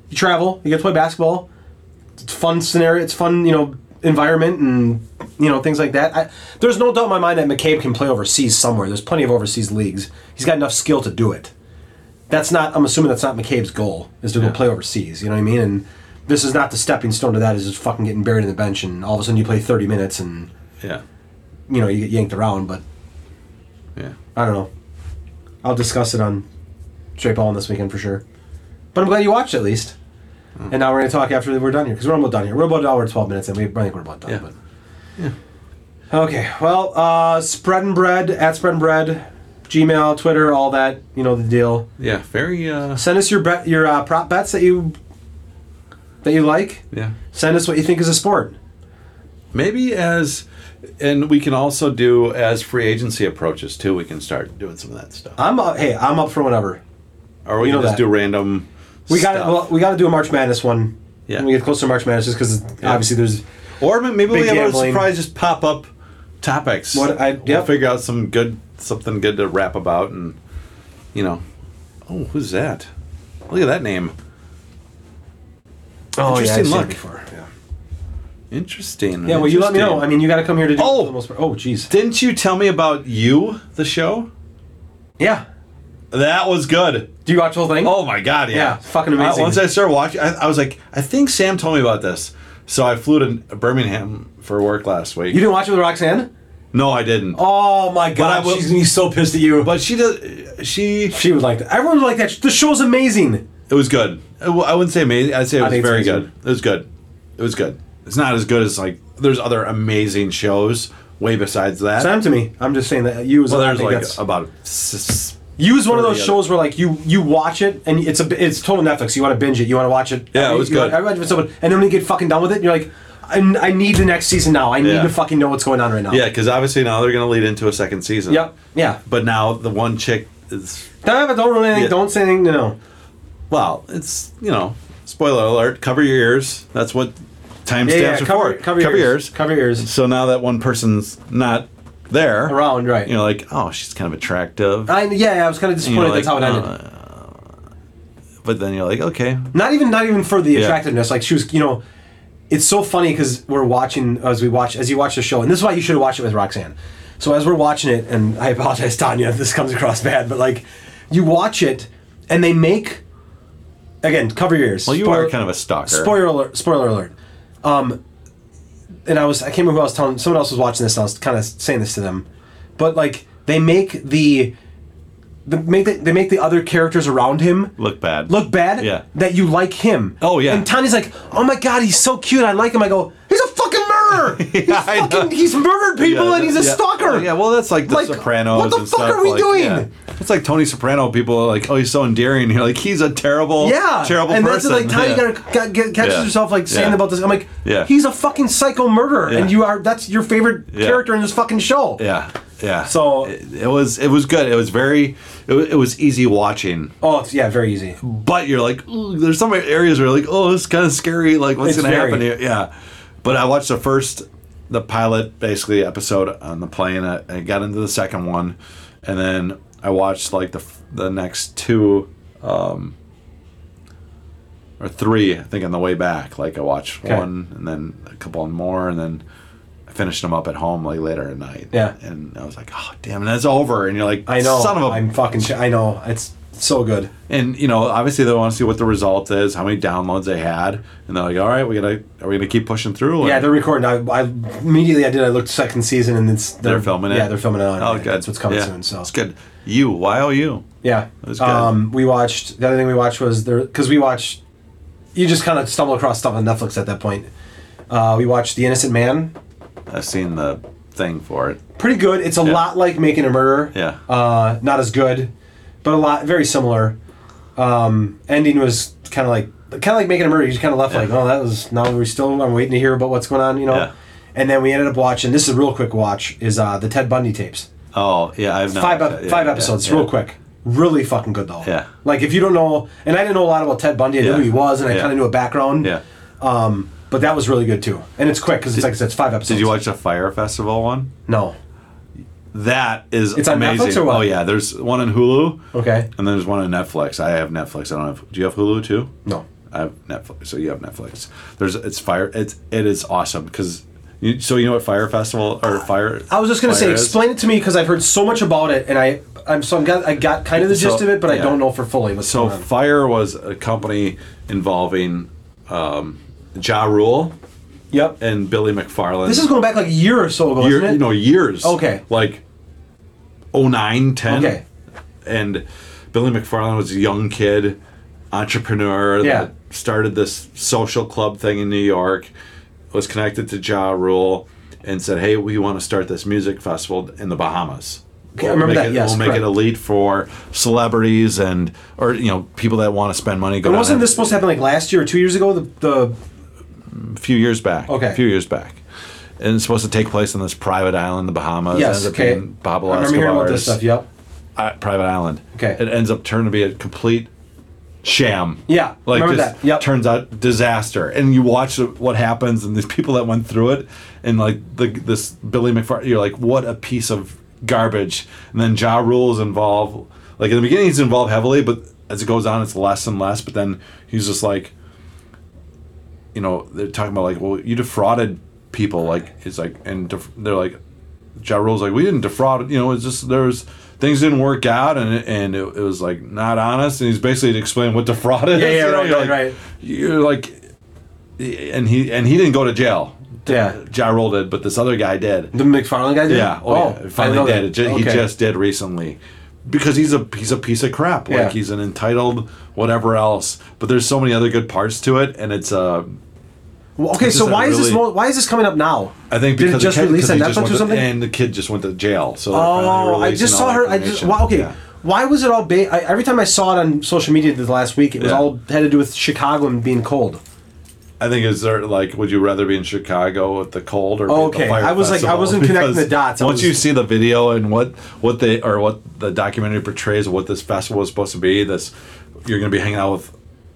Speaker 2: You travel. You get to play basketball. It's fun scenario. It's fun, you know, environment and you know things like that. I, there's no doubt in my mind that McCabe can play overseas somewhere. There's plenty of overseas leagues. He's got enough skill to do it that's not i'm assuming that's not mccabe's goal is to go play overseas you know what i mean and this is not the stepping stone to that is just fucking getting buried in the bench and all of a sudden you play 30 minutes and
Speaker 3: yeah,
Speaker 2: you know you get yanked around but
Speaker 3: yeah.
Speaker 2: i don't know i'll discuss it on straight ball this weekend for sure but i'm glad you watched at least
Speaker 3: Hmm.
Speaker 2: and now we're going to talk after we're done here because we're almost done here we're about an hour and 12 minutes and we I think we're about done
Speaker 3: Yeah.
Speaker 2: but Okay, well, uh, spread and bread at spread and bread, Gmail, Twitter, all that, you know the deal.
Speaker 3: Yeah, very uh,
Speaker 2: Send us your bet, your uh, prop bets that you that you like.
Speaker 3: yeah.
Speaker 2: Send us what you think is a sport.
Speaker 3: Maybe as, and we can also do as free agency approaches too. We can start doing some of that stuff,
Speaker 2: I'm up, hey, I'm up for whatever.
Speaker 3: or we
Speaker 2: you
Speaker 3: can
Speaker 2: know
Speaker 3: just
Speaker 2: that.
Speaker 3: do random.
Speaker 2: We got
Speaker 3: stuff.
Speaker 2: well, we got to do a March Madness one.
Speaker 3: Yeah.
Speaker 2: When we get close to March Madness, just because obviously there's
Speaker 3: Or ma- maybe we
Speaker 2: Big
Speaker 3: have
Speaker 2: gambling.
Speaker 3: a surprise, just pop up topics.
Speaker 2: What I-
Speaker 3: we'll
Speaker 2: yep.
Speaker 3: figure out some good, something good to rap about, and you know, oh, who's that? Look at that name.
Speaker 2: oh
Speaker 3: Interesting
Speaker 2: I've seen
Speaker 3: luck.
Speaker 2: it before. Yeah.
Speaker 3: Interesting.
Speaker 2: yeah. Well, you let me know.
Speaker 3: interesting.
Speaker 2: I mean, you got to come here to do
Speaker 3: Oh!
Speaker 2: the most. Oh, jeez.
Speaker 3: didn't you tell me about you the show?
Speaker 2: Yeah.
Speaker 3: That was good.
Speaker 2: Do you watch the whole thing?
Speaker 3: Oh my god, yeah,
Speaker 2: Yeah, fucking amazing.
Speaker 3: Uh, once I started watching, I, I was like, I think Sam told me about this. So I flew to Birmingham for work last week.
Speaker 2: You didn't watch it with Roxanne?
Speaker 3: no, I didn't.
Speaker 2: Oh my
Speaker 3: I
Speaker 2: God,
Speaker 3: will-
Speaker 2: she's gonna be so pissed at you.
Speaker 3: But she does. She
Speaker 2: she would like that. Everyone would like that. The show's amazing.
Speaker 3: It was good. I w- I wouldn't say amazing. I'd say it was
Speaker 2: think it's
Speaker 3: very
Speaker 2: amazing.
Speaker 3: good. It was good. It was good. It's not as good as like there's other amazing shows way besides that.
Speaker 2: Send them to me. I'm just saying that you was.
Speaker 3: well,
Speaker 2: I
Speaker 3: there's
Speaker 2: think
Speaker 3: like
Speaker 2: that's-
Speaker 3: about s- s-
Speaker 2: You was one of those
Speaker 3: Yeah.
Speaker 2: shows where like you you watch it and it's a it's total Netflix. You want to binge it. You want to watch it.
Speaker 3: Yeah, it
Speaker 2: you-
Speaker 3: was
Speaker 2: you
Speaker 3: good.
Speaker 2: want- everybody with someone- and then when you get fucking done with it, you're like, I, I need the next season now. I need
Speaker 3: Yeah.
Speaker 2: to fucking know what's going on right now.
Speaker 3: yeah, because obviously now they're gonna lead into a second season.
Speaker 2: Yep. Yeah.
Speaker 3: But now the one chick is
Speaker 2: Don't, don't ruin anything.
Speaker 3: Yeah.
Speaker 2: Don't say anything. No.
Speaker 3: well, it's you know spoiler alert. Cover your ears. That's what timestamps
Speaker 2: Yeah. yeah
Speaker 3: are
Speaker 2: cover,
Speaker 3: for.
Speaker 2: cover your ears. Cover your ears.
Speaker 3: So now that one person's not there
Speaker 2: Around. Right.
Speaker 3: you're like, oh, she's kind of attractive.
Speaker 2: I, yeah, yeah. I was kind of
Speaker 3: And you're
Speaker 2: disappointed. That's how it
Speaker 3: like,
Speaker 2: ended.
Speaker 3: "Uh," but then you're like, okay,
Speaker 2: not even not even for the attractiveness like she was you know it's so funny because we're watching as we watch as you watch the show and this is why you should have watched it with roxanne so as we're watching it and i apologize tanya if this comes across bad but like you watch it and they make again cover your ears
Speaker 3: Well, you
Speaker 2: Spoil-
Speaker 3: are kind of a stalker.
Speaker 2: spoiler alert spoiler alert um and i was i can't remember who i was telling someone else was watching this and i was kind of saying this to them but like they make the the, make the, they make the other characters around him
Speaker 3: Look bad.
Speaker 2: look bad
Speaker 3: Yeah.
Speaker 2: that you like him.
Speaker 3: Oh, yeah.
Speaker 2: And Tanya's like, oh my god, he's so cute. I like him. I go, he's a fucking murderer. he's,
Speaker 3: I know.
Speaker 2: fucking, he's murdered people and he's a
Speaker 3: yeah.
Speaker 2: stalker.
Speaker 3: Yeah, well, that's like the
Speaker 2: Like,
Speaker 3: Sopranos.
Speaker 2: what the
Speaker 3: and
Speaker 2: fuck
Speaker 3: stuff,
Speaker 2: are we
Speaker 3: like,
Speaker 2: doing?
Speaker 3: yeah. It's like Tony Soprano. People are like, oh, he's so endearing. You're like, he's a terrible,
Speaker 2: Yeah,
Speaker 3: terrible
Speaker 2: and
Speaker 3: person.
Speaker 2: that's like Tiny
Speaker 3: yeah.
Speaker 2: yeah. got, got, catches
Speaker 3: Yeah.
Speaker 2: herself like saying
Speaker 3: Yeah.
Speaker 2: about this. I'm like,
Speaker 3: Yeah.
Speaker 2: he's a fucking psycho murderer,
Speaker 3: Yeah.
Speaker 2: and you are that's your favorite
Speaker 3: Yeah.
Speaker 2: character in this fucking show.
Speaker 3: yeah, yeah.
Speaker 2: So-
Speaker 3: it, it was it was good. It was very it was, it was easy watching,
Speaker 2: Oh, it's, yeah, very easy.
Speaker 3: but you're like, "Ooh," there's some areas where you're like, oh, it's kind of scary. Like, what's
Speaker 2: It's
Speaker 3: going to
Speaker 2: very-
Speaker 3: happen here? Yeah. But I watched the first, the pilot basically episode on the plane. I, I got into the second one, and then I watched like the f- the next two. um or three, I think, on the way back. Like I watched
Speaker 2: Okay.
Speaker 3: one, and then a couple more, and then I finished them up at home like later at night.
Speaker 2: Yeah.
Speaker 3: and I was like, "Oh, damn, that's over!" And you're like,
Speaker 2: I know.
Speaker 3: son of a
Speaker 2: I'm fucking. sh- I know. It's so good.
Speaker 3: and you know obviously they want to see what the result is how many downloads they had and they're like all right we're gonna are we gonna keep pushing through or-
Speaker 2: Yeah, they're recording. I, I immediately I did. I looked second season, and it's
Speaker 3: they're filming it
Speaker 2: Yeah, they're filming it. On
Speaker 3: oh
Speaker 2: it.
Speaker 3: good
Speaker 2: That's what's coming
Speaker 3: Yeah.
Speaker 2: soon. So
Speaker 3: it's good you why oh you
Speaker 2: Yeah,
Speaker 3: That's good.
Speaker 2: um, we watched. The other thing we watched was there because we watched. You just kind of stumble across stuff on Netflix at that point. Uh, we watched The Innocent Man.
Speaker 3: i've seen the thing for it
Speaker 2: Pretty good. It's a lot like Making a Murderer.
Speaker 3: Yeah.
Speaker 2: Uh, not as good, but a lot very similar. Um, ending was kind of like kind of like Making a Murderer. You just kind of left like, oh, that was. Now we still. I'm waiting to hear about what's going on. You know.
Speaker 3: Yeah.
Speaker 2: And then we ended up watching. This is a real quick watch. Is uh, the Ted Bundy tapes.
Speaker 3: oh yeah i've not
Speaker 2: five
Speaker 3: watched
Speaker 2: ep-
Speaker 3: it. Yeah,
Speaker 2: five
Speaker 3: yeah,
Speaker 2: episodes,
Speaker 3: yeah.
Speaker 2: real quick. Really fucking good though.
Speaker 3: Yeah.
Speaker 2: Like if you don't know, and I didn't know a lot about Ted Bundy. I knew
Speaker 3: Yeah.
Speaker 2: who he was, and I
Speaker 3: Yeah.
Speaker 2: kind of knew a background.
Speaker 3: yeah
Speaker 2: But that was really good too, and it's quick because it's like I said, it's five episodes.
Speaker 3: did you watch the fire festival one
Speaker 2: No.
Speaker 3: that is
Speaker 2: It's on Netflix
Speaker 3: amazing
Speaker 2: or what? Oh.
Speaker 3: oh yeah there's one on hulu
Speaker 2: Okay.
Speaker 3: and there's one on netflix i have netflix i don't have do you have hulu too
Speaker 2: No.
Speaker 3: I have Netflix, so you have Netflix. There's it's fire. It's it is awesome because you. So you know what Fire Festival or Fire?
Speaker 2: I was just gonna say,
Speaker 3: Fire is?
Speaker 2: explain it to me because I've heard so much about it, and I, I'm so I'm got, I got kind of the
Speaker 3: So,
Speaker 2: gist of it, but I
Speaker 3: yeah.
Speaker 2: don't know for fully. What's
Speaker 3: So
Speaker 2: going on.
Speaker 3: Fire was a company involving um, Ja Rule
Speaker 2: yep.
Speaker 3: and Billy McFarland.
Speaker 2: This is going back like a year or so ago,
Speaker 3: Year,
Speaker 2: isn't it?
Speaker 3: you know years.
Speaker 2: Okay.
Speaker 3: Like 09, 10.
Speaker 2: Okay.
Speaker 3: And Billy McFarland was a young kid entrepreneur
Speaker 2: Yeah.
Speaker 3: that started this social club thing in New York, was connected to Ja Rule, and said, "Hey, we want to start this music festival in the Bahamas."
Speaker 2: Okay, I remember
Speaker 3: make
Speaker 2: that,
Speaker 3: It,
Speaker 2: yes,
Speaker 3: we'll make it
Speaker 2: correct.
Speaker 3: a lead for celebrities and or you know people that want to spend money. Go
Speaker 2: And
Speaker 3: down
Speaker 2: wasn't
Speaker 3: there
Speaker 2: this supposed to happen like last year or two years ago? The, the
Speaker 3: a few years back.
Speaker 2: Okay.
Speaker 3: A few years back. And it's supposed to take place on this private island, the Bahamas.
Speaker 2: yes,
Speaker 3: Ends up
Speaker 2: okay.
Speaker 3: being Pablo
Speaker 2: I remember hearing about this
Speaker 3: Escobar's,
Speaker 2: stuff. Yep.
Speaker 3: uh, private island.
Speaker 2: Okay.
Speaker 3: It ends up turning to be a complete sham.
Speaker 2: Yeah,
Speaker 3: Like
Speaker 2: remember
Speaker 3: just
Speaker 2: that. Yep.
Speaker 3: turns out disaster. And you watch what happens and these people that went through it and like the this Billy McFarland, you're like, what a piece of garbage. And then Ja Rule's involved. Like in the beginning he's involved heavily, but as it goes on it's less and less. But then he's just like you know, they're talking about like, well, you defrauded people. Like it's like and def- they're like Ja Rule's like, we didn't defraud. You know, it's just there's things didn't work out, and it- and it, it was like not honest. And he's basically explaining what defraud is.
Speaker 2: Yeah, yeah, right,
Speaker 3: you know, you're
Speaker 2: right,
Speaker 3: like,
Speaker 2: right.
Speaker 3: You're like, and he and he didn't go to jail.
Speaker 2: Yeah.
Speaker 3: Ja Rule did, but this other guy did.
Speaker 2: The McFarland guy did.
Speaker 3: Yeah, oh, yeah. finally did. It ju- He
Speaker 2: Okay.
Speaker 3: just did recently because he's a he's a piece of crap. Like
Speaker 2: Yeah.
Speaker 3: he's an entitled whatever else. But there's so many other good parts to it, and it's uh
Speaker 2: Well, okay,
Speaker 3: This
Speaker 2: so
Speaker 3: is a
Speaker 2: why is this?
Speaker 3: really-
Speaker 2: mo- Why is this coming up now?
Speaker 3: I think
Speaker 2: did
Speaker 3: because
Speaker 2: it
Speaker 3: the
Speaker 2: just
Speaker 3: kid-
Speaker 2: release on
Speaker 3: 'cause he just
Speaker 2: Netflix
Speaker 3: went
Speaker 2: or
Speaker 3: to-
Speaker 2: something?
Speaker 3: and the kid just went to jail. So they're finally
Speaker 2: oh, I
Speaker 3: releasing
Speaker 2: just
Speaker 3: all
Speaker 2: saw
Speaker 3: that
Speaker 2: her. I just
Speaker 3: information.
Speaker 2: wow, okay.
Speaker 3: Yeah.
Speaker 2: Why was it all? Ba- I, every time I saw it on social media the last week, it was
Speaker 3: Yeah.
Speaker 2: all had to do with Chicago and being cold.
Speaker 3: I think is there like would you rather be in Chicago with the cold or be at the
Speaker 2: Okay,
Speaker 3: fire
Speaker 2: I was like- I
Speaker 3: festival?
Speaker 2: wasn't connecting
Speaker 3: Because
Speaker 2: the dots. I
Speaker 3: Once
Speaker 2: was-
Speaker 3: you see the video and what what they or what the documentary portrays of what this festival is supposed to be, this you're going to be hanging out with.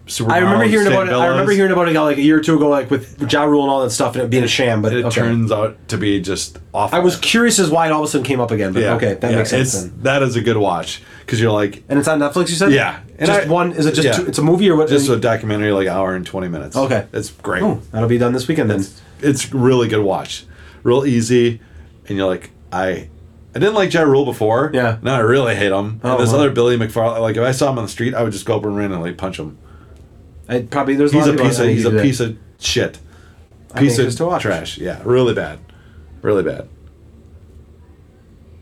Speaker 3: Super
Speaker 2: I remember
Speaker 3: Mario,
Speaker 2: hearing
Speaker 3: Stan
Speaker 2: about it. I
Speaker 3: Villas.
Speaker 2: remember hearing about it like a year or two ago, like with Ja Rule and all that stuff, and it being a sham. But
Speaker 3: It
Speaker 2: okay.
Speaker 3: turns out to be just awful.
Speaker 2: I was curious as why it all of a sudden came up again. But
Speaker 3: Yeah,
Speaker 2: okay, that
Speaker 3: yeah,
Speaker 2: makes sense.
Speaker 3: it's-
Speaker 2: Then.
Speaker 3: That is a good watch because you're like
Speaker 2: And it's on Netflix. You said
Speaker 3: Yeah, and
Speaker 2: just
Speaker 3: I-
Speaker 2: one. Is it just?
Speaker 3: yeah.
Speaker 2: Two, it's a movie or what?
Speaker 3: just a documentary like hour and twenty minutes.
Speaker 2: Okay.
Speaker 3: it's great.
Speaker 2: Oh, that'll be done this weekend then.
Speaker 3: it's really good watch, real easy, and you're like, I, I didn't like Ja Rule before.
Speaker 2: Yeah.
Speaker 3: Now I really hate him.
Speaker 2: Oh,
Speaker 3: and this
Speaker 2: wow.
Speaker 3: other Billy McFarland, like if I saw him on the street, I would just go up and randomly punch him.
Speaker 2: I, probably there's
Speaker 3: He's
Speaker 2: lot
Speaker 3: a
Speaker 2: people
Speaker 3: piece
Speaker 2: that
Speaker 3: of
Speaker 2: I
Speaker 3: he's
Speaker 2: need to
Speaker 3: a
Speaker 2: do
Speaker 3: piece
Speaker 2: that.
Speaker 3: of shit, piece
Speaker 2: anxious
Speaker 3: of
Speaker 2: to watch.
Speaker 3: trash. Yeah, really bad, really bad.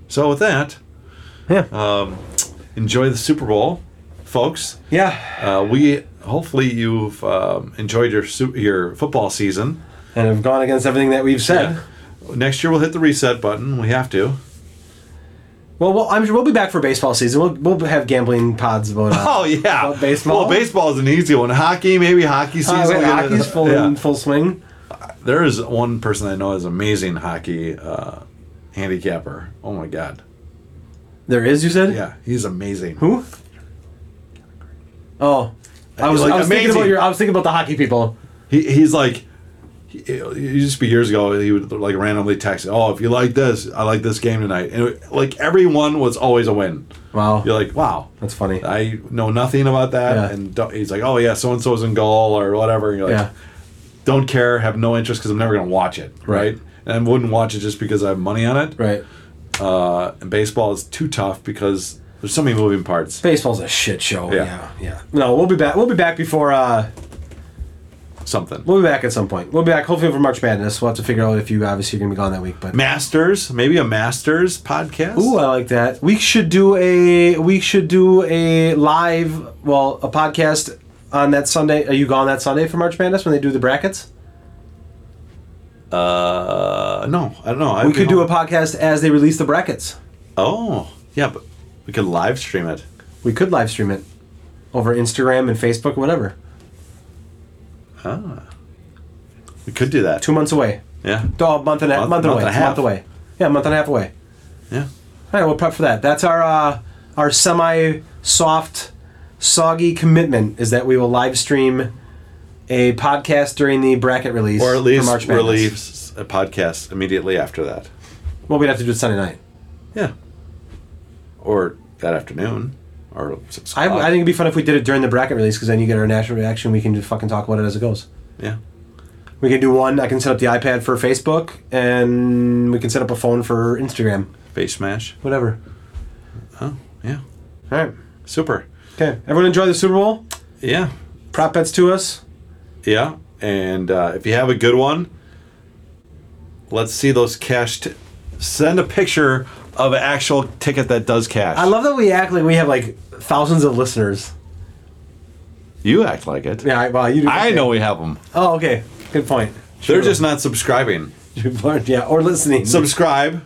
Speaker 3: So with that,
Speaker 2: Yeah.
Speaker 3: um, enjoy the Super Bowl, folks.
Speaker 2: Yeah.
Speaker 3: Uh, we hopefully you've um, enjoyed your su- your football season.
Speaker 2: and have gone against everything that we've said.
Speaker 3: Next year we'll hit the reset button. We have to.
Speaker 2: Well, well, I'm sure we'll be back for baseball season. We'll, we'll have gambling pods about. uh,
Speaker 3: Oh yeah,
Speaker 2: About baseball.
Speaker 3: Well, baseball is an easy one. Hockey, maybe hockey
Speaker 2: uh,
Speaker 3: season.
Speaker 2: wait,
Speaker 3: we gotta-
Speaker 2: hockey's full
Speaker 3: yeah.
Speaker 2: in full swing.
Speaker 3: There is one person I know is amazing hockey uh, handicapper. Oh my god,
Speaker 2: There is, you said.
Speaker 3: yeah, he's amazing.
Speaker 2: Who? Oh, I was,
Speaker 3: Like,
Speaker 2: I was thinking
Speaker 3: amazing.
Speaker 2: about your. I was thinking about the hockey people.
Speaker 3: He, he's like, he- it used to be years ago. He would like randomly text, "Oh, if you like this, I like this game tonight." And it, like everyone was always a win.
Speaker 2: Wow,
Speaker 3: You're like, wow,
Speaker 2: that's funny.
Speaker 3: I know nothing about that.
Speaker 2: Yeah.
Speaker 3: And don't, he's like, oh yeah, so and so's in goal or whatever. And you're like,
Speaker 2: Yeah.
Speaker 3: don't care, have no interest because I'm never gonna watch it, right?
Speaker 2: Right.
Speaker 3: And I wouldn't watch it just because I have money on it.
Speaker 2: right.
Speaker 3: Uh, and baseball is too tough because there's so many moving parts.
Speaker 2: Baseball's a shit show.
Speaker 3: Yeah.
Speaker 2: Yeah. yeah, No, we'll be back. We'll be back before. uh
Speaker 3: Something.
Speaker 2: We'll be back at some point. We'll be back hopefully for March Madness. We'll have to figure out if you obviously are gonna be gone that week, but.
Speaker 3: Masters, maybe a Masters podcast.
Speaker 2: Ooh, I like that. We should do a we should do a live well a podcast on that Sunday. Are you gone that Sunday for March Madness when they do the brackets?
Speaker 3: Uh, no, I don't know. I'd
Speaker 2: We
Speaker 3: be
Speaker 2: could do a
Speaker 3: home.
Speaker 2: podcast as they release the brackets.
Speaker 3: Oh, yeah, but we could live stream it.
Speaker 2: We could live stream it over Instagram and Facebook, whatever.
Speaker 3: Ah. We could do that.
Speaker 2: Two months away.
Speaker 3: Yeah,
Speaker 2: Oh, month and a
Speaker 3: Month-
Speaker 2: month,
Speaker 3: month
Speaker 2: away.
Speaker 3: and a half.
Speaker 2: Month away. Yeah, month and a half away.
Speaker 3: yeah.
Speaker 2: All right, we'll prep for that. That's our uh, our semi soft, soggy commitment is that we will live stream a podcast during the bracket release
Speaker 3: Or at
Speaker 2: for
Speaker 3: least
Speaker 2: March Madness.
Speaker 3: release a podcast immediately after that.
Speaker 2: Well, we'd have to do it Sunday night.
Speaker 3: Yeah. Or that afternoon, or six
Speaker 2: I,
Speaker 3: o'clock.
Speaker 2: I think it'd be fun if we did it during the bracket release because then you get our natural reaction. We can just fucking talk about it as it goes.
Speaker 3: yeah.
Speaker 2: We can do one. I can set up the iPad for Facebook, and we can set up a phone for Instagram.
Speaker 3: Face smash.
Speaker 2: Whatever.
Speaker 3: Oh, yeah.
Speaker 2: All right.
Speaker 3: Super.
Speaker 2: Okay. Everyone enjoy the Super Bowl.
Speaker 3: Yeah.
Speaker 2: Prop bets to us.
Speaker 3: Yeah. And uh, if you have a good one, let's see those cash. T- send a picture of an actual ticket that does cash.
Speaker 2: I love that we act like we have like thousands of listeners.
Speaker 3: you act like it.
Speaker 2: Yeah. Well, you. Do,
Speaker 3: I
Speaker 2: okay.
Speaker 3: know we have them.
Speaker 2: Oh, okay. Good point.
Speaker 3: They're just not subscribing.
Speaker 2: yeah, or listening.
Speaker 3: Subscribe.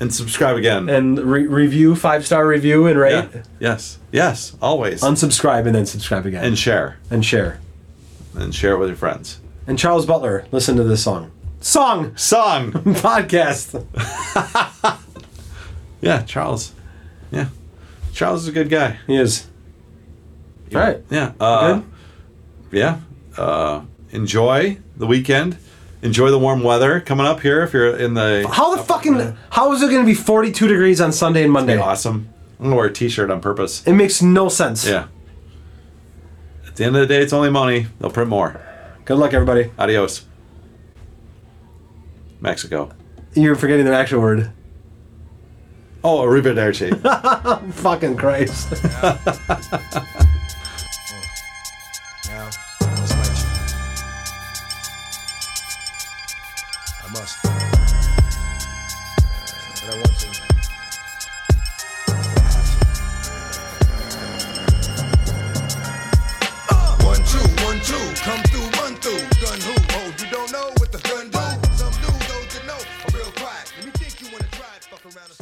Speaker 3: And subscribe again.
Speaker 2: and re- review five star review and
Speaker 3: yeah.
Speaker 2: rate.
Speaker 3: Yes. Yes. Always.
Speaker 2: Unsubscribe and then subscribe again
Speaker 3: and share.
Speaker 2: and share.
Speaker 3: And share it with your friends.
Speaker 2: And Charles Butler, listen to this song. Song
Speaker 3: Song.
Speaker 2: podcast.
Speaker 3: Yeah, Charles. Yeah. Charles is a good guy.
Speaker 2: He is. All right.
Speaker 3: Yeah. Uh,
Speaker 2: Good?
Speaker 3: Yeah. Uh, enjoy the weekend. Enjoy the warm weather coming up here if you're in the.
Speaker 2: How the fucking how is it going to be 42 degrees on Sunday and Monday?
Speaker 3: Awesome. I'm going to wear a t shirt on purpose.
Speaker 2: It makes no sense.
Speaker 3: Yeah. At the end of the day, it's only money. They'll print more.
Speaker 2: Good luck, everybody.
Speaker 3: Adios. Mexico.
Speaker 2: You're forgetting the actual word.
Speaker 3: Oh, arrivederci.
Speaker 2: Fucking Christ.
Speaker 1: Now, I must let you. I must. But I want to. Uh, One, two, one, two, come through, run through. Gun who? Oh, you don't know what the gun do? Some dudes don't you know. I'm real quiet. Let me think you wanna try and fuck around and